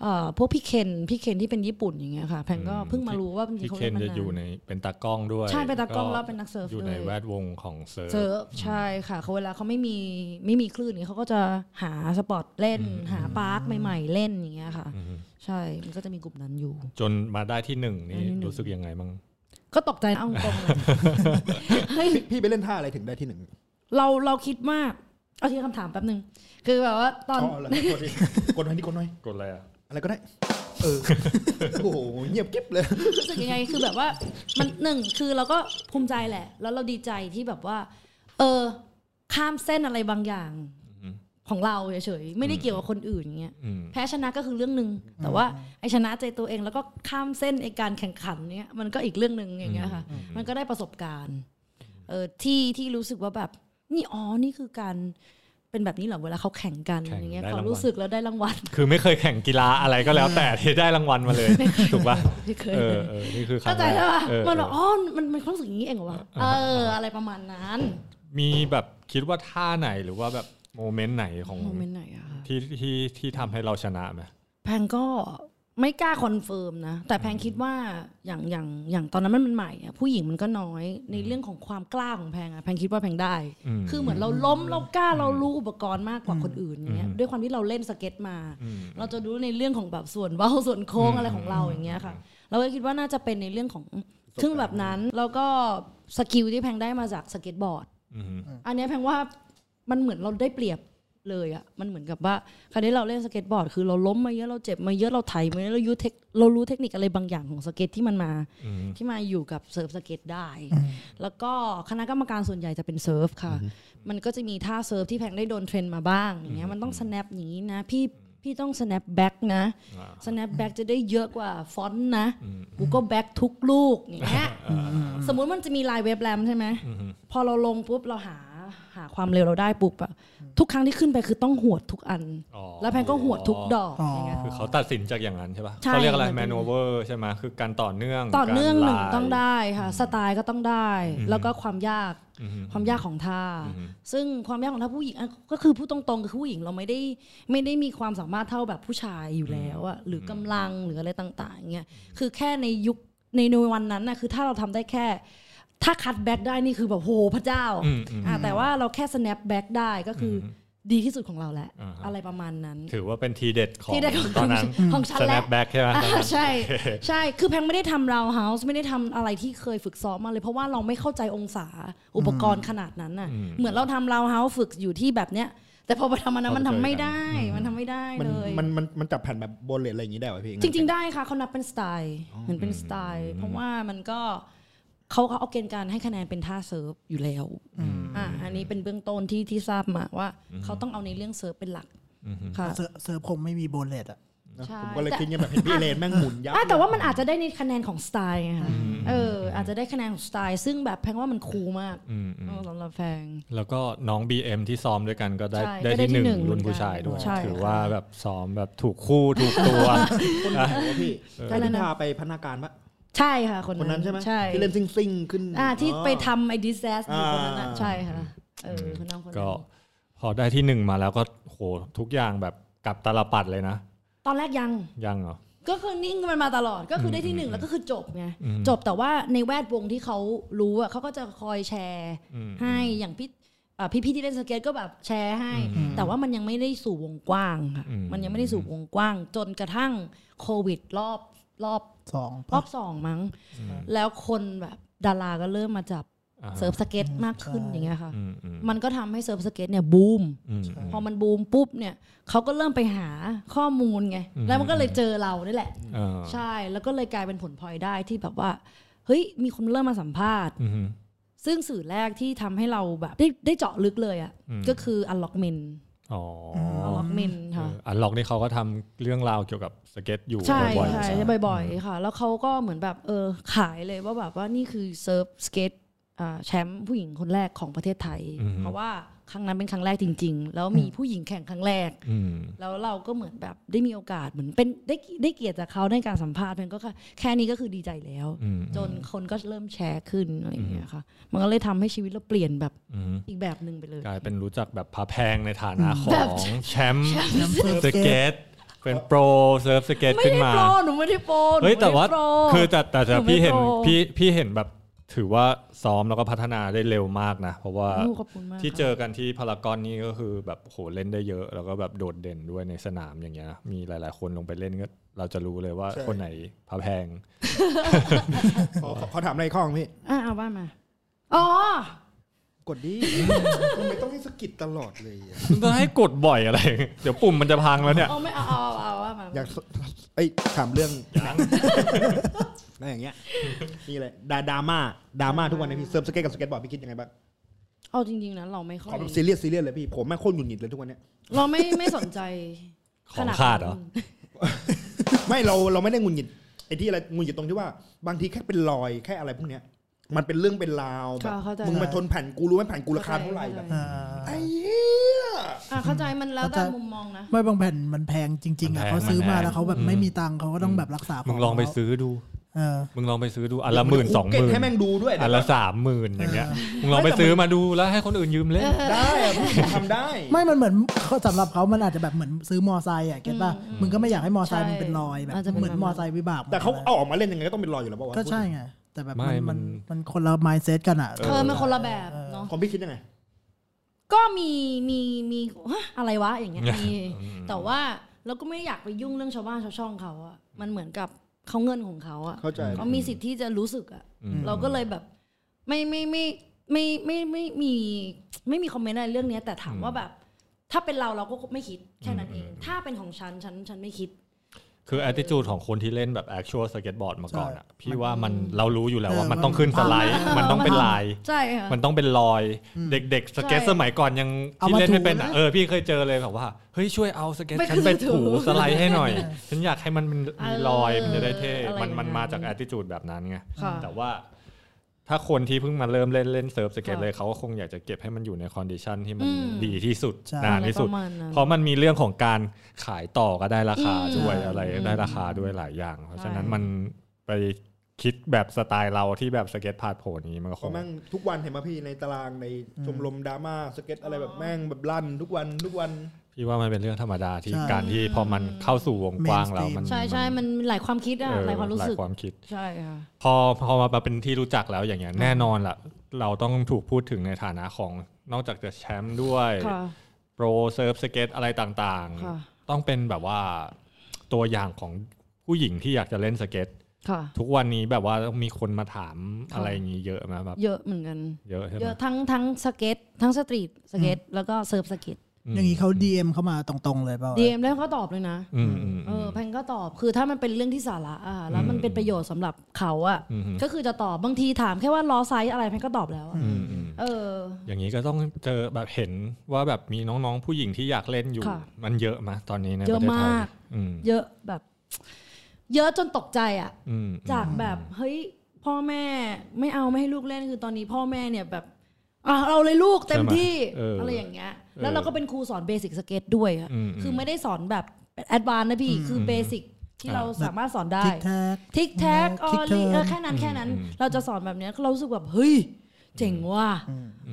G: เอ่อพวกพี่เคนพี่เคนที่เป็นญี่ปุ่นอย่างเงี้ยค่ะแพงก็เพิ่งมารู้ว่าจริ
E: ที่
G: งๆเขา
E: เคน
G: เล่นมา
E: จะ
G: นา
E: อยู่
G: น
E: ในเป็นตากล้องด้วย
G: ใช่เป็นตากล้องแล้วเป็นนักเซิร์ฟ
E: อยู่ใน
G: ด้วย
E: แวดวงของเซิร์ฟ
G: เซิร์ฟใช่ค่ะเขาเวลาเขาไม่มีไม่มีคลื่นอย่างเงี้ยเขาก็จะหาสปอตเล่น หาปาร์คใหม่ ๆ เล่นอย่างเงี้ยค่ะ ใช่มันก็จะมีกลุ่มนั้นอยู่
E: จนมาได้ที่หนึ่ง
G: ได้
E: นี่
G: ที่หนึ่ง
E: รู้สึกยังไงบ้าง
G: ก็ตกใจเอาตรง เลยเฮ้ย
D: พี่ไปเล่นท่าอะไรถึงได้ที่หนึ่ง
G: เราเราคิดมาก เอาทีละคำถามแป๊บนึง คือแบบว่าต
D: อ๋
G: อ
D: อน เหรอกดดิกดหน่อยดิกดหน่อย
E: กดอะไรอ่ะ
D: อะไรก็ได้ เอ อ โอ้โหเงียบกิ๊บเลย
G: รู้สึกยังไงคือแบบว่ามันหนึ่งคือเราก็ภูมิใจแหละ แล้วเราดีใจที่แบบว่า เออ ข้ามเส้นอะไรบางอย่าง
E: อืม
G: ของเราเฉยๆไม่ได้เกี่ยวกับคนอื่นอย่างเงี้ย
E: อืม
G: แพ้ชนะก็คือเรื่องหนึ่งแต่ว่าไอชนะใจตัวเองแล้วก็ข้ามเส้นไอการแข่งขันเนี้ยมันก็อีกเรื่องหนึ่งอย่างเงี้ยค่ะ มันก็ได้ประสบการณ์เออที่ที่รู้สึกว่าแบบ นี่อ๋อนี่คือการเป็นแบบนี้เหรอเวลาเขาแข่งกัน
E: แข่ง
G: อย่างเงี้ย
E: ได้
G: ความ
E: รางวัล
G: รู้สึกแล้วได้รางวัล
E: คือไม่เคยแข่งกีฬาอะไรก็แล้ว แต่ ที่ได้รางวัลมาเลยถูกป่ะ
G: ไม่เคย
E: เอ
G: เล
E: อย เออนี่คือครั้
G: เข้าง ใจ
E: แรก
G: ใช่ป่ะ
E: เออ
G: มันแบบ
E: เออ
G: อ๋อมันมันความรู้สึกอย่างนี้เองเหรอวะเออ อะไรประมาณนั้น
E: มีแบบคิดว่าท่าไหนหรือว่าแบบโมเมนต์ไหนของ
G: โมเมนต์ไหนอะคะ
E: ที่ที่ที่ทำให้เราชนะไหม
G: แพงก็ไม่กล้าคอนเฟิร์มนะ แต่แพงคิดว่าอย่างอย่างอย่างตอนนั้นมันใหม่อะผู้หญิงมันก็น้อยในเรื่องของความกล้าของแพงอะแพงคิดว่าแพงได้
E: ม
G: คือเหมือนเราล้มเรากล้าเรารู้อุปกรณ์มากกว่าคนอื่นอย่างเงี้ยด้วยความที่เราเล่นสเก็ตมา เราจะรู้ในเรื่องของแบบส่วนเว้าส่วนโค้งอะไรของเราอย่างเงี้ยค่ะ เราก็คิดว่าน่าจะเป็นในเรื่องของเครื่องแบบนั้นแล้วก็สกิลที่แพงได้มาจากสเก็ตบอร์ดอันเนี้ยแพงว่ามันเหมือนเราได้เปรียบเลยอะมันเหมือนกับว่าการที่เราเล่นสเก็ตบอร์ดคือเราล้มมาเยอะเราเจ็บมาเยอะเราไถมาเยอะเรายูเทคเรารู้เทคนิคอะไรบางอย่างของสเก็ตที่มันมาที่มาอยู่กับเซิร์ฟสเก็ตได้ แล้วก็คณะกรรมการส่วนใหญ่จะเป็นเซิร์ฟค่ะ มันก็จะมีท่าเซิร์ฟที่แพงได้โดนเทรนมาบ้างอย่างเงี้ยมันต้อง snap อย่างนี้นะพี่พี่ต้อง snap back นะ snap back จะได้เยอะกว่าฟอนต์นะกูก็ back ทุกลูกอย่างเงี้ยสมมุติมันจะมีลายเว็บแรมใช่ไหมพอเราลงปุ๊บเราหาหาความเร็วเราได้ปุ๊บอะทุกครั้งที่ขึ้นไปคือต้องหวดทุกอัน
E: อ๋อ
G: แล้วแพงก็หวดทุกดอกอย่างเงี้ย
E: คือเขาตัดสินจากอย่างนั้นใช่ป่ะ
G: ใช่
E: เขาเรียกอะไร
G: มัน
E: แม
G: เป็น
E: นเวอร์ใช่ไหมคือการต่อเนื่อง
G: ต่อเนื่องหนึ่ง
E: การลาย
G: ต้องได้ค่ะสไตล์ก็ต้องได้ แล้วก็ความยากความยากของท่า ซึ่งความยากของท่าผู้หญิงอ่ะก็คือพูดตรงๆคือผู้หญิงเราไม่ได้ไม่ได้มีความสามารถเท่าแบบผู้ชายอยู่แล้วอะหรือกำลังหรืออะไรต่างๆเงี้ยคือแค่ในยุคในในวันนั้นน่ะคือถ้าเราทำได้แค่ ถ้าคัดแบ็กได้นี่คือแบบโหพระเจ้า
E: อืมอืม
G: อ่ะแต่ว่าเราแค่ snap back ได้ก็คืออดีที่สุดของเราแหละ
E: อ่าฮะ
G: อะไรประมาณนั้น
E: ถือว่าเป็นทีเด็ดของ
G: ทีเด็ดของ
E: ตอนนั้น
G: ของฉัน
E: ส
G: แห
E: แน
G: ละ
E: ปแบ็กใช่ไหมตอนนั้น
G: อ่าใช่ใช่ คือแพงไม่ได้ทำราวเฮาส์ไม่ได้ทำอะไรที่เคยฝึกซ้อมมาเลย เพราะว่าเราไม่เข้าใจองศาอุปกรณ์ขนาดนั้นน่ะ เหมือนเราทำราวเฮาส์ฝึกอยู่ที่แบบเนี้ย แต่พอไปทำอันนั้นมันทำไม่ได้ มันทำไม่ได้
D: มัน
G: เลย
D: มันมันมันจับแผ่นแบบโบเลตอะไรอย่างงี้ได้ป่ะพี่
G: จริง ๆ ได้ค่ะเขานับเป็นสไตล์เหมือนเป็นสไตล์ เพราะว่ามันก็เขาเขาเอาเกณฑ์การให้คะแนนเป็นท่าเซิร์ฟอยู่แล้วอ่าอันนี้เป็นเบื้องต้นที่ที่ทราบมาว่าเขาต้องเอาในเรื่องเซิร์ฟเป็นหลักค่ะ
F: เซิร์ฟเซิร์ฟคงไม่มีโบเลตอ่ะ
D: ๆ
G: ใช่
D: ผมก็เลยคิดไงแบบเห็นพี่เล นแม่งหมุนยับ
G: อ่ะแต่ว่ามันอาจจะได้ในคะแนนของสไตล์ไงคะเออ อาจจะได้คะแนนของสไตล์ ซึ่งแบบแพงว่ามันคูลมากเออสำหรับแพง
E: แล้วก็น้อง BM ที่ซ้อมด้วยกันก็ได้
G: ใช่
E: ได้
G: ก็ได้ที่
E: ที่ห
G: หนึ่
E: นึ่ง
G: ง
E: รุ่นผู้ชายด้วย
G: ใช่
E: ถือ
G: ค่ะ
E: ว่าแบบซ้อมแบบถูกคู่ถูกตัว
D: คนไหนวะพี่
G: ใช่
D: ใช่
G: แล้วนะ
D: พาไปพัฒนาการปะ
G: ใช่ค่ะ คน
D: คนนั้นใช่ไหม
G: ใช่
D: ที่เล่นซิ่งซิ่งๆขึ้น
G: อ่าที่ไปทำไอ้ดิสแซสอยู่คนนั้นน่ะ
D: อ่า
G: ใช่ค่ะเออคนน้องคนนั้
E: ก็
G: น
E: พอได้ที่หนึ่งมาแล้วก็โหทุกอย่างแบบกลับตาลปัดเลยนะ
G: ตอนแรกยัง
E: ยังเหรอ
G: ก็คือนิ่งมันมาตลอดก็คือได้ที่หนึ่งแล้วก็คือจบไงจบแต่ว่าในแวดวงที่เขารู้อ่ะเขาก็จะคอยแชร์ให้อย่างพี่ อ่ะพี่ๆที่เล่นสเก็ตก็แบบแชร์ให้
E: อืม
G: แต่ว่ามันยังไม่ได้สู่วงกว้างค่ะ
E: อืม
G: มันยังไม่ได้สู่วงกว้าง จนกระทั่งโควิดรอบรอบ
F: สอง
G: รอ
F: ปะ
G: บสองมั้ง แล้วคนแบบดาราก็เริ่มมาจับ
E: อ่า
G: เซิร์ฟสเก็ตมากขึ้น
F: ใช่
G: อย่างเงี้ยค่ะ
E: อืมอืม
G: มันก็ทำให้เซิร์ฟสเก็ตเนี่ยบูม
E: อืม
G: พอมันบูมปุ๊บเนี่ยเขาก็เริ่มไปหาข้อมูลไง
E: อืม
G: แล้วมันก็เลยเจอเรานี่แหละ
E: อ่า
G: ใช่ แล้วก็เลยกลายเป็นผลพลอยได้ที่แบบว่า เฮ้ย มีคนเริ่มมาสัมภาษณ์
E: อืม
G: ซึ่งสื่อแรกที่ทำให้เราแบบได้ได้เจาะลึกเลยอะ่ะ
E: อืม
G: ก็คือ unlockment
E: อ๋อ
G: unlockment ค่ะ
E: เอออันล็อกนี่เขาก็ทำเรื่องราวเกี่ยวกับสเก็ตอยู่
G: ใช่
E: บ่อยๆไห
G: ใช่
E: ม
G: ใช่บ่อยๆ ค่ะ แล้วเขาก็เหมือนแบบเออขายเลยว่าแบบว่านี่คือเซิร์ฟสเก็ตอ่าแชมป์ผู้หญิงคนแรกของประเทศไทย
E: อือฮึ
G: เพราะว่าครั้งนั้นเป็นครั้งแรกจริง ๆ แล้วมีผู้หญิงแข่งครั้งแรก
E: อืม
G: แล้วเราก็เหมือนแบบได้มีโอกาสเหมือนเป็นได้ได้เกียรติจากเขาในการสัมภาษณ์มันก็แค่แค่นี้ก็คือดีใจแล้ว
E: อืม
G: จนคนก็เริ่มแชร์ขึ้นอะไรอย่างเงี้ยค่ะ มันก็เลยทำให้ชีวิตเราเปลี่ยนแบบ
E: อืม
G: อีกแบบหนึ่งไปเลย
E: กลายเป็นรู้จักแบบพาแพงในฐานะขอ
G: แบบ
E: งแชมป์
F: น้ำเซิร์ฟ
E: ส
F: สเก็ต
E: เก็ตเป็นโปรเซิร์ฟสเก็ต
G: ไม่
E: ขึ้น
G: ได้
E: มา
G: โปรหนูไม่ได้โปรหนู
E: เฮ้ย
G: ไม่
E: แต่
G: ได้
E: ว่า
G: โปร
E: คือแต่แต่แต่
G: หนูไม่
E: พี่เห็น
G: โปร
E: พี่พี่เห็นแบบถือว่าซ้อมแล้วก็พัฒนาได้เร็วมากนะ เพราะว่า
G: โอ้ขอบคุณมาก
E: ที่
G: ค่ะ
E: เจอกันที่พารากอนนี่ก็คือแบบโหเล่นได้เยอะ แล้วก็แบบโดดเด่นด้วยในสนามอย่างเงี้ย มีหลาย ๆ คนลงไปเล่นก็เราจะรู้เลยว่า
C: ใช่
E: คนไหนพาแพง
C: ขอขอขอถามอะไรข้องพี่
G: อ่ะเอาว่ามา อ๋อ
C: กดดิ ทำไมต้องให้สะกิดตลอดเลยอะ
E: จะให้กดบ่อยอะไร เดี๋ยวปุ่มมันจะพังแล้วเนี่ย
G: เอาไม่เอาเอาเอาว่ามา
C: อยากไอ้ยถามเรื่อง อะไรอย่างเงี้ยนี่เลยดาดราม่าดราม่าทุกวันนี้พี่เซิร์ฟสเก็ตกับสเก็ตบอร์ดพี่คิดยังไงบ้าง
G: เอาจริงๆนะเราไม่ค่อ
C: ข
G: ย
C: อแบบซีเรียสซีเรียสเลยพี่ผมแม่งโคตรหงุดหงิดเลยทุกวันเนี้ย
G: เราไม่ไม่สนใจ
E: ของ
G: นั้น
E: ขาดเหรอ
C: ไม่เราเราไม่ได้หงุดหงิดไอ้ที่อะไรหงุดหงิดตรงที่ว่า บางทีแค่เป็นรอยแค่อะไรพวกเนี้ย มันเป็นเรื่องเป็นราวแบบ
G: ค่ะเข้าใจ
C: มึงมาชนแผ่นกูรู้ไหมแผ่นกูราคาเท่าไหร่แบบ
F: อ่า
C: ไอ้เหี้ย
G: อ่ะเข้าใจมันแล้วแต่
F: เข้าใจ
G: มุมมองนะ
F: ไม่บางแผ่นมันแพงจริง ๆ
E: มั
F: อ่ะ
E: นแพง
F: เขาซื้อมา
E: มันแพง
F: แล้วเขาแบบไม่มีตังค์เขาก็ต้องแบบรักษาข
E: มึงลองไปซื้อดู
F: เออ
E: มึงลองไปซื้อดูอันละหมื่นสองห
C: เก็บ
E: มื่น
C: ให้แม่งดูด้วย
E: อันละสามหมื่นอย่างเงี้ยมึงลองไปซื้อมาดูแล้วให้คนอื่นยืมเล่น
C: ได้อะพี่ผมทำได้
F: ไม่มันเหมือนเขาสำหรับเขามันอาจจะแบบเหมือนซื้อมอไซค์อ่ะเก็ตป่ะมึงก็ไม่อยากให้มอไซค์
G: ใช่
F: มันเป็นรอยแบบ
G: อาจจะเป็น
F: เหมือน
G: แบบนั้น
F: มอไซค์วิบาก
C: แต่เขา
F: หมือน
C: เอาออกมาเล่นยังไงก็ต้องเป็นรอยอยู่แล้วป่าวะ
F: ก็ใช่ไงแต่แบบ
E: ไม่
F: มันมั
E: มั
F: น
E: น
F: มันคนละมายเซตกันอ่ะ
G: เออมันคนละแบบเนาะ
C: ของพี่คิดยังไง
G: ก็มีมีมีฮะอะไรวะอย่างเงี้ยมี
E: อืม
G: แต่ว่าเราก็ไม่อยากไปยุ่งเรื่องชาวบ้านชาวช่องเขาอะมันเหมือนกับเขาเงินของเขาอะ
C: เข้าใจ
G: เขามีสิทธิ์ที่จะรู้สึกอะ
E: อืม
G: เราก็เลยแบบไม่ไม่ไม่ไม่ไม่ไม่ไม่มีไม่มีคอมเมนต์อะไรเรื่องเนี้ยแต่ถามว่าแบบ ถ้าเป็นเราเราก็ไม่คิดแค่นั้นเอง ถ้าเป็นของฉันฉันฉันไม่คิด
E: คือ attitude ของคนที่เล่นแบบ actual skateboard มาก่อนอ่ะ พี่ว่ามัน
G: อืม
E: เรารู้อยู่แล้ว
F: เออ
E: ว่ามัน
F: มัน
E: ต้องขึ้นสไลด์ มันต้องเป็นลาย
G: ใช่ค่ะ
E: มันต้องเป็นรอย เด็ก ๆ สเก็ต
G: ใช่
E: สมัยก่อนยัง
F: เอา
E: ที่
F: มา
E: เล่นไม่เป็นอ่ะ
F: ถูนะ
E: เออพี่เคยเจอเลยแบบว่า เฮ้ยช่วยเอาสเก็ต
G: ไม่
E: ฉันไป
G: เคยถู
E: ถูสไลด์ให้หน่อย ฉันอยากให้มันเป็นมีรอย
G: เออ
E: มันจะได้เท่
G: อะไร
E: มันมันมา
G: อย่าง
E: จาก
G: นั้น
E: attitude แบบนั้นไง
G: ค่ะ
E: แต่ว่า ถ้าคนที่เพิ่งมาเริ่มเล่นเล่นเซิร์ฟสเก็ต
G: ค่ะ
E: เลยเขาก็คงอยากจะเก็บให้มันอยู่ใน condition ที่มัน
G: อืม
E: ดีที่สุด
F: ใช่
E: นานที่สุด
G: อะไรประมาณนั้น
E: เพราะมันมีเรื่องของการขายต่อก็ได้ราคาด้วย
G: อืม
E: อะไร
G: อืม
E: ได้ราคาด้วยหลายอย่าง เพราะฉะนั้น
G: ใช่
E: มันไปคิดแบบสไตล์เราที่แบบสเก็ตพาดโผล่นี้มันก็ค
C: เขา
E: ง
C: แม่งทุกวันเห็นมาพี่ในตารางในชมรมดราม่าสเก็ตอะไรแบบแม่งแบบลั่นทุกวันทุกวัน
E: พี่ว่ามันเป็นเรื่องธรรมดาที่
F: ใช่
E: การที่พอมันเข้าสู่วงกว้างแล้วมัน
G: ใช่ใช่มันหลายความคิดอะ
E: เออ
G: หลายความรู้สึก
E: ความคิด
G: ใช่ค่ะ
E: พอพอมาเป็นที่รู้จักแล้วอย่างเงี้ยแน่นอนล่ะ เราต้องถูกพูดถึงในฐานะของนอกจากจะแชมป์ด้วย
G: ค่ะ
E: โปรเซิร์ฟสเก็ตอะไรต่าง
G: ค่ะ
E: ๆ ต้องเป็นแบบว่าตัวอย่างของผู้หญิงที่อยากจะเล่นสเก็ต
G: ค่ะ
E: ทุกวันนี้แบบว่าต้องมีคนมาถาม
G: ค่ะ
E: อะไรอย่างนี้เยอะไหมแบบ
G: เยอะเหมือนกัน
E: เยอะใช่ไห
G: เย
E: ม
G: อะทั้งทั้งสเก็ตทั้งสตรีทสเก็ตแล้วก็เซิร์ฟสเก็ต
E: ม
F: อย่างนี้เขา DM เข้ามาตรงๆเลยเปล่าวะ
G: ดีเอ็มแล้วก็ตอบเลยนะ
E: อืมอืม
G: เอ
E: อื
G: อ
E: ม
G: แพนก็ตอบคือถ้ามันเป็นเรื่องที่สาระอ่ะแล้วมันเป็นประโยชน์สำหรับเขาอ่ะ
E: อืม
G: ก็คือจะตอบบางทีถามแค่ว่าล้อไซส์อะไรแพนก็ตอบแล้วอะ
E: อืมอืม
G: เออ
E: อย่างนี้ก็ต้องเจอแบบเห็นว่าแบบมีน้องๆผู้หญิงที่อยากเล่นอยู่
G: ค่ะ
E: มันเยอะไหมตอนนี้ในป
G: เยอะ
E: ระเทศไทย
G: มาก
E: อืม
G: เยอะแบบ เยอะจนตกใจอ่ะ
E: อืม
G: จากแบบเฮ้ยพ่อแม่ไม่เอาไม่ให้ลูกเล่นคือตอนนี้พ่อแม่เนี่ยแบบอ่ะเราเลยลูกเต็มที่อะไรอย่างเงี้ย แล้วเราก็เป็นครูสอนเบสิกสเก็ตด้วยอะ
E: อืม
G: คือไม่ได้สอนแบบแอดวานนะพี่คือเบสิกที่เราสามารถสอนได้
F: ทิกแท็ก
G: ทิกแท็กออ
F: Tic
G: ลี่
F: Tac
G: เออแค่นั้นแค่นั้น เราจะสอนแบบเนี้ยเรารู้สึกแบบเฮ้ย เจ๋งว่ะ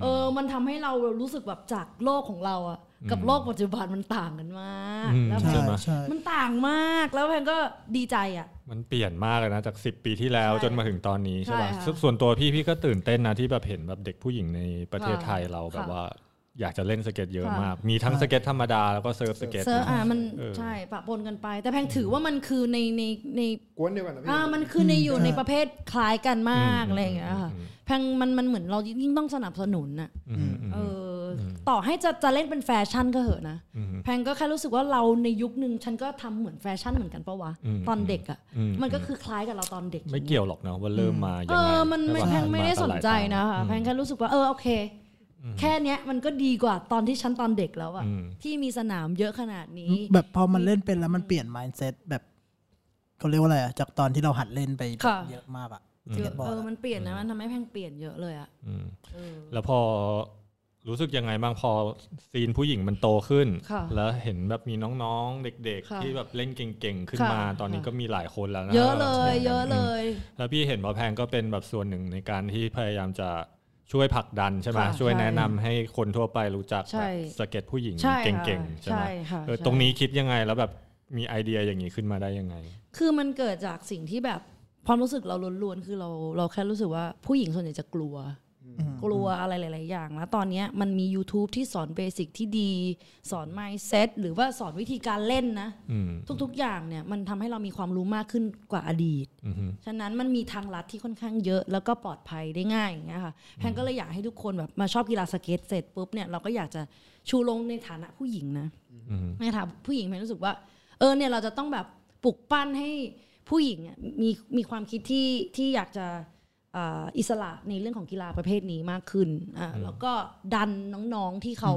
G: เออ มันทำให้เรารู้สึกแบบจากโลกของเราอะกับโลกปัจจุบันมันต่างกันมาก
E: อืม
G: แล้ว
F: ใช่
G: แพน
E: ไหม
F: ใช่
G: มันต่างมากแล้วแพนก็ดีใจอะ
E: มันเปลี่ยนมากเลยนะจาก 10 ปีที่แล้ว
G: ใช่
E: จนมาถึงตอนนี้ใช่ป่ะ
G: ใช่ค่ะ
E: ส่วนตัวพี่พี่ก็ตื่นเต้นนะที่แบบเห็นแบบเด็กผู้หญิงในประเทศไทยเราแบบ
G: ค่ะ
E: ว่า อยากจะเล่นสเก็ตเยอะ
G: ค่ะ
E: มาก มีทั้งสเก็ตธรรมดาแล้วก็เซิร์ฟสเก็ต
G: เซอร์ฟอ่ะมัน
E: เออ
G: ใช่ปะปนกันไป แต่แพงถือว่ามันคือในในใน
D: กวนเดียวกันนะพี่
G: อ่ามันคือใน
F: อืม
G: อยู่
F: ใช่
G: ในประเภทคล้ายกันมากอะไรอย่างเงี้ยค่ะแพงมันมันเหมือนเรายิ่งต้องสนับสนุนน่ะ
E: อืมอืม
G: เอออต่อให้จะจะเล่นเป็นแฟชั่นก็เหอะนะ
E: ม
G: แพงก็แค่รู้สึกว่าเราในยุคหนึ่งฉันก็ทำเหมือนแฟชั่นเหมือนกันปะวะ
E: อืม
G: ตอนเด็กอ่ะ
E: อืม
G: มันก็คือคล้ายกับเราตอนเด็ก
E: ไม่เกี่ยวหรอกเนาะว่าเริ่มมายัง
G: เอ
E: ไง
G: อมันไม่
E: ใช่ปะ
G: แพงไม่ได้
E: า
G: ส
E: ตาน หลาย
G: ใจ
E: ทาง
G: นะคะ แพงแค่รู้สึกว่าเออโอเค แค่เนี้ยมันก็ดีกว่าตอนที่ฉันตอนเด็กแล้วอ่ะ
E: อืม
G: ที่มีสนามเยอะขนาดนี้
F: แบบพอมันเล่นเป็นแล้วมันเปลี่ยน mindset แบบเขาเรียกว่าอะไรอะจากตอนที่เราหัดเล่นไป
G: ค่ะ
F: เยอะมากอะ
E: อื
F: ส
E: ม
F: เก็ตบอ
G: เอ
F: ร์ด
G: อ
F: อะ
G: มันเปลี่ยนนะมันทำให้แพงเปลี่ยนเยอะเลยอ่ะ
E: อืม
G: เออ
E: แล้วพอรู้สึกยังไงบ้างพอซีนผู้หญิงมันโตขึ้น
G: ค่ะ
E: แล้วเห็นแบบมีน้องๆ เด็ก
G: ค่ะ
E: ๆ ที่แบบเล่นเก่งๆ ขึ้น
G: ค่ะ
E: มา ตอนนี้
G: ค่ะ
E: ก็มีหลายคนแล้วนะ
G: เยอะเลย
E: ใช่ไหม
G: เยอะเลย
E: แล้วพี่เห็นว่าแพงก็เป็นแบบส่วนหนึ่งในการที่พยายามจะช่วยผลักดันใช่ไหม
G: ค่ะ
E: ช่วย
G: ใช่
E: แนะนำให้คนทั่วไปรู้จัก
G: ใช่
E: แบบสเก็ตผู้หญิง
G: ใช่ค่ะ
E: เก่งๆ ใช่ไหม
G: ใช่ค่ะ
E: เออ
G: ใช่
E: ตรงนี้คิดยังไงแล้วแบบมีไอเดียอย่างนี้ขึ้นมาได้ยังไง
G: คือมันเกิดจากสิ่งที่แบบความรู้สึกเราล้วนๆคือเราเราแค่รู้สึกว่าผู้หญิงส่วนใหญ่จะกลัว กลัวอะไรหลาย ๆ อย่างแล้วตอนเนี้ยมันมี YouTube ที่สอนเบสิกที่ดี สอน mindset หรือว่าสอนวิธีการเล่นนะ
E: อืม
G: ทุก ๆ อย่างเนี่ยมันทำให้เรามีความรู้มากขึ้นกว่าอดีต
E: อือฮึ
G: ฉะนั้นมันมีทางลัดที่ค่อนข้างเยอะแล้วก็ปลอดภัยได้ง่ายอย่างเงี้ยค่ะแพนก็เลยอยากให้ทุกคนแบบมาชอบกีฬาสเก็ตเสร็จปุ๊บเนี่ยเราก็อยากจะชูลงในฐานะผู้หญิงนะ
E: อืม
G: ในฐานะผู้หญิงแพนรู้สึกว่า เออเนี่ยเราจะต้องแบบปลุกปั้นให้ผู้หญิงอะมีมีความคิดที่ที่อยากจะอ่าอิสระในเรื่องของกีฬาประเภทนี้มากขึ้นอ่าแล้วก็ดันน้องๆที่เขา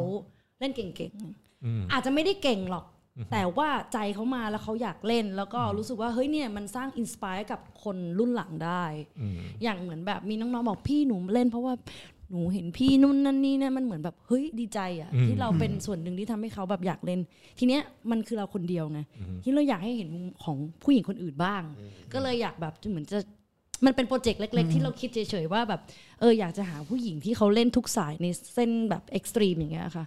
G: เล่นเก่งๆ
E: อืม
G: อาจจะไม่ได้เก่งหรอก แต่ว่าใจเขามาแล้วเขาอยากเล่น แล้วก็รู้สึกว่าเฮ้ยเนี่ยมันสร้างอินสปายกับคนรุ่นหลังได้
E: อืม
G: อย่างเหมือนแบบมีน้องๆบอกพี่หนูเล่น เพราะว่าหนูเห็นพี่นู่นนั่นนี่เนี่ยมันเหมือนแบบเฮ้ยดีใจอะ่ะที่เราเป็นส่วนหนึ่งที่ทำให้เขาแบบอยากเล่น ทีเนี้ยมันคือเราคนเดียวไงที่เราอยากให้เห็นมุมของผู้หญิงคนอื่นบ้าง ก็เลยอยากแบบเหมือนจะมันเป็นโปรเจกต์เล็ก ๆ ที่เราคิดเฉยๆว่าแบบเอออยากจะหาผู้หญิงที่เขาเล่นทุกสายในเส้นแบบเอ็กซ์ตรีมอย่างเงี้ยค่ะ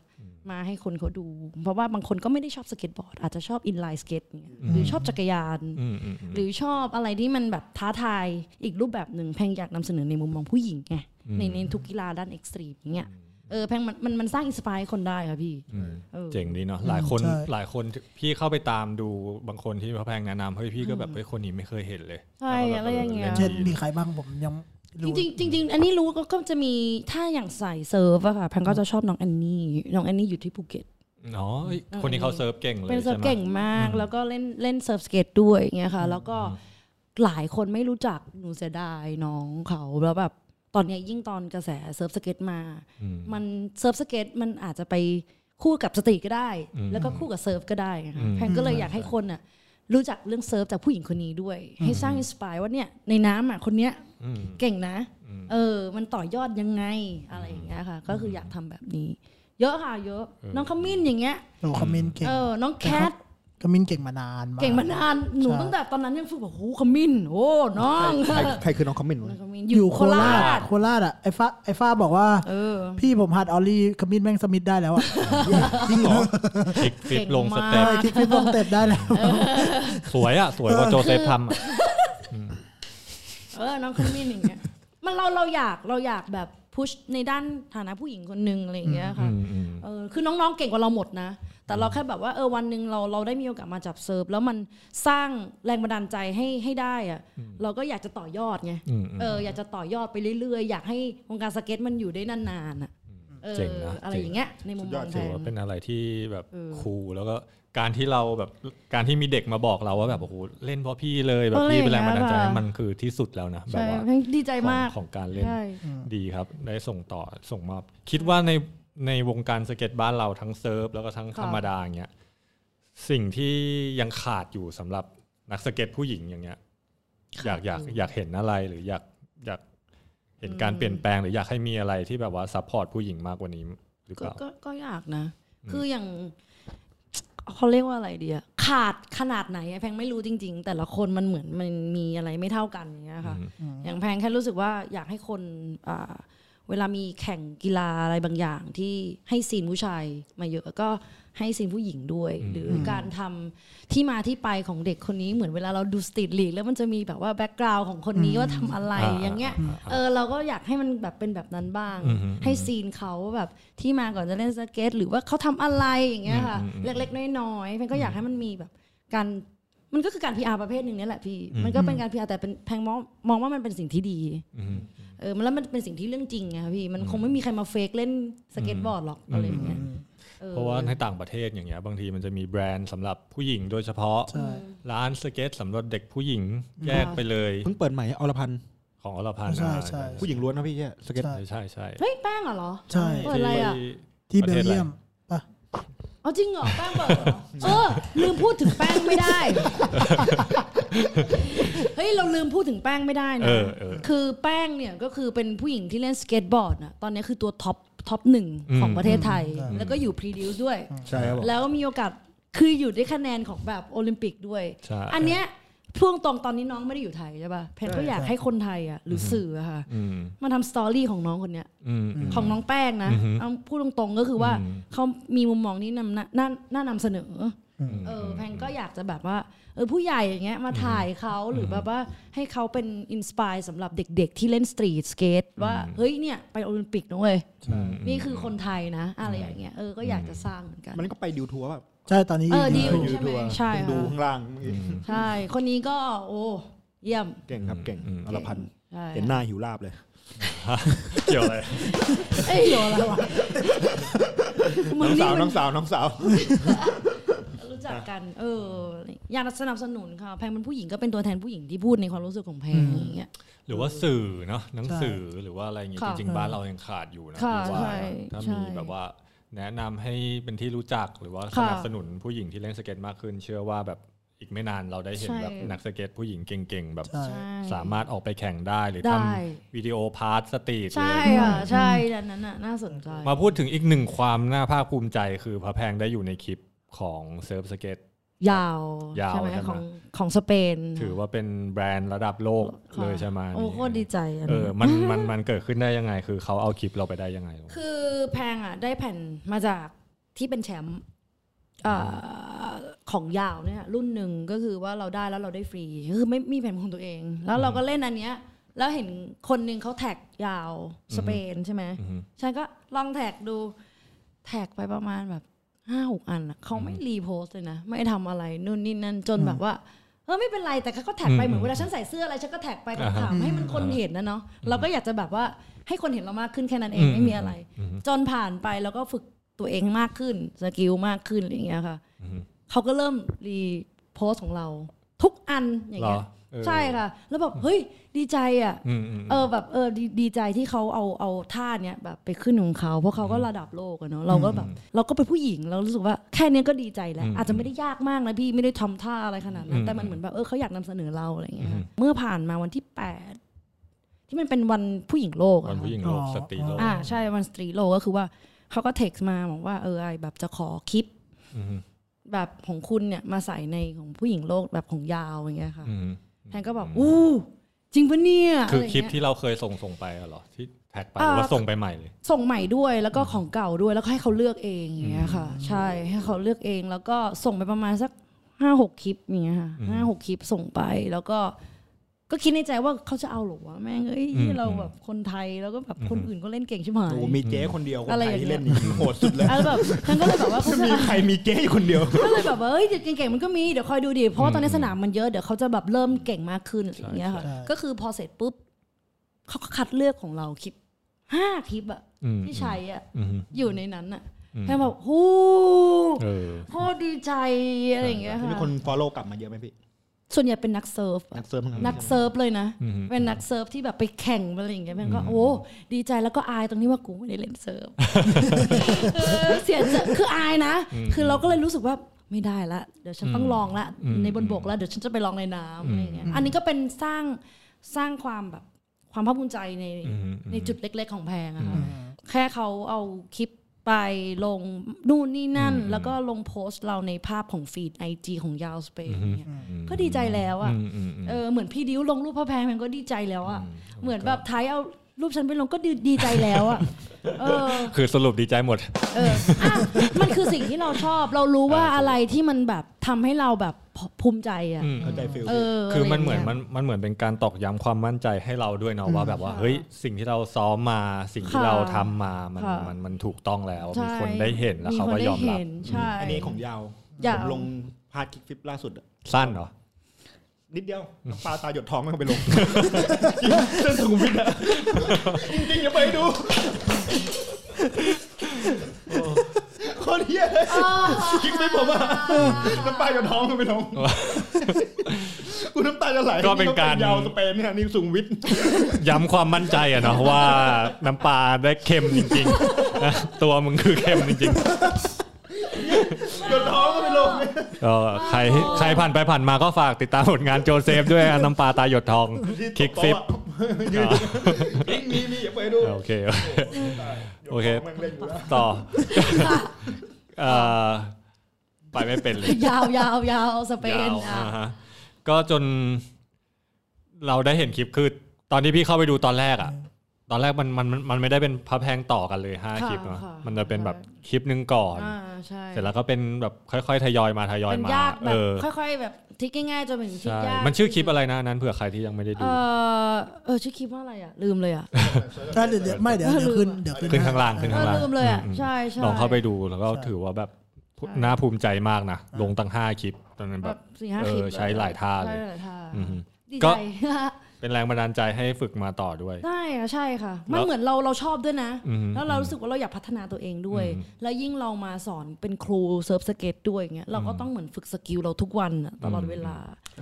G: มาให้คนเขาดู เพราะว่าบางคนก็ไม่ได้ชอบสเก็ตบอร์ดอาจจะชอบอินไลน์สเก็ตอย่างเงี้ยหรือชอบจักรยาน
E: อืมอืมอืม
G: หรือชอบอะไรที่มันแบบท้าทายอีกรูปแบบหนึ่งแพงอยากนำเสนอในมุมมองผู้หญิงไงในในทุกกีฬาด้านเอ็กซ์ตรีมอย่างเงี้ยเออแพงมันมันมันสร้างอินสปายคนได้ค่ะพี่ออ
E: เจ๋งดีเนาะหลายคน
F: ใช่
E: หลายคนพี่เข้าไปตามดูบางคนที่พระแพงแนะนำเฮ้ยพี่ก็แบบเฮ้ยคนนี้ไม่เคยเห็นเลย
G: ใช่อะไรอย่างเงี้ย
E: ล่น
F: เช่น
E: ดี
F: มีใครบ้างผมยังไม่
G: จ
F: รู้
G: ริงๆจริงๆอันนี้รู้ก็ก็จะมีถ้าอย่างใส่เซิร์ฟอะค่ะแพงก็จะชอบน้องแอนนี่น้องแอนนี่อยู่ที่ภูเก็ต
E: อ๋อเฮ้ยคนนี้เขาเซิร์ฟเก่งเลย
G: เป็นเซิร์ฟ
E: ใช่ไหม
G: เก่งมากแล้วก็เล่นเล่นเซิร์ฟสเกตด้วยอย่างเงี้ยค่ะ แล้วก็หลายคนไม่รู้จักหนูเสียดายน้องเขาแล้วแบบตอนเนี้ยยิ่งตอนกระแสเซิร์ฟสเกตมา มันเซิร์ฟสเกตมันอาจจะไปคู่กับสตรีทก็ได้ แล้วก็คู่กับเซิร์ฟก็ได้นะคะแพนก็เลยอยากให้คนน่ะรู้จักเรื่องเซิร์ฟจากผู้หญิงคนนี้ด้วย ให้สร้างอินสปายว่าเนี่ยในน้ำอ่ะคนเนี้ย
E: อืม
G: เก่งนะ เออ มันต่อยอดยังไงอะไรอย่างเงี้ยค่ะ ก็คืออยากทำแบบนี้ เยอะค่ะเยอะน้องขมิ้นอย่างเงี้ย
F: โอ้คอมเมนต์เก่ง
G: เออ น้องแคท
F: คอมเมนต์เก่งมานานมาก
G: เก่งมานาน หนู
F: ใช่
G: ตั้งแต่ตอนนั้นยังฝึกแบบโอ้ขมิ้น โอ้ น้อง
C: ใครใครคือน้องคอมเมนต์วะ
G: น้องขมิ้น
F: อยู่โคราชโคราชอ่ะไอ้ฟ้าไอ้ฟ้าบอกว่า
G: เออ
F: พี่ผมหัดออลลี่คอมเมนต์แม่งสมิธได้แล้วอ่ะ
E: จริงเหรอคลิกฟิ
G: เก่
E: ป
G: ง
E: ลงส
G: มาก
E: เต็ป
F: เออคลิกฟิปลงเต็ปได้แล้ว
E: สวยอ่ะ สวยกว่าโจเซฟทำอะ
G: เออ น้องขมิ้นอย่างเงี้ย มันเราเราอยากเราอยากแบบพุชในด้านฐานะผู้หญิงคนหนึ่งอะไรอย่างเงี้ยค่ะ
E: อืมอืม
G: เออ คือน้องๆเก่งกว่าเราหมดนะ แต่เราแค่แบบว่าเออวันหนึ่งเราเราได้มีโอกาสมาจับเซิร์ฟ แล้วมันสร้างแรงบันดาลใจให้ให้ได้อะเราก็อยากจะต่อยอดไง
E: อืมอืม
G: เอออยากจะต่อยอดไปเรื่อยๆ อยากให้วงการสเก็ตมันอยู่ได้นานๆอ่ะเออ
E: เจ๋งนะ
G: อะไร
E: เจ๋ง
G: อย่างเงี้ยในมุมมองแพ
E: ถือง ว่าเป็นอะไรที่แบบ
G: เออ
E: คูลแล้วก็การที่เราแบบการที่มีเด็กมาบอกเราว่าแบบโอ้โหเล่นเพราะพี่เลยแบบพี่เป็นแรงบันดาลใจให้มันคือที่สุดแล้วนะแบบ
G: ใช่
E: ว่า
G: แพงดีใจ
E: ของ
G: มาก
E: ของการเล่น
G: ใช่
E: ดีครับ ได้ส่งต่อส่งมอบคิดว่าในในวงการสเก็ตบ้านเราทั้งเซิร์ฟแล้วก็ทั้งธรรมดาอย่างเงี้ยสิ่งที่ยังขาดอยู่สำหรับนักสเก็ตผู้หญิงอย่างเงี้ย อยากอยากอยากเห็นอะไรหรืออยากอยากเห็นการเปลี่ยนแปลงหรืออยากให้มีอะไรที่แบบว่าซัพพอร์ตผู้หญิงมากกว่านี้หรือเป
G: ก็
E: ล่า
G: ก็ก็อยากนะ คืออย่างเขาเรียกว่าอะไรดีอะขาดขนาดไหนอะแพงไม่รู้จริง ๆ แต่ละคนมันเหมือนมันมีอะไรไม่เท่ากันอย่างเงี้ยค่ะ อย่างแพงแค่รู้สึกว่าอยากให้คนอ่า เวลามีแข่งกีฬาอะไรบางอย่างที่ให้ซีนผู้ชายมาเยอะก็ให้ซีนผู้หญิงด้วย หรือการทำที่มาที่ไปของเด็กคนนี้เหมือนเวลาเราดูสตรีทลีกแล้วมันจะมีแบบว่าแบ็กกราวน์ของคนนี้ว่าทำอะไร
E: อ่า
G: อย่างเงี้ยเออเราก็อยากให้มันแบบเป็นแบบนั้นบ้าง
E: อืมอืม
G: ให้ซีนเขาแบบที่มาก่อนจะเล่นสเก็ต หรือว่าเขาทำอะไรอย่างเงี้ยค่ะ
E: อืมอืมอืม
G: เล็กๆน้อยๆเพนก็อยากให้มันมีแบบการ มันก็คือการ PR ประเภทหนึ่งเนี่ยแหละพี่ มันก็เป็นการ PR แต่เป็นแพงมองมองว่ามันเป็นสิ่งที่ดี
E: อืม
G: เออ มันแล้วมันเป็นสิ่งที่เรื่องจริงไงครับพี่ มันคงไม่มีใครมาเฟกเล่นสเก็ตบอร์ดหรอกอะไรอย่างเงี้ยออ
E: เพราะว่าในต่างประเทศอย่างเงี้ยบางทีมันจะมีแบรนด์สำหรับผู้หญิงโดยเฉพาะ
F: ใช่
E: ร้านสเก็ตสำหรับเด็กผู้หญิงแยกไปเลย
C: เพิ่งเปิดใหม่อรพันธ์
E: ของอรพันธ์
F: ใช่ใช่
C: ผู้หญิงล้วนนะพี่แค่สเก็ต
F: ใช่
E: ใช่ใช่
G: เฮ้ย แป้งเหรอ
F: ใช่
G: เปิดอะไรอ่ะ
F: ที่เบลเยียมปะ
G: อ๋อจริงเหรอ แป้งเปิดเหรอ เออ ลืมพูดถึงแป้งไม่ได้ เฮ้ย เราลืมพูดถึงแป้งไม่ได้
E: เอ
G: นะ
E: อเออ
G: คือแป้งเนี่ยก็คือเป็นผู้หญิงที่เล่นสเก็ตบอร์ดนะตอนนี้คือตัวท็อปท็อปหนึ่งของประเทศไทย แล้วก็อยู่พรีดิวด้วย
C: ใช่ครับผม
G: แล้วมีโอกาสคืออยู่ได้คะแนนของแบบโอลิมปิกด้วย
E: ใช่
G: อันเนี้ยพ่วงตรงตอนนี้น้องไม่ได้อยู่ไทยใช่ป่ะเพนก็อยากให้คนไทยอ่ะหรือสื่ออะค่ะ
E: อืม
G: มาทำสตอรี่ของน้องคนเนี้ย
E: อืมอืม
G: ของน้องแป้งนะ
E: อือหือ
G: เอาพูดตรงๆก็คือว่า
E: อืม
G: เขามีมุมมองนี้นำหน้าน่าน่านำเสนออเออแพนก็อยากจะแบบว่าเออผู้ใหญ่อย่างเงี้ยมาถ่ายเขาหรือแบบว่าให้เขาเป็นอินสปายสำหรับเด็กๆ ที่เล่นสตรีทสเกตว่าเฮ้ยเนี่ยไปโอลิมปิกนะเว้ย
E: อืม
G: นี่คือคนไทยนะอะไรอย่างเงี้ยเออก็อยากจะสร้างเหมือนกัน
C: มันก็ไปดิวทัวร์แบบ
F: ใช่ตอนนี้
G: เออดี
F: ยู่
G: ใช่ไหมใช่ค่ะ
C: ดูข้างล่างเมื่อกี้
G: ใช่ คนนี้ก็ โอ้ เยี่ยม
C: เก่งครับเก่งอรพันธ์
G: ใช่
C: เห็นหน้าหิวลาบเลย
E: เกี่ยวอะไร
G: เอ้ยโยแล้วอ่ะมึ
C: น้
G: ง
C: อง
G: นี่
C: สาว
G: มั
C: น้
G: น
C: องสาวน้องสาว
G: รู้จักกัน เออ อยากสนับสนุนค่ะ แพงเป็นผู้หญิงก็เป็นตัวแทนผู้หญิงที่พูดในความรู้สึกของแพงอย่างเงี้ย
E: หรือว่าสื่อเนาะหนังสือหรือว่าอะไรอย่างงี้จ
G: ค่ะ
E: ริงๆบ้านเรายังขาดอยู่นะ
G: ค่ะ
E: พี่ว่า
G: ใช่
E: ถ้า
G: ใช่
E: มีแบบว่าแนะนำให้เป็นที่รู้จักหรือว่าส
G: ค่ะ
E: นับสนุนผู้หญิงที่เล่นสเก็ตมากขึ้น เชื่อว่าแบบอีกไม่นานเราได้เห็น
G: ใช่
E: แบบนักสเก็ตผู้หญิงเก่งๆแบบ
F: ใช่
G: ใช่
E: สามารถออกไปแข่งได้หรือท
G: ได้
E: ำวิดีโอพาร์ทสตรีท
G: ใช่
E: เลย
G: อ่ะ ใช่ดังนั้นน่ะ น่าสนใจ
E: มาพูดถึงอีกหนึ่งความน่าภาคภูมิใจคือพระแพงได้อยู่ในคลิปของเซิร์ฟสเก็ต
G: ยาวย
E: าว
G: ใช่ไหม
E: ใช่ไหม
G: ของของสเปน
E: ถือว่าเป็นแบรนด์ระดับโลก
G: ค่ะ
E: เลยใช่ไหม
G: โอ้โคตรดีใจอัน
E: เอ
G: นี้
E: อ มันมันมันเกิดขึ้นได้ยังไง คือเขาเอาคลิปเราไปได้ยังไงวะ
G: คือแพงอ่ะได้แผ่นมาจากที่เป็นแชมป์เอ่อของยาวเนี่ยรุ่นหนึ่งก็คือว่าเราได้แล้วเราได้ฟรีก็คือไม่มีแผ่นของตัวเอง แล้วเราก็เล่นอันเนี้ยแล้วเห็นคนหนึ่งเขาแท็กยาวสเปนใช่ไหม
E: อือฮึ
G: ฉันก็ลองแท็กดูแท็กไปประมาณแบบห้าหกอันอะเขาไม่รีโพสต์เลยนะ ไม่ทำอะไรนู่นนี่นั่นจนแบบว่าเออไม่เป็นไรแต่เขาก็แท็กไปเหมือนเวลาฉันใส่เสื้ออะไรฉันก็แท็กไปถามให้มันคนเห็นนะเนาะเราก็อยากจะแบบว่าให้คนเห็นเรามากขึ้นแค่นั้นเองไม่มีอะไร จนผ่านไปแล้วก็ฝึกตัวเองมากขึ้นสกิลมากขึ้นอะไรอย่างเงี้ยค่ะเขาก็เริ่มรีโพสต์ของเราทุกอันอย่าง
E: เหรอ
G: เงี้ย
E: เออ
G: ใช่ค่ะ แล้วแบบเฮ้ยดีใจอ่ะ
E: อืมอืม
G: เออแบบเออดีดีใจที่เขาเอาเอาท่าเนี้ยแบบไปขึ้นของเขาเพราะเขาก็ระดับโลกอะเนาะเราก็แบบเราก็เป็นผู้หญิงเรารู้สึกว่าแค่เนี้ยก็ดีใจแล้ว อาจจะไม่ได้ยากมากนะพี่ไม่ได้ทำท่าอะไรขนาดนั้นแต่มันเหมือนแบบเออเขาอยากนำเสนอเราอะไรอย่างเงี้ยค่ะเมื่อผ่านมาวันที่แปดที่มันเป็นวันผู้หญิงโลกอะ
E: วัน
G: ค่ะ
E: ผู้หญิงโลก
F: อ๋อ
E: สตรีโลก
G: อ่าใช่วันสตรีโลก็คือว่าเขาก็เท็กซ์มาบอกว่าเออไอแบบจะขอคลิป
E: อือฮึ
G: แบบของคุณเนี่ยมาใส่ในของผู้หญิงโลกแบบของยาวอย่างเงี้ยค่ะ
E: อืม
G: แทนก็บอกอู้จริงปะเนี่ย
E: คือะ
G: ไร
E: คลิป
G: เงี้ย
E: ที่เราเคยส่งส่งไปอะเหรอที่แท็กไป
G: เอ่อ
E: หรือว่าส่งไปใหม่เลย
G: ส่งใหม่ด้วยแล้วก็ของเก่าด้วยแล้วก็ให้เขาเลือกเองอย่างเงี้ยค่ะ ใช่ให้เขาเลือกเองแล้วก็ส่งไปประมาณสักห้าหกคลิปอย่างเงี้ยค่ะห้าหกคลิปส่งไปแล้วก็ก็คิดในใจว่าเขาจะเอาเหรอวะแม่งเอ้ยเราแบบคนไทยแล้วก็แบบคนอื่นก็เล่นเก่งใช่ไหม
C: โอ้มีเจ๊คนเดียวคน
G: อะไร
C: ไท
G: อย ย่างเงี้ย
C: ที่เล่นนี่โหดสุดเลย
G: แล้วแบบฉันก็เลยแบบว่าเขาจะ
C: มี
G: เอา
C: ใครมีเจ๊คนเดียว
G: ก็เลยแบบว่าเอ้ยเด็กเก่งๆมันก็มีเดี๋ยวคอยดูดิเพราะว่าตอนนี้สนามมันเยอะเดี๋ยวเขาจะแบบเริ่มเก่งมากขึ้นอะไรอย่างเงี้ยค่ะ
F: ใช่
G: ก็คือพอเสร็จปุ๊บเขาก็คัดเลือกของเราคลิปห้าคลิปอะ
E: อืม
G: ที่ใช้อะ
E: อือฮึ
G: อยู่ในนั้นอะแค่แบบฮู้
E: เออ
G: โคตรดีใจอะไรอย่างเงี้ยค่ะ
C: มีคนฟอลโล่กลับมาเยอะไหมพี่
G: ส่วนใหญ่เป็นนักเซิร์ฟอะ
C: นักเซิร์ฟมั้งครับ
G: นักเซิร์ฟเลยนะ
E: อืม
G: เป็นนักเซิร์ฟที่แบบไปแข่งอะไรอย่างเงี้ยแม่งก็โอ้ดีใจแล้วก็อายตรงที่ว่ากูไม่ได้เล่นเซิ ร์ฟ เออเสียใจคืออายนะ คือเราก็เลยรู้สึกว่าไม่ได้ละ เดี๋ยวฉันต้องลองละ ในบนบกแล้วเดี๋ยวฉันจะไปลองในน้ำอะไรเงี้ยอันนี้ก็เป็นสร้างสร้างความแบบความภาคภูมิใจในในจุดเล็ก ๆ ของแพงอะค่ะแค่เขาเอาคลิปไปลงนู่นนี่นั่น แล้วก็ลงโพสต์เราในภาพของฟีดไอจีของยาวสเปนเงี้ยก็ดีใจแล้วอะ
E: อืมอืมอืม
G: เออเหมือนพี่ดิ้วลงรูปพระแพงมันก็ดีใจแล้วอะเหมือนแบบไทยเอา รูปฉันไปลงก็ดีดีใจแล้วอ่ะเออ
E: คือสรุปดีใจหมด
G: เอออ่ะมันคือสิ่งที่เราชอบ เรารู้ว่าอะไรที่มันแบบทำให้เราแบบภูมิใจอ่ะ
C: เข้าใจฟิล
G: เออ
E: คือมันเหมือน
G: อะไร
E: มั
G: ย่าง
E: น
G: งี้ย
E: มันเหมือนเป็นการตอกย้ำความมั่นใจให้เราด้วยเนาะว่าแบบว่า
G: ค่ะ
E: เฮ้ยสิ่งที่เราซ้อมมาสิ่งที่
G: ค่ะ
E: เราทำมามัน
G: ค่ะ
E: มันมันถูกต้องแล้ว มี
G: ใช่
E: คนได้เห็นแล้วเขาก็ยอมรับ
G: คนได้เห็นใช่
C: อันนี้ของยาว
G: อยาก
C: ผมลงพาดคลิกฟลิปล่าสุดอะ
E: สั้นเหรอ
C: นิดเดียวน้ำปลาตาหยดท้องมันไปลงเส้นสุขุมวิทอะจริงๆอย่าไปดูโคตรเฮียเลยคลิกไปผมอะน้ำปลาหยดท้องมันไปลงกูน้ำตาจะไหล
E: ก็เป็นการ
C: ยาวสเปนเนี่ยนี่สุขุมวิท
E: ย้ำความมั่นใจอะเนาะว่าน้ำปลาได้เค็มจริงๆ นะตัวมึงคือเค็มจริง
C: หยดท้องมันไปลง
E: ๆก็ใครใครผ่านไปผ่านมาก็ฝากติดตามผลงานโจเซฟด้วยนะน้ำปลาตาหยดทองคลิกฟิป
C: ยืนยิงมีมีอย่าไปดู
E: โอเค โอเค โอเค
C: แม่งเล่นอยู่แล้ว
E: ต่อ เอ่อไปไม่เป็นเลย
G: ยาวย าวยาวสเปน
E: ยาว
G: อ่ะ
E: อ่าฮะก็จนเราได้เห็นคลิปคือ ตอนที่พี่เข้าไปดูตอนแรกอะตอนแรกมันมันมันไม่ได้เป็นพระแพงต่อกันเลยห้า
G: ค่ะ
E: คลิปเนาะ
G: ค่ะ
E: มันจะเป็นแบบ
G: ใช่
E: คลิปหนึ่งก่อน
G: อ่าใช่
E: เสร็จแล้วก็เป็นแบบค่อยๆ ทยอยมาทยอย
G: เป็น
E: มาย
G: ากแบ
E: เอบ อ
G: ค่อยๆ แบบทิกง่ายๆจนถึงทิก
E: ใช่
G: ยาก
E: มันชื่อคลิปอะไรนะอันนั้นเผื่อใครที่ยังไม่ได้ดู
G: เออเออชื่อคลิปว่าอะไรอ่ะลืมเลยอ่ะ
F: อ่ะเดี๋ยวเดี๋ยวไม่เดี๋ยวเดี๋ยวขึ้นเดี๋ยวขึ้น
E: ขึ้นข้างล่างขึ้น
G: เอ
E: ข้าง
G: อ
E: ล่าง
G: ลืมเลยอ่ะใช่ใช่
E: ลองเข้าไปดูแล้วก็ถือว่าแบบน่าภูมิใจมากนะลงตั้งห้าคลิปตอนนั้น
G: แบ
E: แบบ บ
G: สี่ห้าคลิป
E: เออใช้หลายท่าเลย
G: ใช้หลายท่า
E: อือฮึ
G: ดี
E: ก็
G: ใจ
E: เป็นแรงบันดาลใจให้ฝึกมาต่อด้วย
G: ได้อะใช่ค่ะ มัน
E: แล้ว
G: เหมือนเราเราชอบด้วยนะ
E: อืม
G: แล้วเรารู้สึกว่าเราอยากพัฒนาตัวเองด้วย
E: อืม
G: แล้วยิ่งเรามาสอนเป็นครูเซิร์ฟสเก็ตด้วยอย่างเงี้ยเราก็ต้องเหมือนฝึกสกิลเราทุกวันอะตลอดเวลา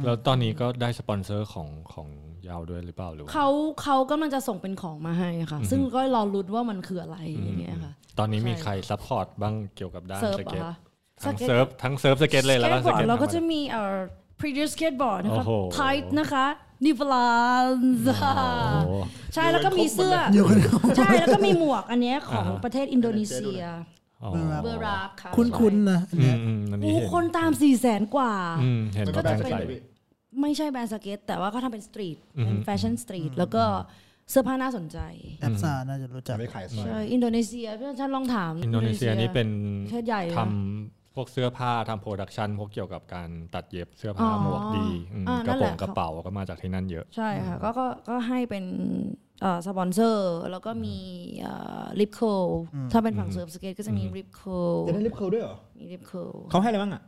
E: แล้วตอนนี้ก็ได้สปอนเซอร์ของของยาวด้วยหรือเปล่าหรือว่า
G: เขาเขากำลังจะส่งเป็นของมาให้ค่ะ ซึ่งก็รอรุ้นว่ามันคืออะไรอย่างเงี้ยค่ะ
E: ตอนนี้มี
G: ใช่
E: ใครซัพพอร์ตบ้างเกี่ยวกับด้าน
G: เซิร์ฟ
E: ส
G: เหร
E: เก็ต
G: อคะ
E: ทั้งเซิร์ฟทั้งเซิร์ฟสเก็ตเลยแล้วก็ส
G: บอ
E: เก็
G: ร์
E: ต
G: ดเราก็จะ
E: ธรรมด
G: มีเอ่อ previous skateboard นะ
E: โอ้
G: คะ
E: โห
G: tight นะคะนิบลานซ์
E: าโอ้โห
G: ใช่แล้วก็มีเสื้อ
F: อยู่คนเดียว
G: ใช่แล้วก็มีหมวกอันเนี้ยของ
E: อ่าฮะ
G: ประเทศอินโดนีเซีย
E: อ๋อ
G: เบอร์รักค่ะ
F: คุ้นๆนะอัน
E: อื
F: เนี้
E: ม
F: ย
E: อืมอันนี้
G: โอ้
E: เห็น
G: คนตาม4ี่แสนกว่า
E: อืมเห็น
C: มัน
E: ก็
C: ก็
E: ตั้
C: ได้
E: ง
C: ส
E: ใจ
C: เปนพี่
G: ไม่ใช่แบรนด์สเก็ต แต่ว่าเขาทำเป็นสตรีทเป็นแฟชั่นสตรีทแล้วก็เสื้อผ้าน่าสนใจ
F: แอปซาน่าจะรู้จัก
C: ไปขายซอย
G: ใช่ อินโดนีเซียเพื่อนฉันลองถาม
E: อินโดนีเซียนี่เป็น
G: ประเทศใหญ่นะ
E: ทำพวกเสื้อผ้าทำโปรดักชันพวกเกี่ยวกับการตัดเย็บเสื้อผ้า
G: อ๋อ
E: หมวกดีอืม
G: อ่าก นั่
E: ระ
G: น
E: โปร
G: แหละ
E: งกระเป๋าก็มาจากที่นั่นเยอะ
G: ใช่ค่ะก็ก็ก็ให้เป็นเอ่อสปอนเซอร์ แล้วก็มีลิปโคถ้าเป็นฝั่งเซิร์ฟสเก็ตก็จะมีลิปโค
C: จะได้ลิฟต์เคลด้วยเหรอ
G: มีลิปโค
C: เขาให้อะไรบ้างอ่ะ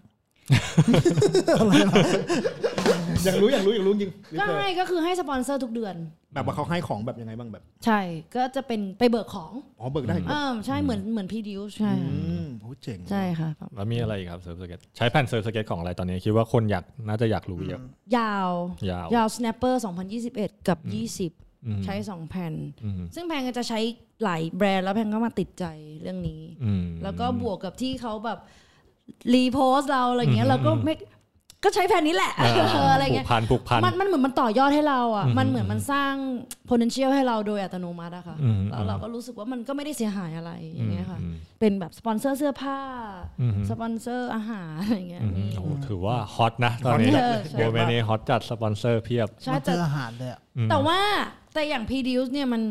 C: อยากรู้อยากรู้อยากรู้จริงลิฟ
G: ก็
C: ต์เคล
G: ให้ก็คือให้สปอนเซอร์ทุกเดือน
C: แบบว่าเขาให้ของแบบยังไงบ้างแบบ
G: ใช่ ก็จะเป็นไปเบิกของ
C: อ๋อเบิกได้อีก
G: อ่าใช่เหมือนเหมือนพีดิวใช่
C: อืมโหเจ๋ง
G: ใช่ค่ะ
E: แล้วมีอะไรอีกครับเซิร์ฟสเก็ตใช้แผ่นเซิร์ฟสเก็ตของอะไรตอนนี้คิดว่าคนอยากน่าจะอยากรู้เยอะ
G: ยาวย
E: าวย
G: าว snapper 2021 กับ 20 ใช้ 2 แผ่น
E: อืม
G: ซึ่งแพงก็จะใช้หลายแบรนด์แล้วแพงก็มาติดใจเรื่องนี้
E: อืม
G: แล้วก็บวกกับที่เขาแบบ รีโพสต์เราอะไรเงี้ยเราก็ไม่ก็ใช้แผ่นนี้แหละ
E: อ่า
G: อะไร
E: ผูก
G: เงี้ย
E: พันผูกพัน
G: มันมันเหมือนมันต่อยอดให้เราอ่ะมันเหมือนมันสร้าง potential ให้เราโดยอัตโนมัติอะค่ะ
E: อืม
G: แล้วเราก็รู้สึกว่ามันก็ไม่ได้เสียหายอะไรอย่างเงี้ยค่ะ
E: อืม
G: เป็นแบบสปอนเซอร์เสื้อผ้า
E: อืม
G: สปอนเซอร์อาหารอะไรเงี้ย
E: อืม
G: มี
E: โอ้ถือว่าฮอตนะตอนนี้
G: ฮอตจัดเลยใช่
E: โมเมนี้ฮอตจัดสปอนเซอร์เพียบ
G: ใช่
F: มันเจ
G: แต่
F: ออาหารเลยอะ
G: แต่ว่าแต่อย่างพีดิวส์เนี่ยมัน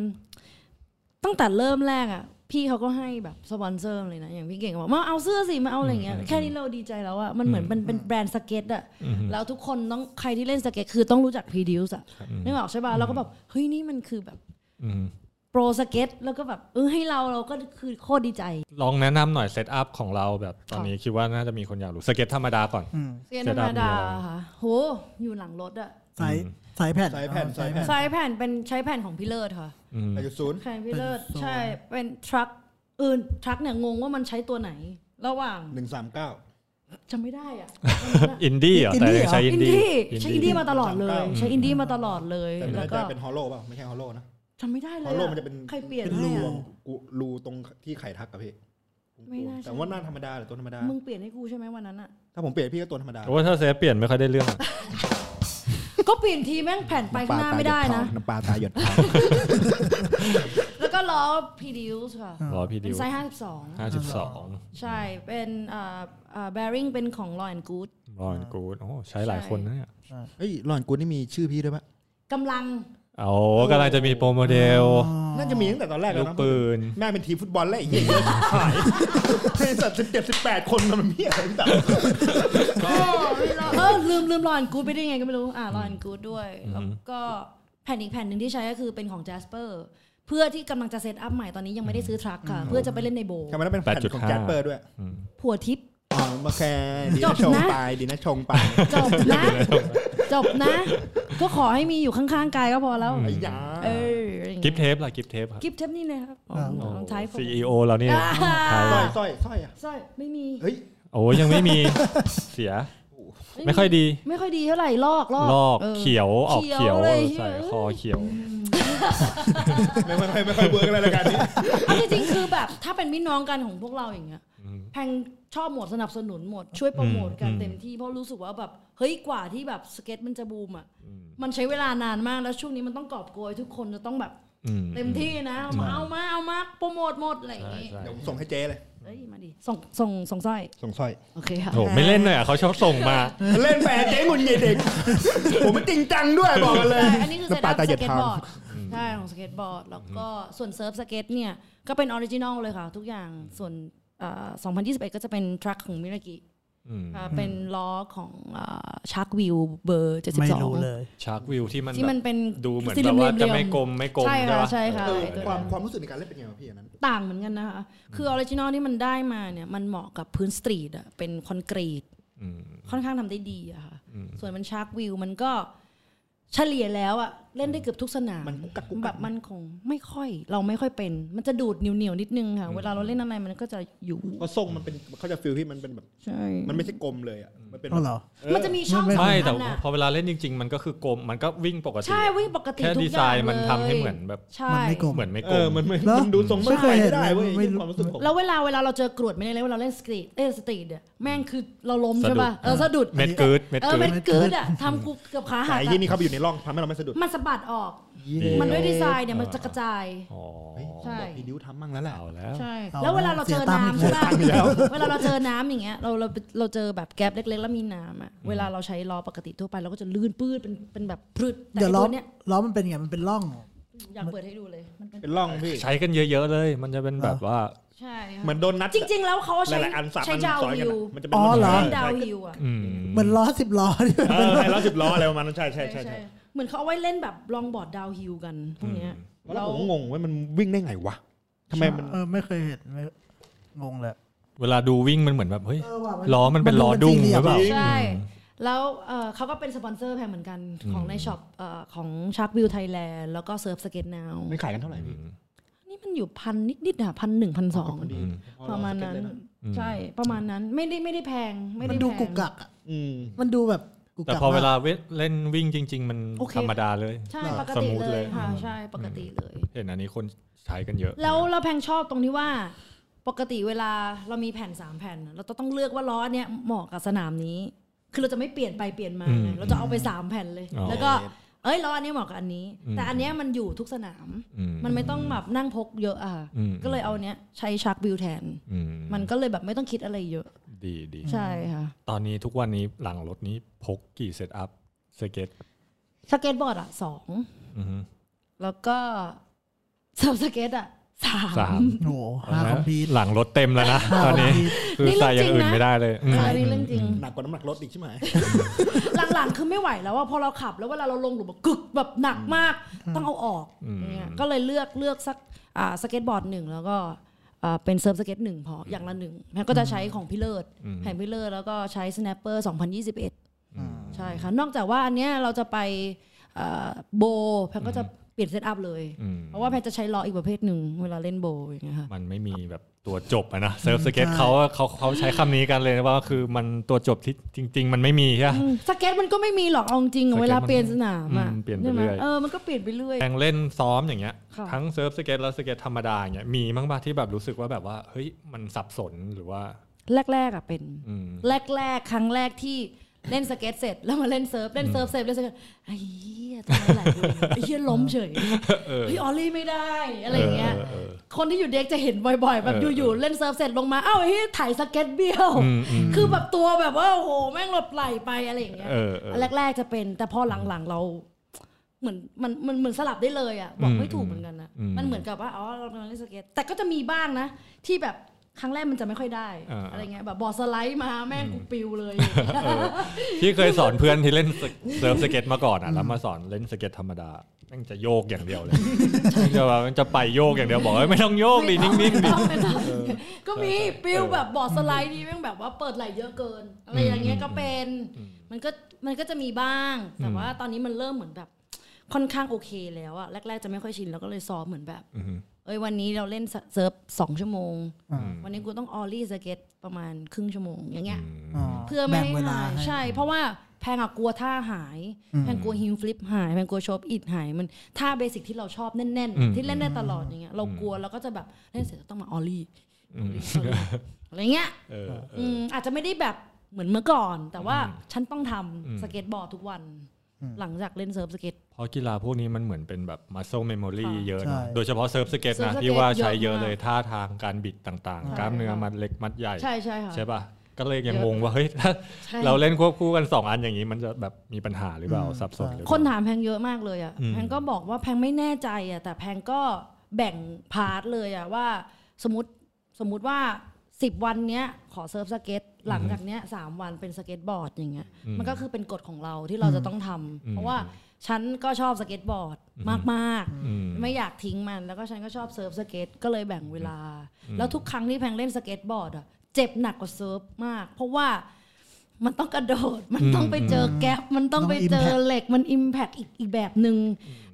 G: ตั้งแต่เริ่มแรกอ่ะ พี่เขาก็ให้แบบสปอนเซอร์เลยนะ อย่างพี่เก่งก็บอกมาเอาเสื้อสิ มาเอาอะไรเงี้ยแค่นี้เราดีใจแล้วอ่ะมันเหมือนมันเป็นแบรนด์สเก็ตอ่ะแล้วทุกคนต้องใครที่เล่นสเก็ตคือต้องรู้จักพีดิวส์อ่ะนึกออกใช่ป่ะเราก็แบบเฮ้ยนี่มันคือแบบ
E: อืม
G: โปรสเก็ตแล้วก็แบบเออให้เราเราก็คือโคตรดีใจ
E: ลองแนะนำหน่อยเซตอัพของเราแบบตอนนี้คิดว่าน่าจะมีคนอยากรู้สเก็ตธรรมดาก่อน
G: เซียนธรรมดาค่ะโหอยู่หลังรถอ่ะ
F: สายสายแผ่น
C: สายแผ่นสายแผ่น
G: ใช้แผ่นเป็นใช้แผ่นของพี่เลิศค่ะ
C: อายุศูนย์
G: แข่งพิเลิศใช่เป็นทรัคอื่นทรัคเนี่ยงงว่ามันใช้ตัวไหน ระหว่าง
C: หนึ่งสามเก้า
G: จำไม่ได้ อะ
E: อินดี้เหรอแต่ยังใช้อินดี้
G: ใช้อินดี้มาตลอดเลย
C: 39
G: ใช้อินดี้มาตลอดเลย
C: แต่ไม่
G: แล้
C: แน่
G: ว
C: ใจ
G: ก็
C: เป็นฮอลโล่ป่ะไม่ใช่ฮอลโล่นะ
G: จำไม่ได้เล
C: ฮ
G: ย
C: อล
G: อ
C: โล่มันจะเป็น
G: ใครเปลี่ยน
C: เป็น
G: ให้
C: รู
G: อะ
C: กูรูตรงที่ไข่ทักกับพี่
G: ไม่น่าใช่
C: แต่ว่าหน้าธรรมดาหรือตัวธรรมดา
G: มึงเปลี่ยนให้กูใช่ไหมวันนั้นอะ
C: ถ้าผมเปลี่ยนพี่ก็ตัวธรรมดา
E: โอ้ถ้าเซฟเปลี่ยนไม่ค่อยได้เรื่อง
G: ก็เปลี่ยนทีแม่งแผ่นไปข้างหน้าไม่ได้นะ
C: น้ำปลาตายหยด ทอง
G: แล้วก็ล้อพีดิวส์ค่ะ
E: รอพี่
G: เป็
E: ดิ
G: น
E: ว
G: ไซส์ห้าสิบสอง
E: ห้าสิบสอง
G: ใช่เป็นอ่าอ่าแบริ่งเป็นของลอยแอนกูด
E: รอนกูดโอ้ใช้หลายคนนะเนี่ย
C: เฮ้ยหลอนกูนี่มีชื่อพี่ด้วยปะ
G: กำลัง
E: โอ้กำลังจะมีโปรโมเดล
C: น่าจะมีตั้งแต่ตอนแรกแล้
E: ลู
C: ว
E: ก
C: นะ
E: ปืน
C: แม่งเป็นทีมฟุตบอลแล้วไอ้เหี้ยเยอะชิบหายไอ้สัตว์สิบเจ็ดสิบแปดคนมันเป็นเหี้ยอะไรพี่เต๋า
G: เออลืมลืมรอนกูดไปได้ไงก็ไม่รู้ อ่ารอนกูดด้วย แล้วก็แผ่นอีกแผ่นหนึ่งที่ใช้ก็คือเป็นของ Jasper เพื่อที่กำลังจะเซตอัพใหม่ตอนนี้ยังไม่ได้ซื้อทรัคค่ะ เพื่อจะไปเล่นในโบว์
C: ทำไมต้องเป็นแผ่นของ
E: 8.5
C: แจ็คเปอร์ด้วย
G: ผัวทิพย์
C: อ๋อมาแค่ดี
G: จ
C: นะ
G: บ
C: ชง
G: นะ
C: ไปดีนะชงไป
G: จบนะ จบนะ ก็ขอให้มีอยู่ข้างๆกายก็พอแล้ว
C: ไอ้ยา
G: เอออะไรอย่าง
E: กิ
G: เงี้
E: ฟ
G: ย
E: เทปล่ะกิฟเทปครับ
G: กิฟต์เทปนี่เลยครับของของไทยผม
E: ซีอีโอเรานี่
G: อ่า
E: ไทย
C: สร้อยสร้อยสร้อยอ่ะ
G: สร้อยไม่มี
C: เฮ้ย
E: โอ้ยังไม่มีเสีย ไม่ค่อยดี
G: ไม่ค่อยดีเท่าไหร่ลอกลอก
E: ลอก
G: ออ
E: เขียวออก
G: เขี
E: เขี
G: ย
E: ยว ว
G: เลย
E: ใส่คอเขียว
C: ไม่ไม่ไม่ไม่ค่อยเวิร์กอะไรรายการนี้
G: เอาจริงๆคือแบบถ้าเป็นพี่น้องกันของพวกเราอย่างเงี้ยแพงชอบหมดสนับสนุนหมด ช่วยโปรโมทกัน
E: อืม
G: เต็มที่เพราะรู้สึกว่าแบบเฮ้ยกว่าที่แบบสเก็ตมันจะบูมอ่ะมันใช้เวลานานมากแล้วช่วงนี้มันต้องกอบโกยทุกคนจะต้องแบบ
E: อื
G: เต็มที่นะเอามาเอามาเอามาโปรโมทหมดอะไรอย่าง
E: ใช่
G: งี้
E: ใช่
C: เดี๋ยวส่งให้เจ๊เลย
G: เอ้ยมาดิส่งส่งส่งสร้อย
C: ส่งสร้อย
G: โอเคค่ะ
E: โอ้ไม่เล่นเลยอ่ะเขาชอบส่งมา
C: เล่นแฝดเจ๊หงุนเงิดเด็ก ผมไม่จริงจังด้วยบอกกันเลย
G: ใช่อันนี้คือเซต
C: น้ำปลา
G: อัพ
C: ตา
G: ส
C: เหยียด
G: เก็ต
C: เท้า
G: บอร์ดใช่ของสเก็ตบอร์ดแล้วก็ส่วนเซิร์ฟสเก็ตเนี่ยก็เป็นออริจินอลเลยค่ะ ทุกอย่างส่วนเอ่อ2021 ก็จะเป็นทรัคของมิรากิ
E: อืม
G: อ่าเป็นล้อของชาร์กวิวเบอร์
F: ไม่
G: 72
F: รู้เลย
E: ชาร์กวิวที่มัน
G: ที่มัน
E: แบบ
G: เป็น
E: ดูเหมือน
G: สี่
E: แบบว่า
G: เห
E: จะ
G: ลี่ยๆ
E: ไม่กลมไม่กลม
G: ใช่
E: ใช่
G: ค่ะ
E: ปะ
G: ใช่ค่ะ
E: เออ
C: ความความรู้สึกในการเล่นเป็นยังไงวะพี่อันนั้น
G: ต่างเหมือนกันนะคะ คือออริจินอลที่มันได้มาเนี่ย มันเหมาะกับพื้นสตรีทอ่ะเป็นคอนกรีต
E: อืม
G: ค่อนข้างทำได้ดีอะค่ะ ส่วนมันชาร์กวิวมันก็เฉลี่ยแล้วอะเล่นได้เกือบทุกสนาม
C: มันกุกกักกุกกัก
G: แบบมันคงไม่ค่อยเราไม่ค่อยเป็น มันจะดูดเหนียวๆนิดนึงค่ะ เวลาเราเล่นอะไรมันก็จะอยู่
C: เพราะทรงมันเป็นเขาจะฟิลที่มันเป็นแบบ
G: ใช่
C: มันไม่ใช่กลมเลยอ่ะ มันเป็น
F: ก็เหรอ
G: มันจะมีช่องสอง
E: ไม่
G: อั
E: แต่
G: นอะ
E: พอเวลาเล่นจริง ๆ มันก็คือกลมมันก็วิ่งปกติ
G: ใช่วิ่งปกติ
E: แค่
G: ทุก
E: ดี
G: อ
E: ไซ
G: ย่าง
E: น์มัน
G: เลย
E: ทำให้เหมือนแบบ
G: ใช่
F: มันไม่กล
E: เหมือนไม่
C: เอก
E: ล
C: อ
E: ม
C: มันไม่
F: เหรอ
C: มันดูทรงมัน
F: ไม่เค
C: ไป
F: ยเห็น
C: ไม่ได้เว้ย
F: ไม่รู้
C: ความรู้สึกผม
G: แล้วเวลาเวลาเราเจอกรวดไม่ได้เลยเวลาเราเล่นสกรีตเอ้ยสตรีทเนี่ยแม่งคือเราล้มใช่ป่ะเออสะดุด
E: เม็ดกึดเม็
G: เออก
E: ดึ
G: เม็
E: ด
G: ดกึดอ่ะทำกูเกือบขาหั
C: แต่
G: ก
C: ไอ้
G: อะ
C: ที่นี่เข้าไปอยู่ในร่องทำให้เราไม่สะดุด
G: มันสะบัดออก มันด้วยดีไซน์เนี่ยมันจะกระจาย
E: อ๋อ
G: ใช่
C: บอกพี่นิ้วทำมั่งแล้วแหละ
E: เอาแล้ว
G: ใช่
F: เอา
G: แล้วเวลาเราเจอน้ำ
F: เสี
G: ใช่
F: ยตังค์
G: ป่ะ
F: อีกแล้ว
G: เวลาเราเจอน้ำอย่างเงี้ยเราเราเราเจอแบบแก๊ปเล็ก ๆ แล้วมีน้ำอ่ะเวลาเราใช้ล้อปกติทั่วไปเราก็จะลื่นปื้ดเป็นเป็นแบบพรืดแต่
F: เดี๋ยว
G: ไอ้
F: ล้อ
G: ตัวเนี้ย
F: ล้อมันเป็นไงมันเป็นร่อง
G: อยากเปิดให้ดูเลยมันเป็น
C: เป็นร่องพี่
E: ใช้กันเยอะๆเลย มันจะเป็นแบบว่า
G: ใช่ค่ะ
C: เหมือนโดนนัด
G: จริง ๆ แล้วเขา
C: ห
G: ใช้
C: ลายๆอันสาม
G: ใช้
C: อัน
G: ดาว
C: ซ้อนกั
G: ฮิ
C: น
G: ล
C: อะมันจะเป็น
F: อ๋อเหรอ
G: เล่นดาวฮิลอ่ะ
E: อืม
F: เหมือนล้อสิบล้อ ที่
C: เออใช่ล้อสิบล้ออะไรประมาณนั้นใช่ใช่ใช่ใช่
G: เหมือนเขาเอาไว้เล่นแบบลองบอร์ดดาวฮิลกันพวกเนี้ย
C: แล้วผมก็งงเว่ามันวิ่งได้ไงวะทำไมมัน
F: เออไม่เคยเห็นไม่งงเลย
E: เวลาดูวิ่งมันเหมือนแบบเฮ้ย
F: เออว่ะ
E: ล้อมันเป็นล้อดุ้ง
F: สี่
E: ห
F: ยม
E: รือเปล่า
G: ใช่ แล้วเอ่อเขาก็เป็นสปอนเซอร์แพงเหมือนกันของในช็อปเอ่อของชาร์กวิวไทยแลนด์แล้วก็เซิร์ฟสเก็ตนาว
C: มันขายกันเท่าไหร่พี่
G: นี่มันอยู่พันนิดๆอะพันหนึ่งพันสอง
C: พอดี
G: ประมาณนั้น ใช่ประมาณนั้นไม่ได้ไม่ได้แพงไม่
F: มั
G: ได้
F: นดู
G: แพง
F: กุกกักอ่ะ
C: อืม
F: มันดูแบบกุก
E: แต่
F: กัก
E: พอเว
F: มาก
E: ลาเล่นวิ่งจริง ๆ มัน
G: โอเค
E: ธรรมดาเลย
G: ใช่
F: หรอ
G: ปก
E: ส
G: ติ
E: มูท
G: เล
E: เลย ย
G: ค่ะใช่ปกติเลย
E: เห็นอันนี้คนใช้กันเยอะ
G: แล้วเราแพงชอบตรงที่ว่าปกติเวลาเรามีแผ่นสามแผ่นน่ะเราจะต้องเลือกว่าล้อเนี้ยเหมาะกับสนามนี้ คือเราจะไม่เปลี่ยนไปเปลี่ยนมาไงเราจะเอาไปสามแผ่นเลย แล้วก็เอ้ยล้ออันนี้เหมาะกับอันนี้ แต่อันเนี้ยมันอยู่ทุกสนาม
E: อืม
G: มันไม่ต้องแบบนั่งพกเยอะอะค่ะ
E: อืม
G: ก็เลยเอาเนี้ยใช้ชาร์กบิวแทน
E: อืม
G: มันก็เลยแบบไม่ต้องคิดอะไรเยอะ
E: ดีดี
G: ใช่ค่ะ
E: ตอนนี้ทุกวันนี้หลังรถนี้พกกี่เซตอัพสเก็ต
G: สเก็ตบอร์ดอะสอง
E: อือฮึ
G: แล้วก็ เซิร์ฟสเก็ตอะสา
E: สาม ม
F: โอ้โหห้าคอมพีท
E: หลังรถเต็มแล้วนะ ตอนนี้
F: คอมพิวเตอร์
E: คือใส่อย่างอื่นไม่ได้เลยอืม
G: ใช่นี่เรื่องจริง
C: หนักกว่าน้ำหนักรถอีกใช่ไหม
G: หลังๆ คือไม่ไหวแล้วว่าพอเราขับแล้วเวลาเราลงหลุมอะกึกแบบหนักมาก ต้องเอาออกอย่างเงี้ยก็เลยเลือกเลือกสักอ่าสเก็ตบอร์ดหนึ่งแล้วก็อ่าเป็นเซิร์ฟสเก็ตหนึ่งพออย่างละหนึ่งแพนก็จะใช้ของพี่เลิศแผนพี่เลิศแล้วก็ใช้ snapper 2021 ใช่ค่ะ นอกจากว่าอันเนี้ยเราจะไปอ่าโบแพนก็จะเปลี่ยนเซตอัพเลย
E: อืม
G: เพราะว่าแพนจะใช้ล้ออีกประเภทหนึ่งเวลาเล่นโบอย่างเงี้ยค่ะ
E: มันไม่มีแบบตัวจบอะนะเซิร์ฟสเก็ต
F: ใช่
E: เขาเขาเขาใช้คำนี้กันเลยนะว่าคือมันตัวจบที่จริง ๆ มันไม่มีใช่ปะ
G: อืมสเก็ตมันก็ไม่มีหรอกเอาจริงๆอะ
E: สเก็ตมัน
G: เวลาเปลี่ยนสนามอ่ะ
E: อืมเปลี่ยนไป
G: ใช่ไหม
E: เรื่อย
G: เออมันก็เปลี่ยนไปเรื่อย
E: แข่งเล่นซ้อมอย่างเงี้ย
G: ค่ะ
E: ทั้งเซิร์ฟสเก็ตแล้วสเก็ตธรรมดาอย่างเงี้ยมีมั้างป่ะที่แบบรู้สึกว่าแบบว่าเฮ้ยมันสับสนหรือว่า
G: แรกๆอ่ะเป็น
E: อืม
G: แรกๆ ครั้งแรกที่เล่นสเก็ตเสร็จแล้วมาเล่นเซิร์ฟเล่นเซิร์ฟเสร็จเล่นสเก็ตไอ้เหี้ยตายไหลเลยไอ้เหี้ยล้มเฉยเฮ้ยออลลี่ไม่ได้อะไรอย่างเงี้ยคนที่อยู่เด็กจะเห็นบ่อยๆ แบบ
E: เออ
G: อ
E: อยู่
G: ๆเล่นเซิร์ฟเสร็จลงมาเอ้าไอ้เหี้ยถ่ายสเก็ตเบี้ยว
E: อืมอืม
G: คือแบบตัวแบบว่าโอ้โหแม่งหลบไหลไปอะไรอย่างเงี้ย
E: เออเออ
G: แรกๆจะเป็นแต่พอหลังๆเรา เหมือนมันมันเหมือนสลับได้เลยอ่ะบอกไม่
E: อืม
G: ถูกเหมือนกันนะ
E: อืม
G: มันเหมือนกับว่าอ๋อเรากำลังเล่นสเก็ตแต่ก็จะมีบ้างนะ ที่แบบครั้งแรกมันจะไม่ค่อยได้
E: อ่า
G: อะไรเงี้ยแบบบอร์ดสไลด์มาแม่งกูปิวเลย
E: ที่เคยสอนเพื่อนที่เล่นสเกเซิร์ฟสเก็ตมาก่อนอ่ะแล้วมาสอนเล่นสเก็ตธรรมดาแม่งจะโยกอย่างเดียวเลยแม่งจะแบบมันจะไปโยกอย่างเดียวบอกเอ้ยไม่ต้องโยกดินิ่งๆดิ
G: ไม่ต้องไม่ต้องก็มี
E: ใช่ใช่
G: ปิว
E: เออ
G: แบบบอร์ดสไลด์นี่แม่งแบบว่าเปิดไหลเยอะเกิน อะไรอย่างเงี้ยก็เป็น มันก็มันก็จะมีบ้าง แต่
E: อืม
G: ว่าตอนนี้มันเริ่มเหมือนแบบค่อนข้างโอเคแล้วอะแรกๆจะไม่ค่อยชินแล้วก็เลยซ้อมเหมือนแบบ
E: อืม
G: เอ้ยวันนี้เราเล่นเซิร์ฟสองชั่วโมง
E: อืม
G: วันนี้กูต้องออลลี่สเก็ตประมาณครึ่งชั่วโมงอย่างเงี้ย
F: อ๋อ
G: เพื่อไม่
F: แบ่งเว
G: ให้
F: ลา
G: หาย
F: ห้
G: ใช่ เพราะว่าแพงอะกลัวท่าหาย แพงกลัวฮิมฟลิปหาย แพงกลัวชอปอิดหาย มันท่าเบสิกที่เราชอบแน่น
E: อืม
G: ๆ ที่เล่นได้ตลอดอย่างเงี้ยเรากลัวเราก็จะแบบเล่นเสร็จจะต้องมาออลลี่ออลลี่ออลลี่อะไรเงี้ย
E: เออเอ
G: อื
E: อ
G: มอาจจะไม่ได้แบบเหมือนเมื่อก่อน แต่ว่าฉันต้องทำ
E: อืม
G: สเก็ตบอร์ดทุกวัน หลังจากเล่นเซิร์ฟสเก็ต
E: เพราะกีฬาพวกนี้มันเหมือนเป็นแบบ muscle memory
G: ค่ะ
E: เยอะ
F: ใช่
E: นะโดยเฉพาะเซิร์ฟสเก็ต
G: เซิร์
E: นะ
G: ฟสเก็ต
E: ที่ว่าใช้เย
G: เย
E: อะ
G: อะมาก
E: เลยท่าทางการบิดต่างๆ
G: ใช่
E: กล้ามเนื้อ
G: ค่ะ
E: มัดเล็กมัดใหญ่
G: ใช่ใช่ค่ะ
E: ใช่ป่ะ ก็เลยยัง
G: เยอะ
E: งงว่า เฮ้ยถ้า
G: ใช่
E: เราเล่นควบคู่กัน 2 อันอย่างนี้มันจะแบบมีปัญหาหรือเปล่า สับสนหรือเป
G: คน
E: ล่า
G: ถามแพงเยอะมากเลยอะ
E: อืม
G: แพงก็บอกว่าแพงไม่แน่ใจอะแต่แพงก็แบ่งพาร์ทเลยอะว่าสมมติสมมติว่า 10 วันเนี้ยขอเซิร์ฟสเก็ตหลังจากเนี้ยสามวันเป็นสเก็ตบอร์ดอย่างเงี้ยมันก็คือเป็นกฎของเราที่เราจะต้องทำเพราะว่าฉันก็ชอบสเก็ตบอร์ดมาก
E: อืม
G: ๆ ไม่อยากทิ้งมันแล้วก็ฉันก็ชอบเซิร์ฟสเก็ตก็เลยแบ่งเวลา แล้วทุกครั้งที่แพงเล่นสเก็ตบอร์ดอะเจ็บหนักกว่าเซิร์ฟมาก เพราะว่ามันต้องกระโดดมันต้องไปเจอแกปมันต้องไปเจอ
F: impact
G: เหล็กมันอิมแพกอีกอีกแบบหนึง่ง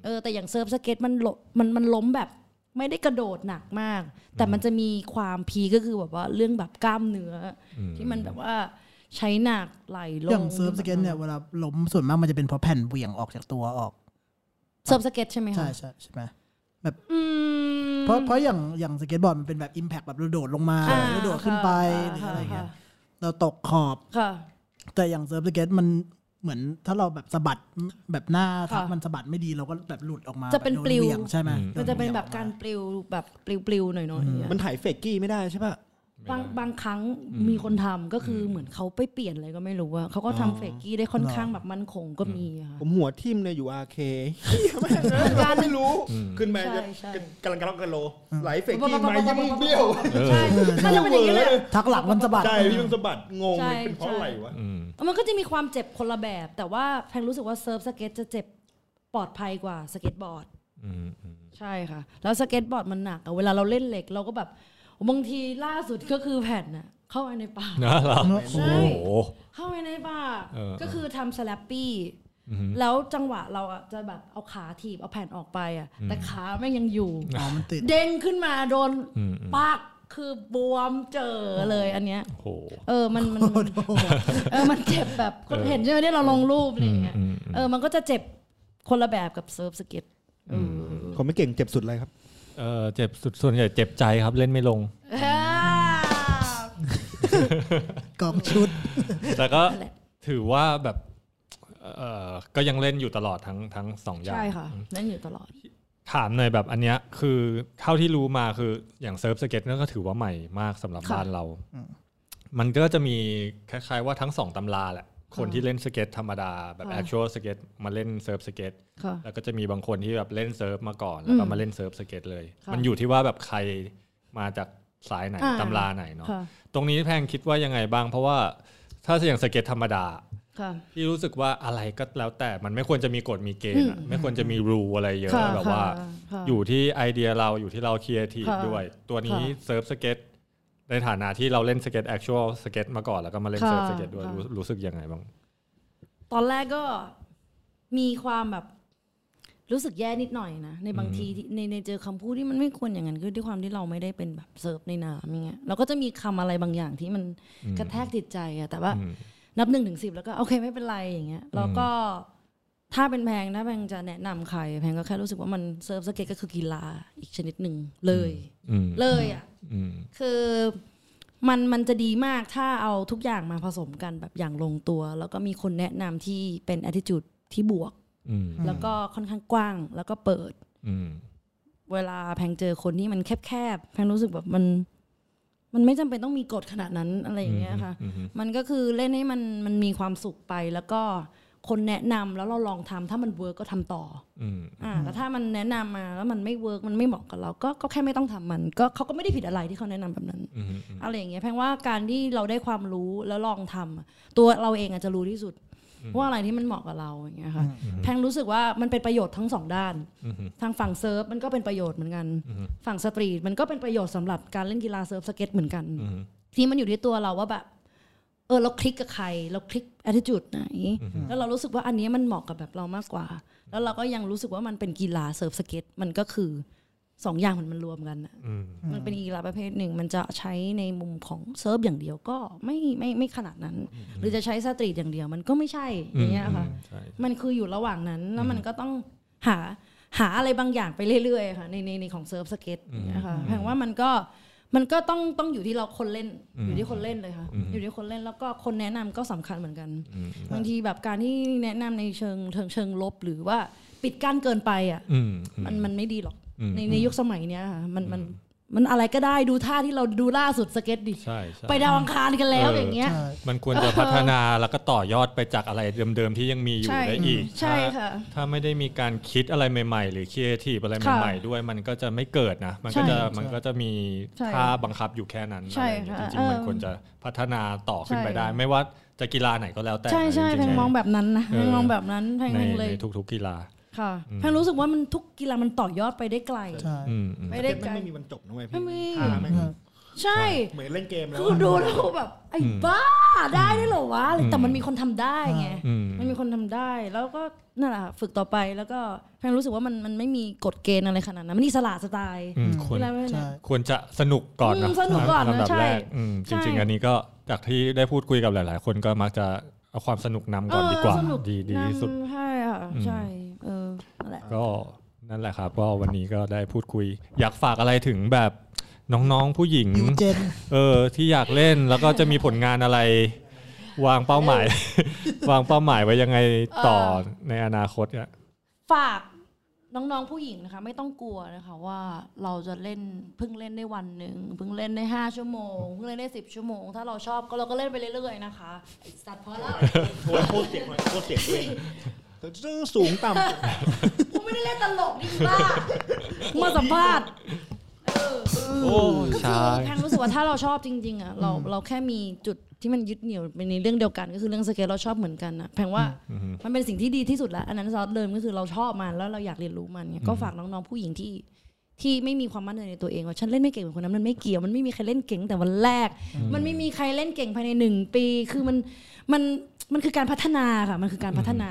G: เออแต่อย่างเซิร์ฟสเก็ตมันหลมันมันล้มแบบ ไม่ได้กระโดดหนักมาก แต่มันจะมีความพีคก็คือแบบว่าเรื่องแบบกล้ามเนื้ออที่มันแบบว่าใช้หนักไหลลง
F: อย่างเซิร์ฟสเก็ตเนี่ยเวลาล้มส่วนมากมันจะเป็นเพราะแผ่นเหวี่ยงออกจากตัวออก
G: เซิร์ฟสเก็ตใช่ไหมคะ
F: ใช่ใช่ใช่ไหมแบบ
G: อืม
F: เพราะเพราะอย่างอย่างสเก็ตบอร์ดมันเป็นแบบอิมแพคแบบเราโดดลงมา
G: อ่า
F: เราโดดขึ้นไปหรือ
G: ค่ะ
F: อะไรอย่างเงี้ย
G: ค่ะ
F: เราตกขอบ
G: ค่ะ
F: แต่อย่างเซิร์ฟสเก็ตมันเหมือนถ้าเราแบบสะบัดแบบหน้า
G: ค่ะ
F: ทักมันสะบัดไม่ดีเราก็แบบหลุดออกมา
G: จะเป็น
F: โด
G: ปลิว
F: หยงใช่ไหม
G: มันจะเป็นแบบการปลิวแบบปลิวปลิวๆหน่อยๆอย่างเงี้ย
C: มันถ่ายเฟกกี้ไม่ได้ใช่ป่ะ
G: บางบางครั้งมีคนทำก็คือเหมือนเขาไปเปลี่ยนอะไรก็ไม่รู้ว่าเขาก็ทำเฟกกี้ได้ค่อนข้างแบบมั่นคงก็มีอะค่ะ
C: ผมหัวทิ่มเลยอยู่อาเคไม่การไม่รู้ ขึ้นมา
G: ใช่ใช่
C: กำลังกำลังกระโลไหลเฟกกี้มายิ่งเบี้ยว
G: ใช่ถ้าจะเป็นอย่างนี้แหละ
F: ทักหลังมันสะบัด
C: ใช่พี่มันสะบัดงง
G: ใช่
C: มันเป็นเพราะอะไรวะ
E: อืม
G: มันก็จะมีความเจ็บคนละแบบ แต่ว่าแพงรู้สึกว่าเซิร์ฟสเก็ตจะเจ็บปลอดภัยกว่าสเก็ตบอร์ด
E: อืมอืม
G: ใช่ค่ะ แล้วสเก็ตบอร์ดมันหนักอะเวลาเราเล่นเหล็กเราก็แบบบางทีล่าสุดก็คือแผ่นน่ะเข้าไปในป่าก
E: นะเหรอ
G: ใช่
E: โอ้โห
G: เข้าไปในป่าก
E: เออ
G: ก็คือทำสแลปปี้แล้วจังหวะเราอะจะแบบเอาขาถีบเอาแผ่นออกไปอะแต่ขาแม่งยังอยู่
F: อ๋อมันติด
G: เด้งขึ้นมาโดน
E: อืมอืม
G: ปากคือบวมเจอเลยอันเนี้ย
E: โอ้โห
G: เออมันมันมันเออมันเจ็บแบบคนเห็นใช่ไหมที่เราลงรูปอะไรอย่างเงี้ย
E: อืมอืมอืม
G: เออมันก็จะเจ็บคนละแบบกับเซิร์ฟสเก็ตเออ
C: ผมไม่เก่งเจ็บสุดเลยครับ
E: เออเจ็บสุดส่วนใหญ่เจ็บใจครับเล่นไม่ลง
G: อ่าก
F: องชุด
E: แต่ก็ถือว่าแบบเออก็ยังเล่นอยู่ตลอดทั้งทั้งสองอย่าง
G: ใช่ค่ะนั่นอยู่ตลอด
E: ถามหน่อยแบบอันเนี้ยคือเท่าที่รู้มาคืออย่างเซิร์ฟสเก็ตนั่นก็ถือว่าใหม่มากสำหรับ
G: ค่ะ
E: บ้านเรา มันก็จะมีคล้ายๆว่าทั้งสองตำราแหละ คนที่เล่นสเก็ตธรรมดาแบบ
G: ค่ะ
E: actual สเก็ตมาเล่นเซิร์ฟสเก็ต
G: ค่ะ
E: แล้วก็จะมีบางคนที่แบบเล่นเซิร์ฟมาก่อน แล้วก็
G: อืม
E: มาเล่นเซิร์ฟสเก็ตเลย
G: ค่ะ
E: มันอยู่ที่ว่าแบบใครมาจากสายไหน
G: อ่า
E: ตำราไหนเนาะ
G: ค่ะ
E: ตรงนี้แพงคิดว่ายังไงบ้าง เพราะว่าถ้าอย่างสเก็ตธรรมดา
G: ค่ะ
E: พี่รู้สึกว่าอะไรก็แล้วแต่มันไม่ควรจะมีกฎมีเกณฑ์อะไม่ควรจะมีรูอะไรเยอะ
G: ค่ะ
E: แบบว่า
G: ค่ะค่ะ
E: อยู่ที่ไอเดียเราอยู่ที่เราเคียร์ที
G: ค่ะ
E: ด้วย ตัวนี้
G: ค่ะ
E: เซิร์ฟสเก็ตในฐานะที่เราเล่นสเก็ตแอคชวลสเก็ตมาก่อนแล้วก็มาเล่น
G: ค่ะ
E: เซิร์ฟสเก็ตด้วย
G: ค่ะ
E: รู้รู้สึกยังไงบ้าง
G: ตอนแรกก็มีความแบบรู้สึกแย่นิดหน่อยนะ ในบางทีที่ในในเจอคำพูดที่มันไม่ควรอย่างนั้นคือด้วยความที่เราไม่ได้เป็นแบบเซิร์ฟในน้ำอย่างเงี้ยเราก็จะมีคำอะไรบางอย่างที่มันกระแทกจิตใจอะแต่ว่า
E: อืม
G: นับหนึ่งถึงสิบแล้วก็โอเคไม่เป็นไรอย่างเงี้ยแล้วก็ถ้าเป็นแพงนะแพงจะแนะนำใคร แพงก็แค่รู้สึกว่ามันเซิร์ฟสเก็ตก็คือกีฬาอีกชนิดหนึ่งเลย
E: อืม
G: เลยอะ
E: อืม
G: คือมันมันจะดีมากถ้าเอาทุกอย่างมาผสมกันแบบอย่างลงตัว แล้วก็มีคนแนะนำที่เป็น attitude ที่บวก
E: อืม
G: แล้วก็ค่อนข้างกว้าง แล้วก็เปิด
E: อืม
G: เวลาแพงเจอคนที่มันแคบๆแพงรู้สึกแบบมัน มันไม่จำเป็นต้องมีกฎขนาดนั้นอะไรอย่างเงี้ยค่ะ
E: อืมอืมอืม
G: มันก็คือเล่นให้มันมันมีความสุขไปแล้วก็ คนแนะนำแล้วเราลองทำถ้ามันเวิร์กก็ทำต่อ
E: อืม
G: อ่าแต่ถ้ามันแนะนำมาแล้วมันไม่เวิร์กมันไม่เหมาะกับเราก็ก็แค่ไม่ต้องทำมันก็เขาก็ไม่ได้ผิดอะไรที่เขาแนะนำแบบนั้น
E: อืมอืม
G: อะไรอย่างเงี้ยแพงว่าการที่เราได้ความรู้แล้วลองทำอะตัวเราเองอาจจะรู้ที่สุด ว่าอะไรที่มันเหมาะกับเราอย่างเงี้ยค่ะแพงรู้สึกว่ามันเป็นประโยชน์ทั้งสองด้าน
E: อือฮึ
G: ทางฝั่งเซิร์ฟมันก็เป็นประโยชน์เหมือนกัน ฝั่งสตรีทมันก็เป็นประโยชน์สำหรับการเล่นกีฬาเซิร์ฟสเก็ตเหมือนกัน
E: อือฮึ
G: ที่มันอยู่ที่ตัวเราว่าแบบเออเราคลิกกับใคร เราคลิก attitude ไหน แล้วเรารู้สึกว่าอันเนี้ยมันเหมาะกับแบบเรามากกว่า แล้วเราก็ยังรู้สึกว่ามันเป็นกีฬาเซิร์ฟสเก็ตมันก็คือสองอย่างมันมันรวมกันอะ
E: อืม
G: มันเป็นกีฬาประเภทหนึ่ง มันจะใช้ในมุมของเซิร์ฟอย่างเดียวก็ไม่ไม่ไม่ขนาดนั้น หรือจะใช้สตรีทอย่างเดียวมันก็ไม่ใช่อย่างเงี้ยค่ะ
E: ใช่
G: มันคืออยู่ระหว่างนั้นแล้วมันก็ต้องหาหาอะไรบางอย่างไปเรื่อยๆค่ะในในในของเซิร์ฟสเก็ตอย่างเงี้ยค่ะแพงว่ามันก็มันก็ต้องต้องอยู่ที่เราคนเล่นอยู่ที่คนเล่นเลยค่ะ อยู่ที่คนเล่นแล้วก็คนแนะนำก็สำคัญเหมือนกัน บางทีแบบการที่แนะนำในเชิงเชิงเชิงลบ หรือว่าปิดกั้นเกินไปอ่ะ
E: อืมอืม
G: มันมันไม่ดีหรอก
E: อืม
G: ในในยุคสมัยเนี้ยค่ะมันมันมันอะไรก็ได้ดูท่าที่เราดูล่าสุดสเก็ตดิ
E: ใช่ใช่
G: ไปดาวอังคารกันแล้ว
E: เออ
G: อ
E: อ
G: ย่างเงี้ย
F: ใช่
E: มันควรจะพัฒนาแล้วก็ต่อยอดไปจากอะไรเดิมๆที่ยังมีอยู่
G: ใช่
E: ได้อีก
G: ใช่
E: ถ้า
G: ค่ะ
E: ถ้าไม่ได้มีการคิดอะไรใหม่ๆ หรือครีเอทีฟอะไรใหม่
G: ค่ะ
E: ๆด้วย มันก็จะไม่เกิดนะ มัน
G: ใช่
E: ก็จะมันก็จะมี
G: ใช่
E: ค่าบังคับอยู่แค่นั้น
G: ใช่
E: อะไรอย่างเงี้ย
G: ค่ะ
E: จริงๆมัน
G: เออ
E: ควรจะพัฒนาต่อขึ้น
G: ใช่
E: ไปได้ ไม่ว่าจะกีฬาไหนก็แล้วแต่
G: ใช่ใช่
E: จริ
G: แพง
E: ๆ
G: มองแบบนั้นนะแพงมองแบบนั้นแพง
E: ใน
G: แพงเลย
E: ในทุกๆกีฬา
G: ค่ะ
E: อืม
G: แพงรู้สึกว่ามันทุกกีฬามันต่อยอดไปได้ไกล
F: ใช่
E: อืมอืม
G: ไม่
C: ไม่
G: ได้
C: ได้
G: ไกล
C: ไม่มีวันจบนะเว้ย
G: ไม่
C: พี่
G: มี
C: ท่าแม่ง
G: ใช่
C: เหมือนเล่นเกมแล้ว
G: คือดูแล้วแบบไอ้บ้าได้ด้วยเหรอวะแต่มันมีคนทำได้ไง
E: อืม
G: มันมีคนทำได้แล้วก็นั่นแหละค่ะฝึกต่อไปแล้วก็แพงรู้สึกว่ามันมันไม่มีกฎเกณฑ์อะไรขนาดนั้นมันอิสระสไตล์
E: อืมควร
G: กีฬาประเภท
F: ใช่
G: นั้น
E: ควรจะสนุกก่อนนะ
G: อืมสนุกก่อนนะ
E: ลำดับ
G: ใช่
E: แรกอืมจ
G: ใช่
E: ริง ๆ อันนี้ก็จากที่ได้พูดคุยกับหลาย ๆ คนก็มักจะเอาความสนุกนำก่อนดีกว่า
G: เออสนุ
E: ดีดีที่สุด
G: นำใช่ค่ะใช่เออนั่นแหละ
E: ก็นั่นแหละครับก็วันนี้ก็ได้พูดคุย อยากฝากอะไรถึงแบบน้องๆผู้หญิง
F: นิวเจน
E: เออที่อยากเล่นแล้วก็จะมีผลงานอะไร วางเป้าหมาย วางเป้าหมายไว้ยังไงต่อ
G: เออ
E: ในอนาคตเนี่ย
G: ฝากน้องๆผู้หญิงนะคะ ไม่ต้องกลัวนะคะว่าเราจะเล่นเพิ่งเล่นได้วันหนึ่งเพิ่งเล่นได้ห้าชั่วโมงเพิ่งเล่นได้สิบชั่วโมง ถ้าเราชอบก็เราก็เล่นไปเรื่อยๆนะคะไอ้สัตว์พอแล้ว
C: โทรโคตรเสียงเลยโคตรเสียงเลยซึ่งสูงต่ำ
G: กูไม่ได้เล่นตลกดิบ้ามาสัมภาษณ์เออ
E: โอ้
G: ก็คื
E: ใช่
G: อแพงรู้สึกว่าถ้าเราชอบจริงๆอ่ะเราเราแค่มีจุดที่มันยึดเหนี่ยวในเรื่องเดียวกัน ก็คือเรื่องสเกตเราชอบเหมือนกันนะแพงว่า
E: อืม
G: มันเป็นสิ่งที่ดีที่สุดแล้ว อันนั้นซอสเดิมก็คือเราชอบมันแล้วเราอยากเรียนรู้มันไงก็ฝากน้องๆผู้หญิงที่ที่ไม่มีความมั่นใจในตัวเองว่าฉันเล่นไม่เก่งเหมือนคนนั้นมันไม่เกี่ยวมันไม่มีใครเล่นเก่งแต่วันแรก มันไม่มีใครเล่นเก่งภายในหนึ่งปี คือมันมันมันคือการพัฒนาค่ะมันคือการพัฒนา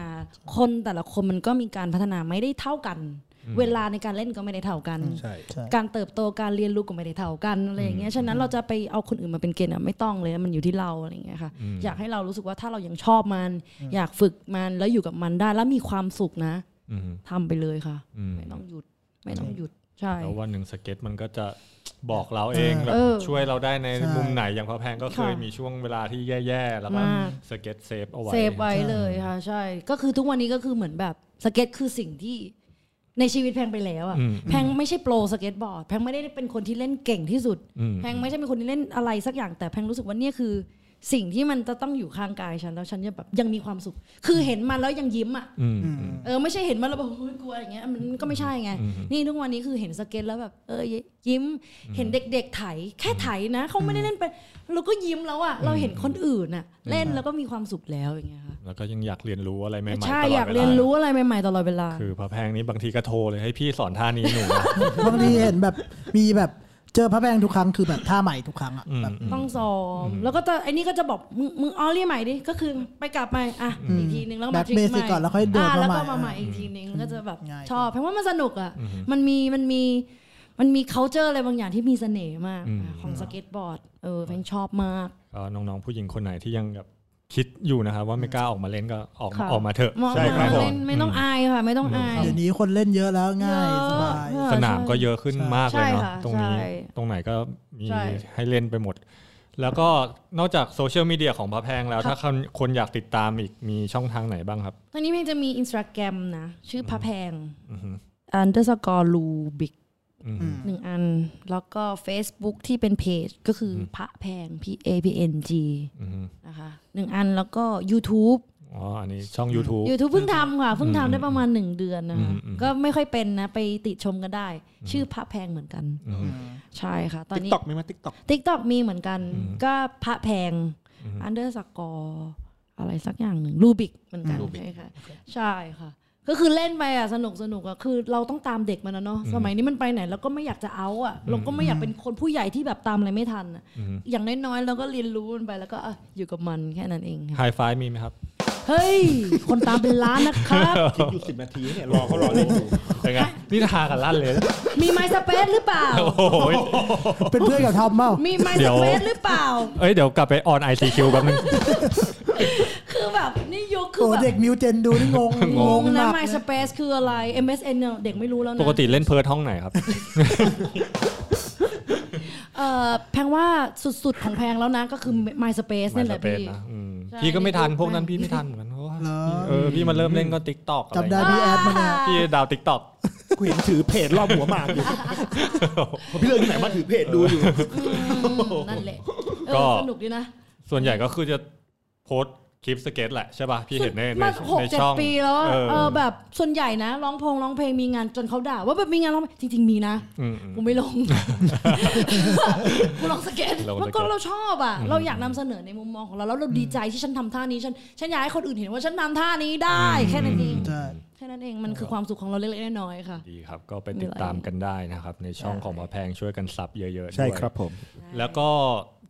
G: คนแต่ละคนมันก็มีการพัฒนาไม่ได้เท่ากัน เวลาในการเล่นก็ไม่ได้เท่ากัน
C: ใช่
F: ใช่
G: การเติบโตการเรียนรู้ก็ไม่ได้เท่ากันอะไรอย่างเงี้ยฉะนั้นเราจะไปเอาคนอื่นมาเป็นเกณฑ์อะไม่ต้องเลยมันอยู่ที่เราอะไรอย่างเงี้ยค่ะ อยากให้เรารู้สึกว่าถ้าเรายังชอบมัน อยากฝึกมันแล้วอยู่กับมันได้แล้วมีความสุขนะ
E: อืม
G: ทำไปเลยค่ะ
E: อืม
G: ไม่ต้องหยุดไม่ต้องหยุดใช่
E: แล้ววันหนึ่งสเก็ตมันก็จะบอกเราเองแบบ
G: เออ
E: ช่วยเราได้ใน
F: ใช่
E: มุมไหนอย่างพอแพงก็เคย
G: ค่ะ
E: มีช่วงเวลาที่แย่ๆ แล้วก็
G: มาก
E: สเก็ตเซฟเอาไว้
G: เซฟไว้เลยค่ะ ใช่ ก็คือทุกวันนี้ก็คือเหมือนแบบสเก็ตคือสิ่งที่ในชีวิตแพงไปแล้วอะ
E: อืม
G: แพงไม่ใช่โปรสเก็ตบอร์ดแพงไม่ได้เป็นคนที่เล่นเก่งที่สุด
E: อืม
G: แพงไม่ใช่เป็นคนที่เล่นอะไรสักอย่างแต่แพงรู้สึกว่าเนี่ยคือ สิ่งที่มันจะต้องอยู่ข้างกายฉันแล้วฉันจะแบบยังมีความสุข คือเห็นมันแล้วยังยิ้มอ่ะ
E: อืม
G: เออไม่ใช่เห็นมันแล้วแบบเฮ้ยกลัวอย่างเงี้ยมันก็ไม่ใช่ไง
E: อืม
G: นี่ทุกวันนี้คือเห็นสเก็ตแล้วแบบเออยิ้มเห็นเด็กๆไถแค่ไถนะเขาไม่ได้เล่นไปเราก็ยิ้มแล้วอ่ะเราเห็นคนอื่นอ่ะเล่นแล้วก็มีความสุขแล้วอย่างเงี้ยค่ะ
E: แล้วก็ยังอยากเรียนรู้อะไรใหม่ๆตลอด
G: ใช่
E: เวลา
G: อยากเรียนรู้อะไรใหม่ๆตลอดเวลา
E: คือพอแพงนี้บางทีก็โทรเลยให้พี่สอนท่านี้หนู
F: บางทีเห็นแบบมีแบบเจอพระแพงทุกครั้งคือแบบท่าใหม่ทุกครั้งอ่ะแบบ
G: ต้องซ้อมแล้วก็จะไอ้นี่ก็จะบอกมึงมึงเอาเรียกใหม่ดิก็คือไปกลับมาอ่ะอีกทีนึงแล้วก็มา
F: Back
G: ทริค
F: basic
G: ใหม่
F: ก่อนแล้วค่อยเดิน
G: อ่ะ
F: มา
G: แล้ว
F: ใหม่
G: ก็มาใหม่อีกทีนึงก็จะแบบ
F: ง่าย
G: ชอบเพราะว่ามันสนุกอ่ะมันมีมันมีมันมี c u เจอร์อะไรบางอย่างที่มีเสน่ห์มาก
E: อืม
G: ของสเก็ตบอร์ดเออแพงชอบมาก
E: ก็น้องๆผู้หญิงคนไหนที่ยังแบบคิดอยู่นะครับว่าไม่กล้าออกมาเล่นก็ออกมา
G: ค่ะ
E: ออกมาเถอะ
G: มอง
E: ใช่ค
G: มา
E: รับผม
G: เล่นไม่ต้องอายค่ะ ไม่ต้องอาย
F: เดี๋ยวนี้คนเล่นเยอะแล้วง่าย
G: เยอะ
F: สบาย
E: สนามก็เยอะขึ้นมากเลยเนาะ
G: ใช่ค่ะ
E: ตรงนี้
G: ใช่
E: ตรงไหนก็มี
G: ใช่
E: ให้เล่นไปหมด แล้วก็นอกจากโซเชียลมีเดียของพระแพงแล้ว
G: ค่ะ
E: ถ้าคนคนอยากติดตามอีกมีช่องทางไหนบ้างครับ
G: ตอนนี้เพลงจะมีอินสตาแกรมนะ ชื่อพระแพง
E: อือฮึ
G: underscore ลูบิก
E: อืม
G: หนึ่งอัน แล้วก็ Facebook ที่เป็นเพจก็คืออพระแพง P A P N G
E: อืม
G: นะคะหนึ่งอันแล้วก็ YouTube
E: อ๋อ อ๋ออันนี้ช่อง YouTube
G: ยูทูบเพิ่งทำค่ะเพิ่งทำได้ประมาณหนึ่งเดือนนะ
E: อื
G: คะ
E: มอืม
G: ก็ไม่ค่อยเป็นนะ ไปติชมกันได้ ชื่อพระแพงเหมือนกัน ใช่ค่ะ ตอน
D: ติ๊ก
G: นี้
D: ต็อกมีไหมติ๊กต็อก
G: t ิ k t o k มีเหมือนกัน ก็พระแพงอันเดอร์สกอร์อะไรสักอย่างหนึ่งรูบิกเหมือนกัน
C: Rubik
G: ใช่ค่ะใช่ค่ะ ก็คือเล่นไปอ่ะสนุกสนุกอ่ะคือเราต้องตามเด็กมันนะเนาะสมัยนี้มันไปไหนเราก็ไม่อยากจะเอาอ่ะเราก็ไม่อยากเป็นคนผู้ใหญ่ที่แบบตามอะไรไม่ทันอะอย่างน้อยๆเราก็เรียนรู้มันไปแล้วก็อ่ะอยู่กับมันแค่นั้นเองค่ะ
E: ไฮไฟมีไหมครับ
G: เฮ้ย คนตามเป็นล้าน นะครับ
D: คลิปอยู่สิบนาทีเนี่ยรอเขารอเล่นอยู่
E: เป็นไง นี่ทากันลั่นเลยนะ
G: มีไมซ์สเปซหรือเปล่า
E: โอ้โห
F: เป็นเพื่อนกับทอมเปล่า
G: มีไมซ์
E: เดี๋
G: ส
E: ยว
G: เปซหรือเปล่า
E: เอ้ยเดี๋ยวกลับไปออน ICQ แป๊บนึง
G: คือแบบนี่ยุคคือ
F: โอ้
G: แบบ
F: เด็กมิวเจนดูนี่งง
G: งง
F: ง
G: นะ
F: มาก
G: ไมซ์สเปซคืออะไร MSN เนี่ยเด็กไม่รู้แล้วนะ
E: ปกติเล่นเพิร์ทห้องไหนครับ
G: เอ่อแพงว่าสุดๆของแพงแล้วนะ ก็คือไมซ์สเป ซนี่นแหละ
E: MySpace
G: พี่
E: นะอืม
G: ใช่
E: พี่ก็ไม่ทัน
G: ในยุค
E: พวกนั้น
G: นั้น
E: พี่ไม่ทันเหมือน กันเพราะว่าเออพี่มาเริ่มเล่นก็ติ๊กตอกอะไร
F: จำได้พี่แอดมาเนี่ย
E: พี่ดาวติ๊กตอก
D: กูเห็นถือเพจรอบหัวหมากอยู่
C: พี่เลิกที่ไหนมาถือเพจดูอยู่
G: นั่นแหละเออสนุกดีนะ
E: ส่วนใหญ่ก็คือจะโพสต์คลิปสเก็ตแหละใช่ป่ะพี่เห็นในใน
G: มันหก
E: ใน
G: เจ็ด
E: ช่อง
G: ปีแล้วอะ
E: เออ
G: เออแบบส่วนใหญ่นะร้องพงร้องเพลงมีงานจนเขาด่า ว่าแบบมีงานร้องเพลงจริงๆมีนะ
E: มอืม
G: กูไม่ ลง กูลองสเก็ต
E: ลองสเก็ต
G: มันก็เราชอบอ่ะ เราอยากนำเสนอในมุมมองของเรา แล้วเราดีใจที่ฉันทำท่านี้ฉันฉันอยากให้คนอื่นเห็นว่าฉันทำท่านี้ได้ แค่นั้นเอง
F: ใช่
G: แค่นั้นเองมันคือความสุขของเราเล็กๆน้อยๆค่ะ
E: ดีครับ ก็ไปติดตามกันได้นะครับ ในช่องของหมอแพงช่วยกันซับเยอะๆด้วย
D: ใช่ครับผม
E: แล้วก็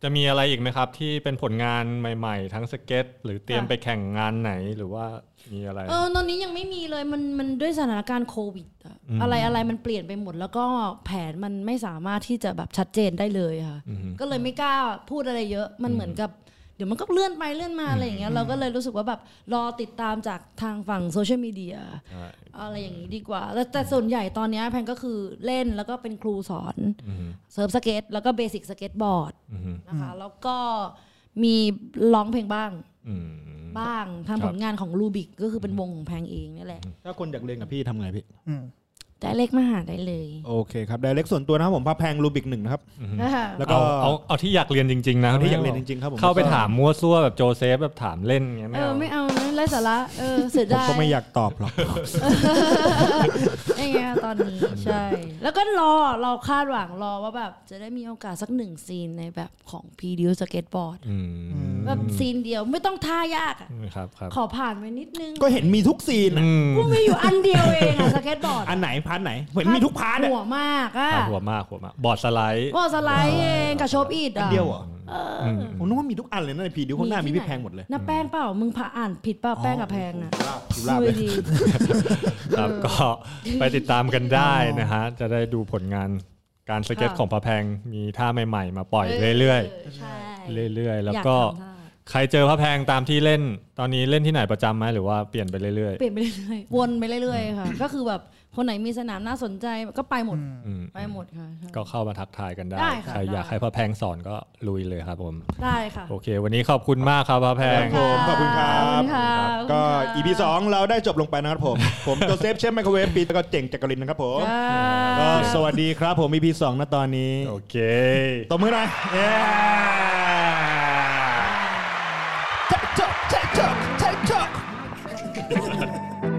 E: จะมีอะไรอีกไหมครับ ที่เป็นผลงานใหม่ๆ ทั้งสเก็ต หรือเตรียม
G: ค่ะ
E: ไปแข่งงานไหนหรือว่ามีอะไร
G: เออตอนนี้ยังไม่มีเลยมันมันด้วยสถานการณ์โควิดอะ
E: อืม
G: อะไรอะไรมันเปลี่ยนไปหมด แล้วก็แผนมันไม่สามารถที่จะแบบชัดเจนได้เลยค่ะ
E: อือฮึ
G: ก็เลยไม่กล้าพูดอะไรเยอะ มันเหมือนกับ เดี๋ยวมันก็เลื่อนไปเลื่อนมาอะไรอย่างเงี้ยเราก็เลยรู้สึกว่าแบบรอติดตามจากทางฝั่งโซเชียลมีเดีย
E: ใช่
G: อะไรอย่างนี้ดีกว่าแต่แต่ส่วนใหญ่ตอนเนี้ยแพนก็คือเล่นแล้วก็เป็นครูสอน
E: อืม
G: เซิร์ฟสเก็ตแล้วก็เบสิกสเก็ตบอร์ด
E: อืม
G: นะคะแล้วก็มีร้องเพลงบ้าง
E: อืม
G: บ้างทำ
E: ค
G: ผ
E: รับ
G: ลงานของลูบิกก็คือเป็นวงของแพงเองนี่แหละ
D: ถ้าคนอยากเล่นกับพี่ทำไงพี่
F: อืม
G: แต่เล็กมาหาได้เลย
D: โอเคครับไดเล็กส่วนตัวนะครับผมพาแพงรูบิกหนึ่งนะครับ
G: นะคะ
D: แล้วก็
E: เอาเอาเอาที่อยากเรียนจริง ๆ นะ
D: ที่อยากเรียนจริงๆครับผม
E: เข้าไปถามมั่วซั่วแบบโจเซฟแบบถามเล่นอย่างเงี้ย
G: เอ
E: ไม่
G: อ
E: เอา
G: ไม่เอาไม่ไร้สาระเออเสีย
D: ผม
G: ดาย
D: ก็ไม่อยากตอบหรอก
G: อย่างเงี้ยตอนนี้ใช่ แล้วก็รอเราคาดหวังรอว่าแบบจะได้มีโอกาสสักหนึ่งซีนในแบบของพีดิวสเก็ตบอร์ด
E: อืม
G: แบบซีนเดียวไม่ต้องท่ายากอะ
E: ครับครับ
G: ขอผ่านไปนิดนึง
D: ก็เห็นมีทุกซีนอะ
E: อืม
G: กูมีอยู่อันเดียวเองอะสเก็ตบอร์ด
D: อันไหนพาร์ทไหนเห็นมีทุกพาร์ทอะ
G: หัวมากอะ
E: หัวมากหัวมากบอร์ดสไลด์
G: ก็สไลด์เองกับโชบอีดอะ
D: เดียวเหรอ
E: อืม
D: ผมนึกว่ามีทุกอันเลยนะในพีดิวข้างหน้ามีพี่แพงหมดเลย
G: น้าแป้งเปล่า มึงผ่าอ่านผิดเปล่าแป้งกับแพงอะ
D: ดูลาบเลย
G: ดี
E: ครับก็ไปติดตามกันได้นะฮะ จะได้ดูผลงานการสเก็ตของประแพงมีท่าใหม่ๆ มาปล่อยเรื่อย
G: ๆใช่
E: ๆเรื่อยๆ แล้ว
G: อยา
E: ก็
G: ทำท่า
E: ใครเจอพระแพงตามที่เล่น ตอนนี้เล่นที่ไหนประจำไหมหรือว่าเปลี่ยนไปเรื่อย
G: เปลี่ยนไปเรื่อยๆวนไปเรื่อยๆค่ะ ก็คือแบบคนไหนมีสนามน่าสนใจก็ไปหมด
E: ๆอืม
G: ไปหมดค่ะ
E: ก็เข้ามาทักทายกันได้
G: ได้ค่ะ
E: ใครอยากให้พระแพงสอนก็ลุยเลยครับผม
G: ได้ค่ะ
E: โอเค วันนี้ขอบคุณมากครับพระแพง
D: ผมขอบคุณครั
G: ขอบ ณค่ะขอบคุณ
D: ก็
G: ค่ะ
D: อีพีสองเราได้จบลงไปนะครับผม ผมโจเซฟเชฟไมโครเวฟปีแล้วก็เจ๋งจักรินนะครับผม
G: อ่า
D: ก็สวัสดีครับผมอีพีสองนะตอนนี้
E: โอเค
D: ตบมือหน่อยเย้จบจบจบจบ